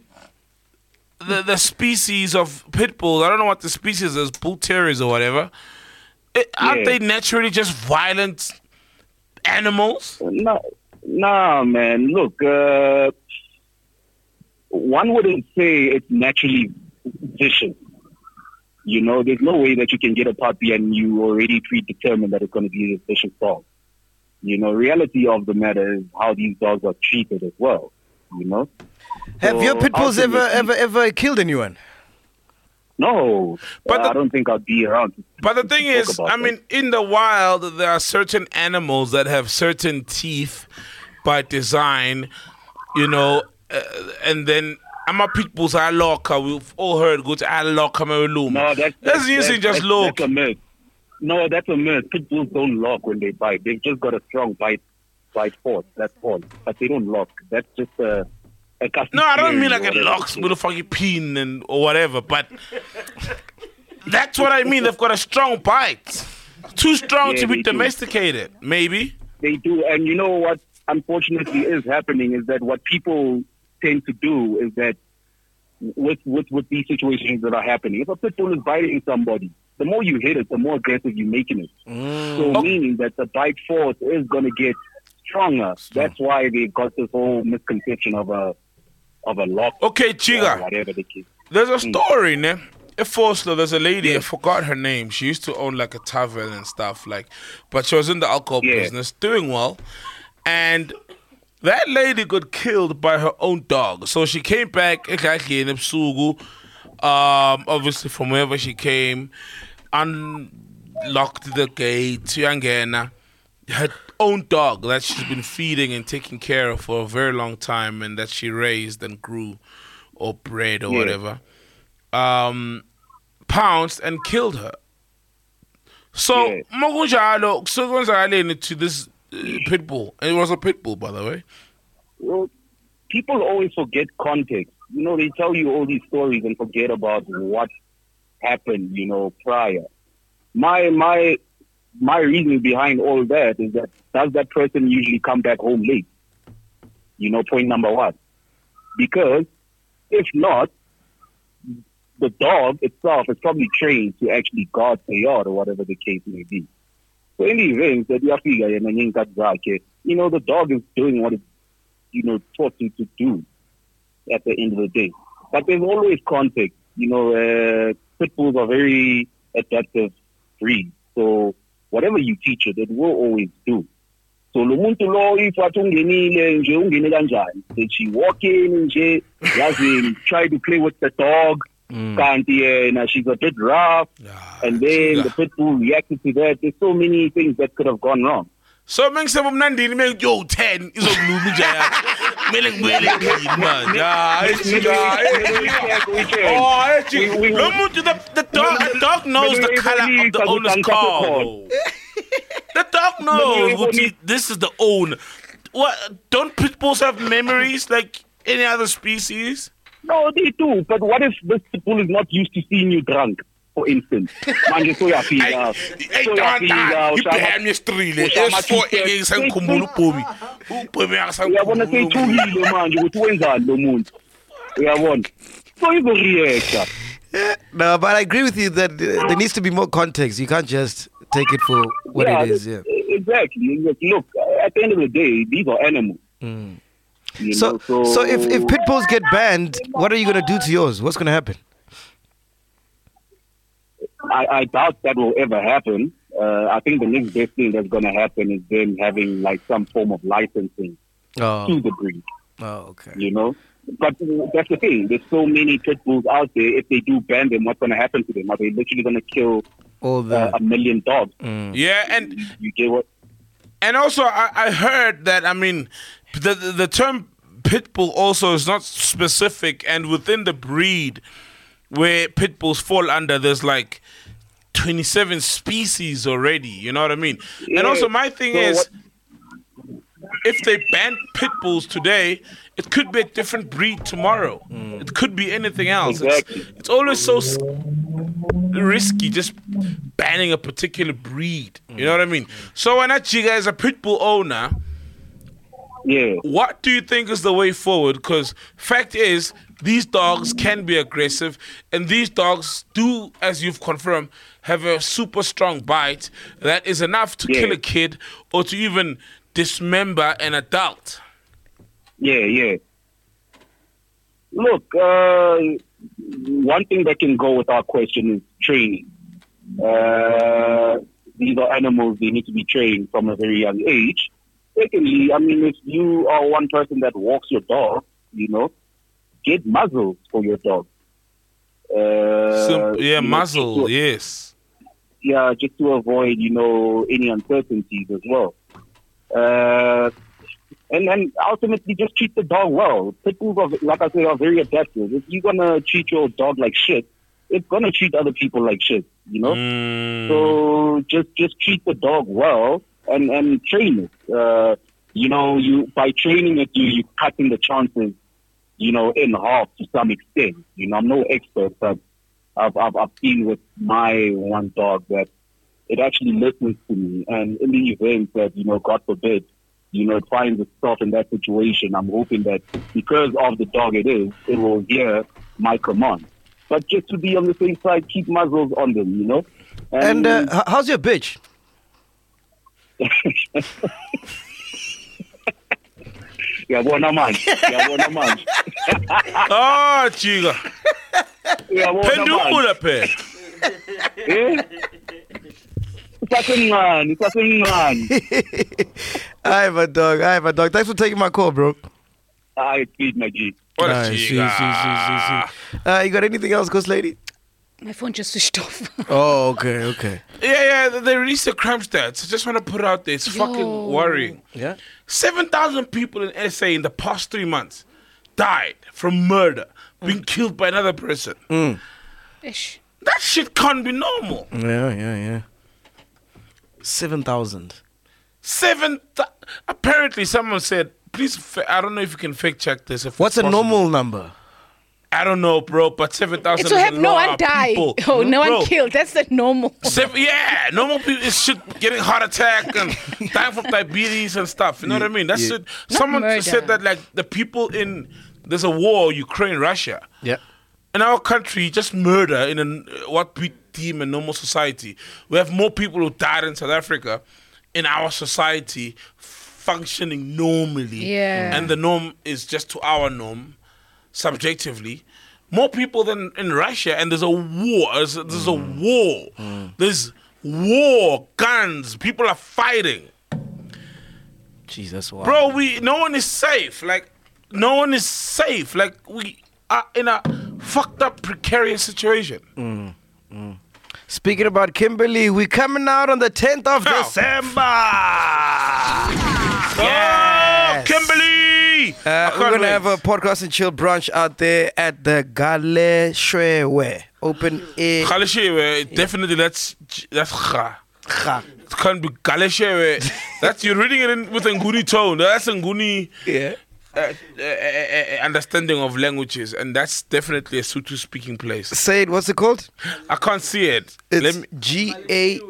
Speaker 3: the the species of pit bulls? I don't know what the species is, bull terriers or whatever. It, aren't they
Speaker 8: Yeah.
Speaker 3: naturally just violent animals?
Speaker 8: no, no, man. Look, uh, one wouldn't say it's naturally vicious. You know, there's no way that you can get a puppy and you already predetermine that it's going to be a vicious dog. You know, reality of the matter is how these dogs are treated as well. You know,
Speaker 1: Have your
Speaker 8: So
Speaker 1: pit bulls ever, ever,
Speaker 8: ultimately-
Speaker 1: ever killed anyone?
Speaker 8: no,
Speaker 3: But
Speaker 8: uh,
Speaker 3: the-
Speaker 8: I don't think I'd be around. to-
Speaker 3: But the
Speaker 8: to
Speaker 3: thing
Speaker 8: talk
Speaker 3: is,
Speaker 8: about
Speaker 3: I
Speaker 8: that.
Speaker 3: mean, in the wild, there are certain animals that have certain teeth by design, you know, uh, and then. I'm a pit bulls are locker. We've all heard go to locker my room.
Speaker 8: No, that's
Speaker 3: that's usually
Speaker 8: that's-
Speaker 3: just look.
Speaker 8: That's a myth. No, that's a myth. Pit bulls don't lock when they bite. They've just got a strong bite bite force. That's all. But they don't lock. That's just a, a custom
Speaker 3: No, I don't
Speaker 8: theory
Speaker 3: mean
Speaker 8: or
Speaker 3: like a
Speaker 8: whatever.
Speaker 3: locks with a fucking pin and or whatever, but that's what I mean. They've got a strong bite. Too strong
Speaker 8: Yeah,
Speaker 3: to be
Speaker 8: they do.
Speaker 3: domesticated, maybe.
Speaker 8: They do. And you know what unfortunately is happening is that what people tend to do is that with with, with these situations that are happening, if a pit bull is biting somebody, the more you hit it, the more aggressive you're making it. So meaning that the bite force is going to get stronger. That's why they've got this whole misconception of a of a lock
Speaker 3: Okay,
Speaker 8: or
Speaker 3: Chiga.
Speaker 8: whatever the case.
Speaker 3: There's a story, ne? At Forster, there's a lady, I forgot her name. She used to own like a tavern and stuff, like but she was in the alcohol
Speaker 8: Yeah.
Speaker 3: business, doing well. And that lady got killed by her own dog. So she came back exactly in Ipsugu, um, obviously from wherever she came, unlocked the gate, Yangena. Her own dog that she's been feeding and taking care of for a very long time and that she raised and grew or bred or
Speaker 8: Yeah.
Speaker 3: whatever um, pounced and killed her. So
Speaker 8: Yeah.
Speaker 3: makunjalo kusekwenzakale to this uh, pit bull. And it was a pit bull, by the way.
Speaker 8: Well, people always forget context. You know, they tell you all these stories and forget about what happened, you know, prior. My my my reason behind all that is that does that person usually come back home late? You know, point number one. Because if not, the dog itself is probably trained to actually guard the yard or whatever the case may be. So in the event that uyafika yena ngey'nkathi zakhe, you know, the dog is doing what it's you know, taught you to do at the end of the day. But there's always context. You know, uh, pit bulls are very adaptive breed. So whatever you teach it, it will always do. So lo muntu lo if athi ungenile nje ungene kanjani that she walk in nje yazi try to play with the dog kanti yena she's a bit rough and then the pit bull reacted to that there's so many things that could have gone wrong
Speaker 3: So mengisebe mnandini mengiyo 10 izokuluma inja yakho. Kumele ngibuyele endlini manje. Ah, hey,
Speaker 8: Maybe we-
Speaker 3: Chiga, hey,
Speaker 8: maybe we
Speaker 3: Chiga.
Speaker 8: check, we check.
Speaker 3: Oh, hey, Chiga.
Speaker 8: We- we-
Speaker 3: Lo muntu, the, the dog, the dog knows the
Speaker 8: Maybe we
Speaker 3: color of
Speaker 8: leave
Speaker 3: the
Speaker 8: as a
Speaker 3: owner's
Speaker 8: sunset
Speaker 3: car.
Speaker 8: call.
Speaker 3: The dog
Speaker 8: Maybe
Speaker 3: knows
Speaker 8: we
Speaker 3: ukuthi
Speaker 8: leave-
Speaker 3: this is the owner. What don't pit bulls have memories like any other species?
Speaker 8: No, they do. But what if this bull is not used to seeing you drunk, for instance? Manje soyafika.
Speaker 3: Hey,
Speaker 8: soyafika,
Speaker 3: Jonathan,
Speaker 8: ushaya-
Speaker 3: ibhemi esitrile
Speaker 8: ushaya
Speaker 3: S4
Speaker 8: ama-two-step.
Speaker 3: engeke sengikhumbula ubhumi. Ubhumi
Speaker 8: uyabona
Speaker 3: akasangikhumbula.
Speaker 8: seyithukile manje ukuthi wenzani lo muntu uyabona so izoreacta
Speaker 1: No, but I agree with you that uh, there needs to be more context. You can't just take it for what it is. Yeah.
Speaker 8: e- exactly Look, look at the end of the day these are animals You
Speaker 1: Hmm. So,
Speaker 8: know, so
Speaker 1: so if, if pit bulls get banned, what are you gonna do to yours? What's gonna happen?
Speaker 8: I, I doubt that will ever happen. Uh, I think the next best thing that's going to happen is them having like some form of licensing
Speaker 1: Oh,
Speaker 8: to the breed.
Speaker 1: oh okay.
Speaker 8: you know. But that's the thing. There's so many pit bulls out there. If they do ban them, what's going to happen to them? Are they literally going to kill
Speaker 1: All
Speaker 8: uh,
Speaker 1: the mm.
Speaker 8: a million dogs?
Speaker 3: Yeah, and
Speaker 8: You get what?
Speaker 3: and also I, I heard that I mean the the, the term pit bull also is not specific and within the breed where pit bulls fall under there's like 27 species already you know what i mean and
Speaker 8: Yeah,
Speaker 3: also my thing
Speaker 8: so
Speaker 3: is
Speaker 8: what-
Speaker 3: if they ban pit bulls today, it could be a different breed tomorrow. It could be anything else.
Speaker 8: Exactly.
Speaker 3: It's, it's always so s- risky just banning a particular breed. You know what I mean? So when Achiga is a pit bull owner,
Speaker 8: Yeah.
Speaker 3: what do you think is the way forward? Because fact is, these dogs can be aggressive, and these dogs do, as you've confirmed, have a super strong bite that is enough to
Speaker 8: Yeah.
Speaker 3: kill a kid or to even dismember an adult.
Speaker 8: Yeah, yeah. Look, uh, one thing that can go with our question is training. Uh, these are animals; they need to be trained from a very young age. Secondly, I mean, if you are one person that walks your dog, you know, get muzzles for your dog. Uh,
Speaker 3: Sim- yeah,
Speaker 8: you know,
Speaker 3: muzzle.
Speaker 8: just to-
Speaker 3: Yes.
Speaker 8: yeah, just to avoid, you know, any uncertainties as well. Uh, and then ultimately just treat the dog well. Pit bulls, are, like I said, are very adaptive. If you're going to treat your dog like shit, it's going to treat other people like shit, you know?
Speaker 3: Mm,
Speaker 8: So just just treat the dog well and and train it. Uh, you know, you by training it, you you cutting the chances, you know, in half to some extent. You know, I'm no expert, but I've I've, I've seen with my one dog that it actually listens to me, and in the event that you know, God forbid. You know, it finds itself in that situation. I'm hoping that because of the dog it is, it will hear my command. But just to be on the safe side, keep muzzles on them, you know?
Speaker 1: And uh, h- how's your bitch?
Speaker 8: uyabona manje uyabona manje
Speaker 3: Ah, chiga.
Speaker 8: uyabona manje
Speaker 3: Pendula pe.
Speaker 8: Eh? usasemncane usasemncane
Speaker 1: I have a dog. I have a dog. Thanks for taking my call, bro.
Speaker 8: hayi speed my G.
Speaker 3: Ora,
Speaker 1: Ah, see, see, see,
Speaker 3: chiga.
Speaker 1: see, see. Uh, you got anything else, Ghost Lady?
Speaker 2: My phone just switched off.
Speaker 1: Oh, okay, okay.
Speaker 3: Yeah, yeah. They released the crime stats. I just want to put it out there. It's
Speaker 2: Yo.
Speaker 3: fucking worrying.
Speaker 1: Yeah.
Speaker 3: 7,000 people in SA in the past three months died from murder, being
Speaker 1: Mm.
Speaker 3: killed by another person.
Speaker 2: Ish.
Speaker 3: That shit can't be normal.
Speaker 1: Yeah, yeah, yeah. 7,000.
Speaker 3: Seven. Th- apparently, someone said, please, fa- I don't know if you can fact check this. If
Speaker 1: What's
Speaker 3: it's
Speaker 1: a
Speaker 3: possible.
Speaker 1: normal number?
Speaker 3: I don't know, bro, but 7,000
Speaker 2: It's
Speaker 3: is
Speaker 2: to
Speaker 3: a
Speaker 2: have no
Speaker 3: lot
Speaker 2: one
Speaker 3: of
Speaker 2: die.
Speaker 3: people.
Speaker 2: Oh, no
Speaker 3: Bro,
Speaker 2: one killed. That's the normal.
Speaker 3: Seven, yeah, normal people is shit getting heart attack and dying from diabetes and stuff. You know what I mean? That's
Speaker 1: yeah.
Speaker 3: it. Someone
Speaker 2: murder.
Speaker 3: said that like the people in there's a war Ukraine Russia.
Speaker 1: Yeah.
Speaker 3: in our country, just murder in a, what we deem a normal society. We have more people who died in South Africa in our society functioning normally.
Speaker 2: Yeah.
Speaker 3: And the norm is just to our norm, subjectively. More people than in Russia, and there's a war. There's, there's a war. There's war, guns, people are fighting.
Speaker 1: Jesus, wow.
Speaker 3: Bro, we no one is safe. Like no one is safe. Like we are in a fucked up precarious situation.
Speaker 1: Speaking about Kimberly, we coming out on the 10th of
Speaker 3: Now.
Speaker 1: December.
Speaker 3: Oh, Kimberly! I
Speaker 1: Uh,
Speaker 3: can't
Speaker 1: we're going to
Speaker 3: wait.
Speaker 1: have a podcast and chill brunch out there at the Gale Shrewe. Open air.
Speaker 3: Galeshewe, uh, definitely that's that's kha.
Speaker 1: Kha.
Speaker 3: It can't be Galeshewe. that's you're reading it in, with a Nguni tone. That's a Nguni
Speaker 1: Yeah.
Speaker 3: uh, uh, uh, uh, understanding of languages, and that's definitely a Sutu speaking place.
Speaker 1: Say it. What's it called?
Speaker 3: I can't see it.
Speaker 1: It's
Speaker 3: Let me,
Speaker 1: G A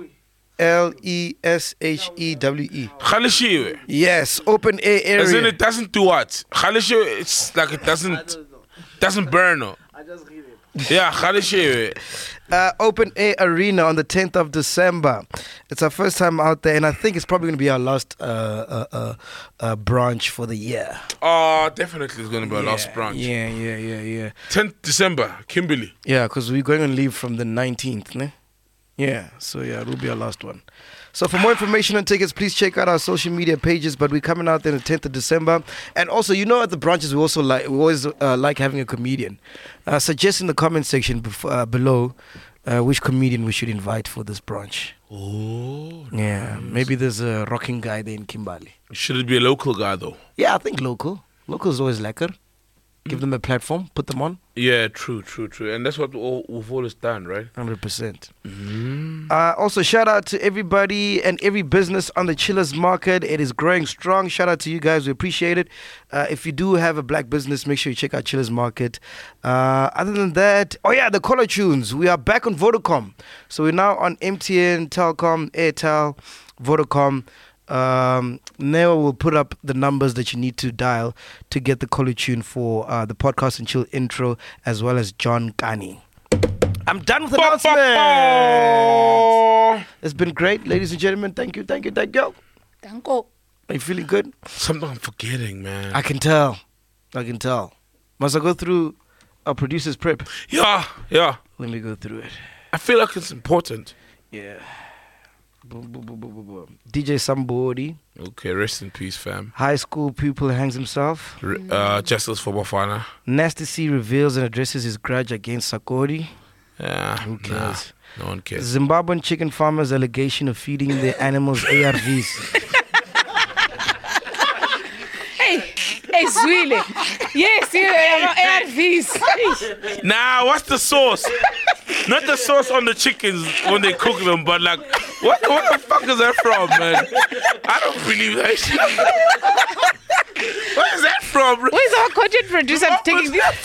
Speaker 1: L E S H E W E.
Speaker 3: Galeshewe.
Speaker 1: Yes. Open air
Speaker 3: uh, As in,
Speaker 1: area.
Speaker 3: it doesn't do what? Khalishe, it's like it doesn't doesn't burn. oh.
Speaker 4: I just read it.
Speaker 3: Yeah, Khalishe.
Speaker 1: uh, Open Air Arena on the 10th of December. It's our first time out there, and I think it's probably going to be our last uh, uh, uh, uh, branch for the year.
Speaker 3: Oh, definitely it's gonna be a last
Speaker 1: Yeah,
Speaker 3: branch.
Speaker 1: Yeah, yeah, yeah, yeah.
Speaker 3: 10th December, Kimberley.
Speaker 1: Yeah, because we're going on leave from the 19th, ne? Yeah, so yeah, it'll be our last one. So for more information and tickets, please check out our social media pages. But we're coming out there on the 10th of December, and also you know at the branches we also like we always uh, like having a comedian. Uh, suggest in the comment section bef- uh, below uh, which comedian we should invite for this branch.
Speaker 3: Oh.
Speaker 1: Yeah, maybe there's a rocking guy there in Kimbali.
Speaker 3: Should it be a local guy though?
Speaker 1: Yeah, I think local. Local is always lekker. Give them a platform, put them on.
Speaker 3: Yeah, true, true, true. And that's what we all- we've always done, right?
Speaker 1: 100%. Uh, also, shout out to everybody and every business on the Chillers Market. It is growing strong. Shout out to you guys. We appreciate it. Uh, if you do have a black business, make sure you check out Chillers Market. Uh, other than that, oh yeah, the color tunes. We are back on Vodacom. So we're now on MTN, Telcom, Airtel, Vodacom. Um, Neo will put up the numbers that you need to dial to get the color tune for uh, the podcast and chill intro, as well as John Kani. I'm done with announcements. It's been great, ladies and gentlemen. Thank you, thank you, thank you.
Speaker 2: Danko.
Speaker 1: Are you feeling good?
Speaker 3: Something I'm forgetting, man.
Speaker 1: I can tell. I can tell. Must I go through a producer's prep?
Speaker 3: yeah, yeah.
Speaker 1: Let me go through it.
Speaker 3: I feel like it's important.
Speaker 1: Yeah. Boom, boom, boom, boom, boom, boom. DJ Sambodi,
Speaker 3: Okay, rest in peace, fam.
Speaker 1: high school pupil hangs himself.
Speaker 3: R- uh,
Speaker 1: Mm.
Speaker 3: justice for Bafana.
Speaker 1: Nasty C reveals and addresses his grudge against Sakori.
Speaker 3: Yeah,
Speaker 1: Who
Speaker 3: nah,
Speaker 1: cares?
Speaker 3: no one cares.
Speaker 1: Zimbabwean chicken farmers' allegation of feeding their animals ARVs.
Speaker 2: Hey, hey, Zwile. Yes, yeah, ARVs.
Speaker 3: Nah, what's the sauce? Not the sauce on the chickens when they cook them, but like, what, what the fuck is that from, man? I don't believe that shit. Where is that from?
Speaker 2: Where's our content producer taking this?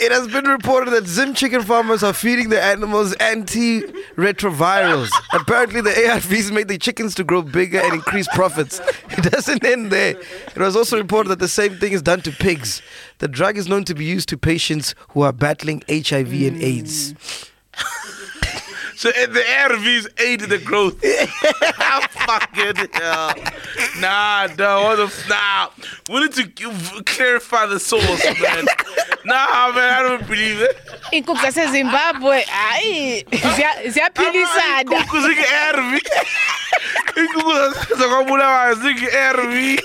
Speaker 1: it has been reported that Zim chicken farmers are feeding their animals antiretrovirals. Apparently, the ARVs made the chickens to grow bigger and increase profits. It doesn't end there. It was also reported that the same thing is done to pigs. The drug is known to be used to patients who are battling HIV and AIDS.
Speaker 3: So uh, the ARVs aided the growth.
Speaker 1: Fucking hell.
Speaker 3: Nah, nah, what the f- nah. We need to c- clarify the source, man. nah, man, I don't believe it.
Speaker 2: Iinkukhu zasezimbabwe hayi ziya- ziyaphilisana
Speaker 3: Iinkukhu zii-ARV. Iinkukhu zas- zakwabulawayo zii-ARV.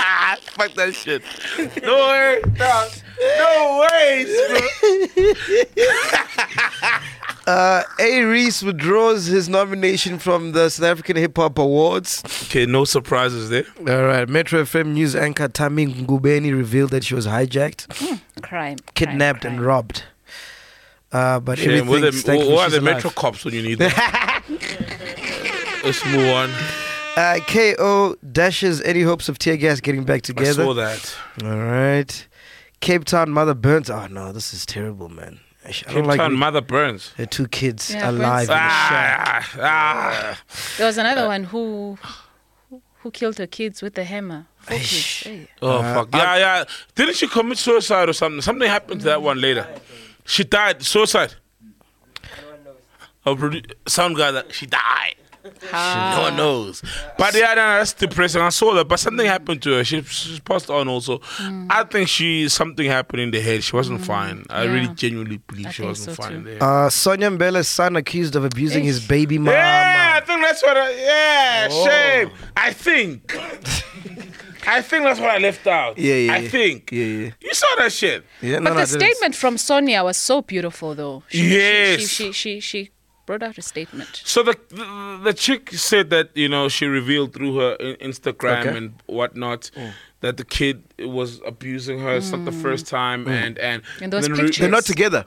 Speaker 3: Ah, fuck that shit. No way. Nah, No way. bro.
Speaker 1: Uh, A. Reese withdraws his nomination from the South African Hip Hop Awards.
Speaker 3: Okay, no surprises there.
Speaker 1: All right. Metro FM news anchor Tammy Ngubeni revealed that she was hijacked,
Speaker 2: crime
Speaker 1: kidnapped, and robbed. Uh, but
Speaker 3: Shame. Where
Speaker 1: everything.
Speaker 3: the,
Speaker 1: thankfully,
Speaker 3: where are
Speaker 1: she's
Speaker 3: the
Speaker 1: alive.
Speaker 3: Metro cops when you need them? Let's move on.
Speaker 1: Uh, KO dashes any hopes of tear gas getting back
Speaker 3: I
Speaker 1: together.
Speaker 3: saw that.
Speaker 1: All right. Cape Town mother burns. Oh no, this is terrible, man. I sh- I
Speaker 3: Cape
Speaker 1: don't like
Speaker 3: Town
Speaker 1: re-
Speaker 3: mother burns.
Speaker 1: her two kids
Speaker 2: Yeah, burns.
Speaker 1: alive. in the shower.
Speaker 3: Ah, ah.
Speaker 2: there was another
Speaker 1: Uh,
Speaker 2: one who who killed her kids with a hammer Four kids.
Speaker 1: Eish.
Speaker 2: Hey.
Speaker 3: Oh fuck! Yeah, yeah. Didn't she commit suicide or something? Something happened to that one later. She died. Suicide. Oh, produ- sound guy that she died. No one knows. But yeah, no, that's depressing. I saw that, but something happened to her. She, she passed on also.
Speaker 2: Hmm.
Speaker 3: I think she something happened in the head. She wasn't fine. I really
Speaker 2: Yeah.
Speaker 3: genuinely believe
Speaker 2: I
Speaker 3: she
Speaker 2: think
Speaker 3: wasn't
Speaker 2: so
Speaker 3: fine.
Speaker 2: too.
Speaker 3: There.
Speaker 1: Uh, Sonia Mbele's son accused of abusing his baby mama.
Speaker 3: Yeah,
Speaker 1: Um,
Speaker 3: I think that's what. I, yeah,
Speaker 1: Oh.
Speaker 3: shame. I think. I think that's what I left out.
Speaker 1: Yeah, yeah,
Speaker 3: I
Speaker 1: yeah.
Speaker 3: think.
Speaker 1: Yeah, yeah.
Speaker 3: You saw that shit.
Speaker 1: Yeah,
Speaker 2: but
Speaker 1: no, no, I
Speaker 2: the
Speaker 1: didn't.
Speaker 2: statement from Sonia was so beautiful though she,
Speaker 3: Yes.
Speaker 2: she, she, she, she brought out a statement
Speaker 3: So the, the the chick said that you know she revealed through her in- Instagram
Speaker 1: Okay. Mm.
Speaker 3: and whatnot that the kid was abusing her. It's not the first time,
Speaker 1: Mm.
Speaker 3: and and,
Speaker 2: And those
Speaker 3: then re-
Speaker 2: pictures.
Speaker 1: They're not together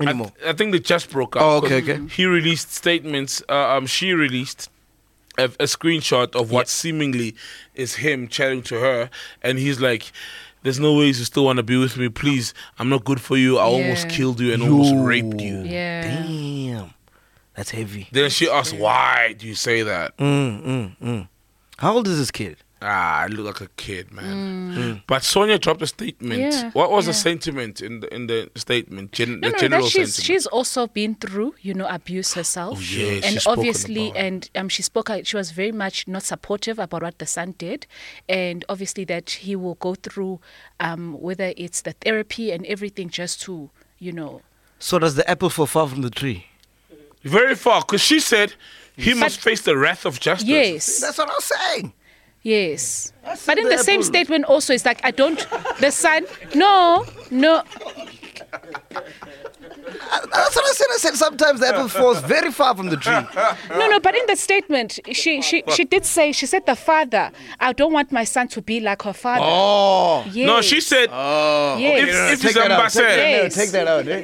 Speaker 3: I,
Speaker 1: anymore.
Speaker 3: I think they just broke up.
Speaker 1: Oh, okay,
Speaker 3: 'cause
Speaker 1: okay.
Speaker 3: He released statements. Uh, um, she released a, a screenshot of what seemingly is him chatting to her, and he's like. There's no ways you still want to be with me. Please, I'm not good for you. I almost
Speaker 2: Yeah.
Speaker 3: killed you and almost
Speaker 1: Yo.
Speaker 3: raped you.
Speaker 2: yeah
Speaker 1: Damn, that's heavy.
Speaker 3: Then she asked, Why do you say that?
Speaker 1: Mm, mm, mm. How old is this kid?
Speaker 3: Ah, I look like a kid, man. Mm. But Sonia dropped a statement.
Speaker 2: Mm. Yeah,
Speaker 3: what was the
Speaker 2: yeah.
Speaker 3: sentiment in the in the statement? Gen-
Speaker 2: No,
Speaker 3: the
Speaker 2: no,
Speaker 3: general
Speaker 2: that she's
Speaker 3: sentiment.
Speaker 2: she's also been through, you know, abuse herself,
Speaker 3: Oh, yeah, she's
Speaker 2: and
Speaker 3: spoken
Speaker 2: obviously,
Speaker 3: about it.
Speaker 2: and um, she spoke. uh, She was very much not supportive about what the son did, and obviously that he will go through, um, whether it's the therapy and everything, just to, you know,
Speaker 1: So does the apple fall far from the tree?
Speaker 3: very far because she said he must face the wrath of justice.
Speaker 2: yes,
Speaker 1: That's what I'm saying.
Speaker 2: yes.
Speaker 1: said
Speaker 2: But in the
Speaker 1: the
Speaker 2: same
Speaker 1: apple.
Speaker 2: statement, also, it's like I don't. The son, no, no.
Speaker 1: That's what I said. I said sometimes the apple falls very far from the tree.
Speaker 2: No, no, but in the statement, she she she did say she said the father. I don't want my son to be like her father.
Speaker 1: Oh.
Speaker 2: Yes.
Speaker 3: No, she said,
Speaker 2: Yes.
Speaker 3: if- if-
Speaker 1: Take that, out, take, that out,
Speaker 2: Yes.
Speaker 1: take that out. eh?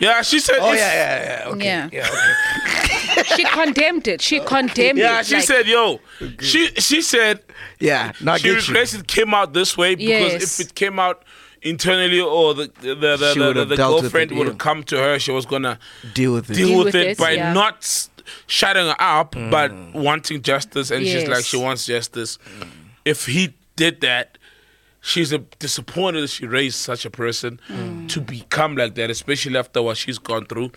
Speaker 3: yeah, she said,
Speaker 1: Oh,
Speaker 3: if-
Speaker 1: yeah, yeah, yeah. Okay.
Speaker 2: yeah. she condemned it. She condemned it.
Speaker 3: Yeah, she
Speaker 2: like,
Speaker 3: said, yo, she she said
Speaker 1: Yeah, now I
Speaker 3: she
Speaker 1: get you.
Speaker 3: regrets it came out this way because
Speaker 2: Yes.
Speaker 3: if it came out internally or the the the,
Speaker 1: She
Speaker 3: the,
Speaker 1: would
Speaker 3: the,
Speaker 1: have
Speaker 3: the
Speaker 1: dealt with
Speaker 3: girlfriend
Speaker 1: it,
Speaker 3: would
Speaker 1: yeah.
Speaker 3: have come to her, she was gonna
Speaker 1: Deal with it. Mm.
Speaker 3: deal, with, it, by
Speaker 2: yeah.
Speaker 3: not s- shutting her up, but wanting justice, and she's like
Speaker 2: Yes.
Speaker 3: she wants justice.
Speaker 1: Mm.
Speaker 3: If he did that. She's a, disappointed that she raised such a person to become like that, especially after what she's gone through.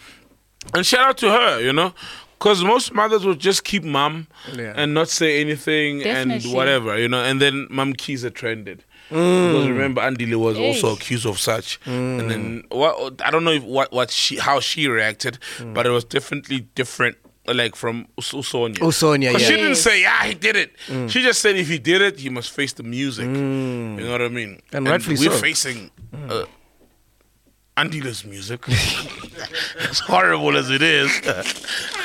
Speaker 3: And shout out to her, you know, because most mothers will just keep mum
Speaker 1: Yeah.
Speaker 3: and not say anything
Speaker 2: Definitely.
Speaker 3: and whatever, you know. And then mum keys are trended.
Speaker 1: Mm.
Speaker 3: Because remember, Andile was also
Speaker 2: Eish.
Speaker 3: accused of such, and then
Speaker 1: Mm.
Speaker 3: what? I don't know if what what she how she reacted,
Speaker 1: Mm.
Speaker 3: but it was definitely different. Like from Us- Usonia.
Speaker 1: Usonia,
Speaker 3: 'Cause
Speaker 1: yeah.
Speaker 3: She didn't say, yeah, Ah, he did it. She just said, if he did it, he must face the music. You know what I mean?
Speaker 1: And rightfully
Speaker 3: we're
Speaker 1: so.
Speaker 3: facing uh, Andile's music. as horrible as it is.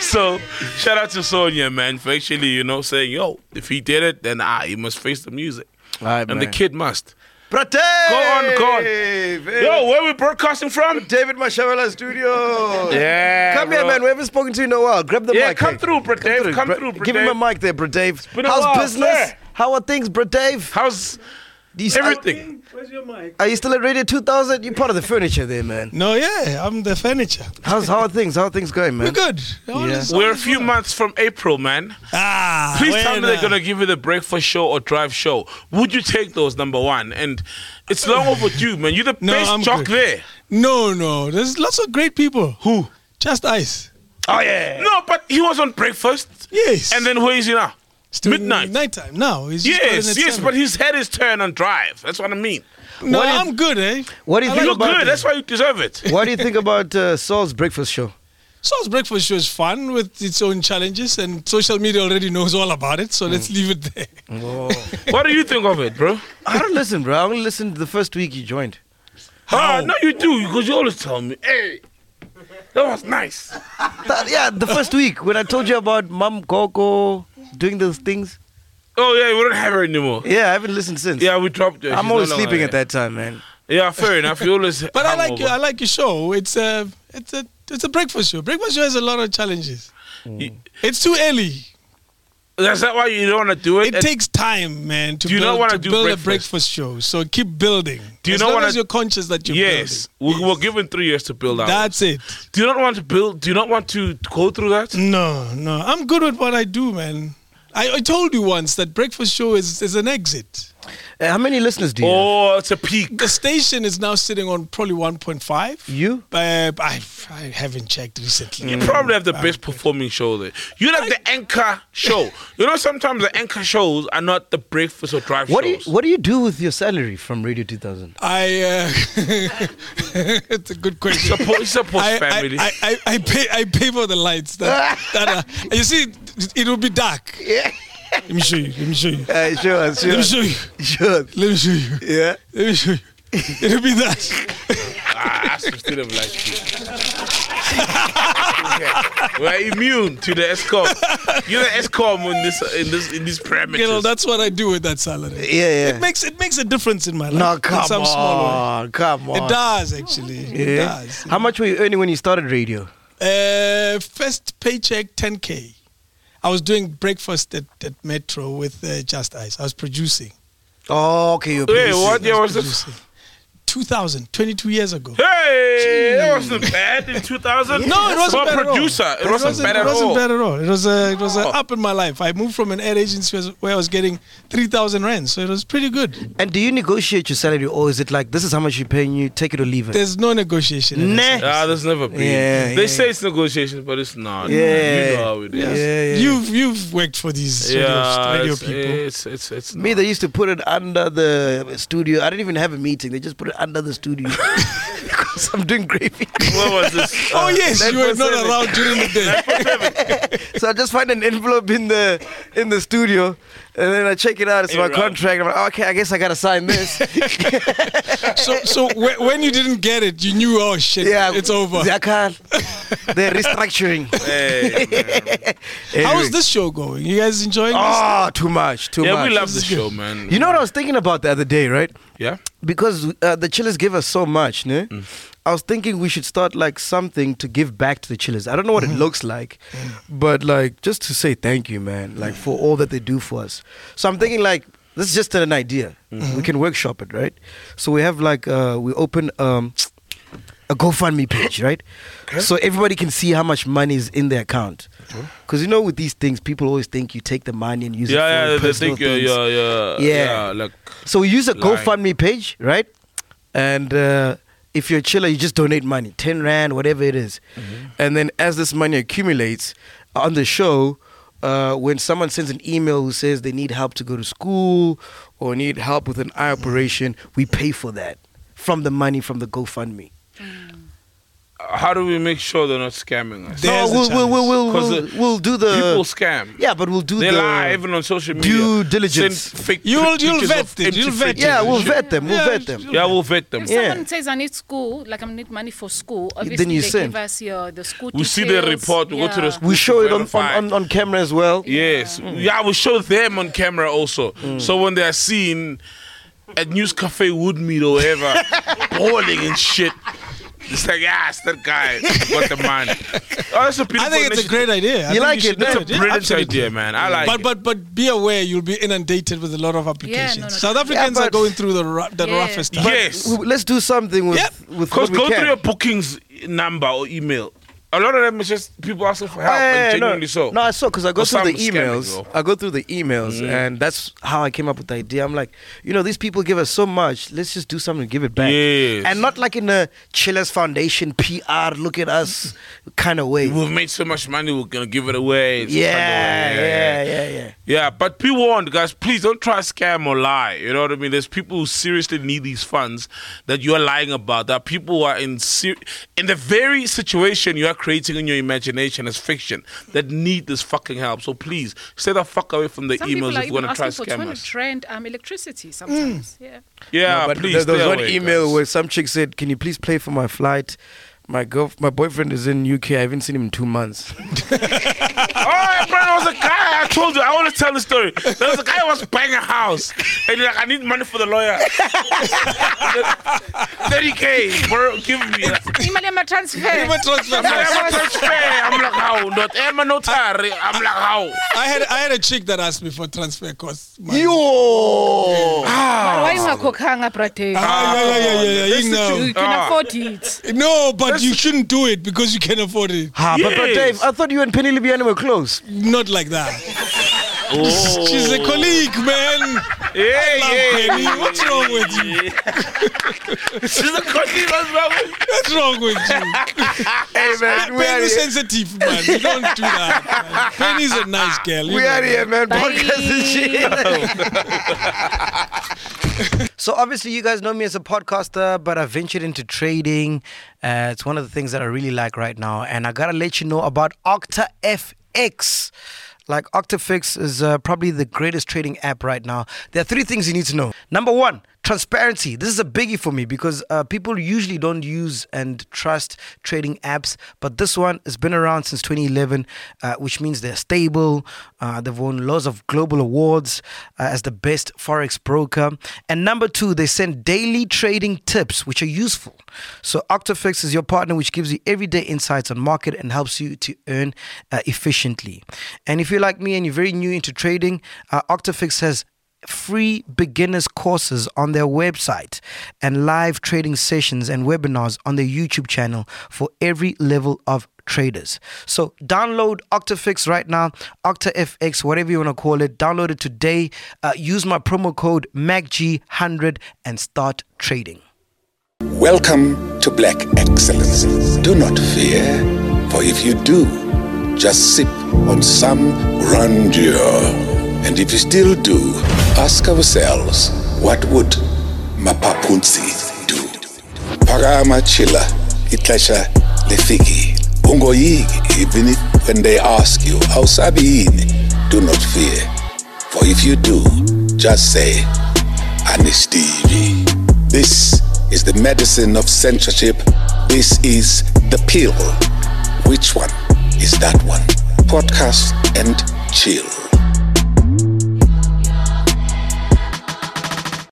Speaker 3: so shout out to Sonia, man, for actually, you know, saying, yo, if he did it, then ah, he must face the music.
Speaker 1: All right,
Speaker 3: and the
Speaker 1: man.
Speaker 3: kid must.
Speaker 1: Prate!
Speaker 3: Go on, go on. Yo,
Speaker 1: Yo,
Speaker 3: where we broadcasting from?
Speaker 1: David Mashavala Studio.
Speaker 3: Yeah.
Speaker 1: Come here,
Speaker 3: bro.
Speaker 1: man. We haven't spoken to you in a while. Grab the
Speaker 3: Yeah,
Speaker 1: mic.
Speaker 3: come
Speaker 1: hey.
Speaker 3: through, bro, Dave. Come
Speaker 1: Bro-
Speaker 3: through, bro,
Speaker 1: Give
Speaker 3: Dave.
Speaker 1: him a mic there, bro, Dave.
Speaker 3: been a
Speaker 1: How's
Speaker 3: while,
Speaker 1: business?
Speaker 3: sir.
Speaker 1: How are things, bro, Dave?
Speaker 3: How's
Speaker 1: Do you-
Speaker 3: everything?
Speaker 4: Where's your mic?
Speaker 1: Are you still at Radio 2000? You're part of the furniture there, man.
Speaker 6: No, yeah, I'm the furniture.
Speaker 1: How's how are things? How are things going,
Speaker 6: We're
Speaker 1: man?
Speaker 6: good. All
Speaker 1: Yeah.
Speaker 6: is-
Speaker 3: We're a few months from April, man.
Speaker 6: Ah,
Speaker 3: Please tell me
Speaker 6: wena.
Speaker 3: they're gonna give you the breakfast show or drive show. Would you take those number one? And it's long overdue, man. You're the
Speaker 6: No,
Speaker 3: best
Speaker 6: I'm
Speaker 3: jock
Speaker 6: good.
Speaker 3: there.
Speaker 6: No, no. There's lots of great people.
Speaker 3: Who?
Speaker 6: Just ice.
Speaker 3: Oh yeah. No, but he was on breakfast.
Speaker 6: Yes.
Speaker 3: And then where is he now?
Speaker 6: Still
Speaker 3: midnight.
Speaker 6: Nighttime. No, he's just calling
Speaker 3: Yes,
Speaker 6: it
Speaker 3: yes,
Speaker 6: seven.
Speaker 3: but his head is turned on drive. That's what I mean.
Speaker 6: no,
Speaker 1: what is-
Speaker 6: I'm good, eh?
Speaker 1: What do you
Speaker 6: I
Speaker 1: think
Speaker 3: You're
Speaker 1: about
Speaker 3: good. That's why you deserve it.
Speaker 1: What do you think about uh, Saul's breakfast show?
Speaker 6: Saul's breakfast show is fun with its own challenges, and social media already knows all about it. So let's leave it there.
Speaker 3: what do you think of it, bro?
Speaker 1: I don't listen, bro. I only listened the first week you joined.
Speaker 3: Ah, no, you do because you always tell me, hey, that was nice.
Speaker 1: That- yeah, the first week when I told you about Mom Coco doing those things.
Speaker 3: Oh yeah, we don't have her anymore.
Speaker 1: Yeah, I haven't listened since.
Speaker 3: Yeah, we dropped her.
Speaker 1: I'm
Speaker 3: She's
Speaker 1: always
Speaker 3: no longer
Speaker 1: sleeping at
Speaker 3: there.
Speaker 1: that time, man.
Speaker 3: Yeah, fair enough. You always.
Speaker 6: But I like
Speaker 3: hungover.
Speaker 6: you. I like your show. It's a it's a it's a breakfast show. Breakfast show has a lot of challenges.
Speaker 8: Mm.
Speaker 3: You-
Speaker 6: It's too early.
Speaker 3: That's not why you don't want to do it.
Speaker 6: It
Speaker 3: At-
Speaker 6: takes time, man, to
Speaker 3: Do you not
Speaker 6: build,
Speaker 3: wanna
Speaker 6: to
Speaker 3: do
Speaker 6: build a
Speaker 3: breakfast?
Speaker 6: breakfast show. So keep building.
Speaker 3: Do you
Speaker 6: as
Speaker 3: not
Speaker 6: long
Speaker 3: wanna-
Speaker 6: as you're conscious that you're
Speaker 3: yes, we
Speaker 6: building.
Speaker 3: were given three years to build out.
Speaker 6: That's it.
Speaker 3: do you not want to build? Do you not want to go through that?
Speaker 6: No, no. I'm good with what I do, man. I, I told you once that breakfast show is, is an exit.
Speaker 1: Uh, how many listeners do you? have?
Speaker 3: Oh, it's a peak.
Speaker 6: The station is now sitting on probably 1.5.
Speaker 1: You?
Speaker 6: But I, I haven't checked recently.
Speaker 3: You probably have the best performing show there. You like the anchor show. You know, sometimes the anchor shows are not the breakfast or drive
Speaker 1: What do you,
Speaker 3: shows.
Speaker 1: what do you do with your salary from Radio 2000?
Speaker 6: I. Uh, it's a good question.
Speaker 3: Support, support
Speaker 6: I,
Speaker 3: family.
Speaker 6: I, I, I pay I pay for the lights. That, that are, you see, it will be dark.
Speaker 1: Yeah.
Speaker 6: Let me show you. Let me show you.
Speaker 1: Uh, sure,
Speaker 6: Let me show you.
Speaker 1: sure.
Speaker 6: Let me show you.
Speaker 1: Yeah.
Speaker 6: Let me show you. It'll be that.
Speaker 3: ah, I still have like you. We're immune to the ESCOM. You're the ESCOM in this in this in these parameters.
Speaker 6: You know, that's what I do with that salary.
Speaker 1: Yeah, yeah.
Speaker 6: It makes it makes a difference in my life.
Speaker 1: no,
Speaker 6: in
Speaker 1: come
Speaker 6: some
Speaker 1: on,
Speaker 6: small way.
Speaker 1: come on.
Speaker 6: It does actually. It
Speaker 1: Yeah.
Speaker 6: does.
Speaker 1: How much were you earning when you started radio?
Speaker 6: Uh, first paycheck, 10k. I was doing breakfast at, at Metro with uh, Just Ice. I was producing.
Speaker 1: Oh, okay. You're
Speaker 3: Wait,
Speaker 1: producing.
Speaker 3: what year was this?
Speaker 6: producing. 2000, 22 years ago.
Speaker 3: Hey, that wasn't bad in 2000.
Speaker 6: No, it wasn't
Speaker 3: For
Speaker 6: bad
Speaker 3: a producer,
Speaker 6: at all.
Speaker 3: it wasn't bad
Speaker 6: it
Speaker 3: at
Speaker 6: wasn't
Speaker 3: all.
Speaker 6: bad at all. It was a, it was a
Speaker 3: Oh.
Speaker 6: up in my life. I moved from an ad agency was- where I was getting three thousand rand, so it was pretty good.
Speaker 1: And do you negotiate your salary, or is it like this is how much you're paying you, take it or leave it?
Speaker 6: There's no negotiation. in this.
Speaker 1: Nah.
Speaker 3: Ah, there's never been.
Speaker 1: Yeah,
Speaker 3: they
Speaker 1: yeah.
Speaker 3: say it's negotiations, but it's not.
Speaker 1: Yeah.
Speaker 3: you know how it
Speaker 1: Yeah,
Speaker 3: is.
Speaker 1: yeah.
Speaker 6: You've you've worked for these sort
Speaker 3: Yeah,
Speaker 6: of radio
Speaker 3: it's,
Speaker 6: people.
Speaker 3: it's it's it's
Speaker 1: Me,
Speaker 3: not.
Speaker 1: they used to put it under the studio. I didn't even have a meeting. They just put it under the studio. house. I'm doing gravy.
Speaker 3: Where was this?
Speaker 6: Oh yes, you were not
Speaker 1: 947.
Speaker 6: around during the day.
Speaker 1: so I just find an envelope in the in the studio, and then I check it out. It's
Speaker 3: Hey,
Speaker 1: my
Speaker 3: Rob.
Speaker 1: contract. I'm like, okay, I guess I gotta sign this.
Speaker 6: So, so whe- when you didn't get it, you knew, oh shit,
Speaker 1: yeah,
Speaker 6: it's over.
Speaker 1: They can't. They're restructuring.
Speaker 3: Hey,
Speaker 6: How is
Speaker 1: Anyway.
Speaker 6: this show going? You guys enjoying this?
Speaker 1: Oh, too much, too
Speaker 3: yeah,
Speaker 1: much.
Speaker 3: we love the show, man.
Speaker 1: You know what I was thinking about the other day, right?
Speaker 3: Yeah.
Speaker 1: Because uh, the chillers give us so much, no?
Speaker 3: Mm.
Speaker 1: I was thinking we should start like something to give back to the chillers. I don't know what it looks like, but like just to say thank you, man, like for all that they do for us. So I'm thinking like this is just an idea.
Speaker 3: Mm-hmm.
Speaker 1: We can workshop it, right? So we have like uh, we open um, a GoFundMe page, right? So everybody can see how much money is in their account. Because you know, with these things, people always think you take the money and use it for
Speaker 3: Yeah, yeah,
Speaker 1: your
Speaker 3: they
Speaker 1: personal
Speaker 3: think you're,
Speaker 1: things.
Speaker 3: you're, you're,
Speaker 1: Yeah.
Speaker 3: yeah, like,
Speaker 1: So we use a
Speaker 3: Line.
Speaker 1: GoFundMe page, right? And uh, if you're a chiller, you just donate money, 10 Rand, whatever it is.
Speaker 3: Mm-hmm.
Speaker 1: And then as this money accumulates on the show, uh, when someone sends an email who says they need help to go to school or need help with an eye
Speaker 3: Mm-hmm.
Speaker 1: operation, we pay for that from the money from the GoFundMe.
Speaker 3: how do we make sure they're not scamming us?
Speaker 6: There's the
Speaker 1: no, we'll, we'll, we'll, we'll,
Speaker 3: 'Cause
Speaker 1: we'll,
Speaker 3: the
Speaker 1: we'll do the.
Speaker 3: People scam.
Speaker 1: Yeah, but we'll do
Speaker 3: They
Speaker 1: the.
Speaker 3: lie even on social media.
Speaker 1: due diligence.
Speaker 3: Send fake
Speaker 6: You'll-
Speaker 3: pic-
Speaker 6: you'll
Speaker 3: pictures
Speaker 6: vet
Speaker 3: of
Speaker 6: it,
Speaker 3: empty
Speaker 6: you'll vet
Speaker 3: fridges
Speaker 1: Yeah,
Speaker 3: and
Speaker 1: we'll
Speaker 3: shit.
Speaker 1: vet them. We'll
Speaker 6: Yeah,
Speaker 1: vet them.
Speaker 3: Yeah, we'll vet them.
Speaker 2: If
Speaker 1: Yeah.
Speaker 2: someone says I need school, like I need money for school, obviously
Speaker 1: you
Speaker 2: they
Speaker 1: send.
Speaker 2: give us your the school.
Speaker 3: We see their
Speaker 2: details.
Speaker 3: report, we go to the
Speaker 2: Yeah.
Speaker 3: school.
Speaker 1: We show it on,
Speaker 3: Verify.
Speaker 1: on, on, on camera as well.
Speaker 3: Yes. Yeah, we show them on camera also. So when they are seen at News Cafe Woodmead or wherever, bowling and shit, it's like, ah, it's that guy got the money. Oh, that's a beautiful
Speaker 6: I think it's a
Speaker 3: initiative.
Speaker 6: great idea. I think
Speaker 1: like
Speaker 6: should
Speaker 1: it, no?
Speaker 6: do
Speaker 1: It's a
Speaker 6: Yeah,
Speaker 3: brilliant
Speaker 6: absolutely.
Speaker 3: idea, man. I like
Speaker 6: But
Speaker 3: it.
Speaker 6: but but be aware, you'll be inundated with a lot of applications.
Speaker 2: no, no.
Speaker 6: South Africans
Speaker 1: Yeah,
Speaker 6: are
Speaker 1: but-
Speaker 6: going through the ru- the
Speaker 2: Yeah.
Speaker 6: roughest time.
Speaker 3: yes.
Speaker 1: We- Let's do something with
Speaker 6: Yep.
Speaker 1: with
Speaker 3: Because
Speaker 1: what we
Speaker 3: go
Speaker 1: can.
Speaker 3: through your bookings number or email. A lot of them is just people asking for help,
Speaker 1: Yeah, yeah,
Speaker 3: and
Speaker 1: yeah,
Speaker 3: genuinely
Speaker 1: no,
Speaker 3: so.
Speaker 1: No, I saw because I go
Speaker 3: Or
Speaker 1: through the
Speaker 3: some scamming, Mm.
Speaker 1: emails.
Speaker 3: though.
Speaker 1: I go through the emails, and that's how I came up with the idea. I'm like, you know, these people give us so much. Let's just do something, to give it back,
Speaker 3: Yes.
Speaker 1: and not like in a Chillers Foundation PR look at us kind of way.
Speaker 3: We've made so much money, we're gonna give it away. It's
Speaker 1: Yeah,
Speaker 3: kind of-
Speaker 1: yeah, yeah, yeah.
Speaker 3: Yeah, but be warned, guys. Please don't try to scam or lie. You know what I mean? There's people who seriously need these funds that you are lying about. That people who are in ser- in the very situation you are creating in your imagination as fiction that need this fucking help. So please stay the fuck away from the
Speaker 2: Some people
Speaker 3: emails
Speaker 2: are
Speaker 3: if you want
Speaker 2: even
Speaker 3: to try
Speaker 2: asking
Speaker 3: to
Speaker 2: for
Speaker 3: scam us.
Speaker 2: 200 rand um, electricity
Speaker 6: Hmm.
Speaker 2: sometimes. Yeah.
Speaker 3: Yeah,
Speaker 1: No, but
Speaker 3: please.
Speaker 1: there, there was
Speaker 3: stay
Speaker 1: one
Speaker 3: away,
Speaker 1: email
Speaker 3: guys.
Speaker 1: where some chick said, "Can you please play for my flight?" My girl, my boyfriend is in UK. I haven't seen him in two months.
Speaker 3: Oh, bro, there was a guy. I told you. I want to tell the story. There was a guy who was buying a house, and he's like, "I need money for the lawyer." Thirty k, bro. Give me.
Speaker 2: Imali ama transfer.
Speaker 6: Even transfer
Speaker 3: I'm like,
Speaker 6: price.
Speaker 3: I'm not fair. I'm like, how? Not am I not hurry. I'm like, how?
Speaker 6: I had I had a chick that asked me for transfer costs. man.
Speaker 1: Yo,
Speaker 2: Mara waingakhokhanga, brother.
Speaker 6: Ah, yeah, yeah, yeah, yeah, yeah. You know.
Speaker 2: You can
Speaker 3: Ah.
Speaker 2: afford it.
Speaker 6: No, but you shouldn't do it because you can afford it.
Speaker 1: ha, but, but
Speaker 3: Yes.
Speaker 1: Dave, I thought you and Penny Libiani were close.
Speaker 6: Not like that. She's a colleague, man.
Speaker 3: Yeah,
Speaker 6: Love Penny. What's wrong with you?
Speaker 3: She's a country. What's wrong with you?
Speaker 6: What's wrong with you?
Speaker 1: Hey man, we
Speaker 6: Penny
Speaker 1: are
Speaker 6: is
Speaker 1: here.
Speaker 6: sensitive, man. You don't do that. Man. Penny's a nice girl. you
Speaker 1: We
Speaker 6: know
Speaker 1: are
Speaker 6: that.
Speaker 1: here, man.
Speaker 2: Bye.
Speaker 1: Podcast and shit. so obviously, you guys know me as a podcaster, but I ventured into trading. Uh, it's one of the things that I really like right now, and I gotta let you know about Octa FX. Like OctaFix is uh, probably the greatest trading app right now. There are three things you need to know. Number one, transparency. This is a biggie for me because uh, people usually don't use and trust trading apps, but this one has been around since 2011, uh, which means they're stable. Uh, they've won lots of global awards uh, as the best forex broker. And number two, they send daily trading tips, which are useful. So Octafix is your partner, which gives you everyday insights on market and helps you to earn uh, efficiently. And if you're like me and you're very new into trading, uh, Octafix has free beginners courses on their website and live trading sessions and webinars on their YouTube channel for every level of traders. So download OctaFix right now, OctaFX, whatever you want to call it. Download it today. Uh, use my promo code MACG100 and start trading.
Speaker 9: Welcome to Black Excellence. Do not fear, for if you do, just sip on some grandeur. And if you still do, ask ourselves, what would Mapapunzi do? phakama chilla ixesha lifikile ungoyiki even if- when they ask you awusabi yini do not fear for if you do just say anistivi this is the medicine of censorship this is the pill which one is that one podcast and chill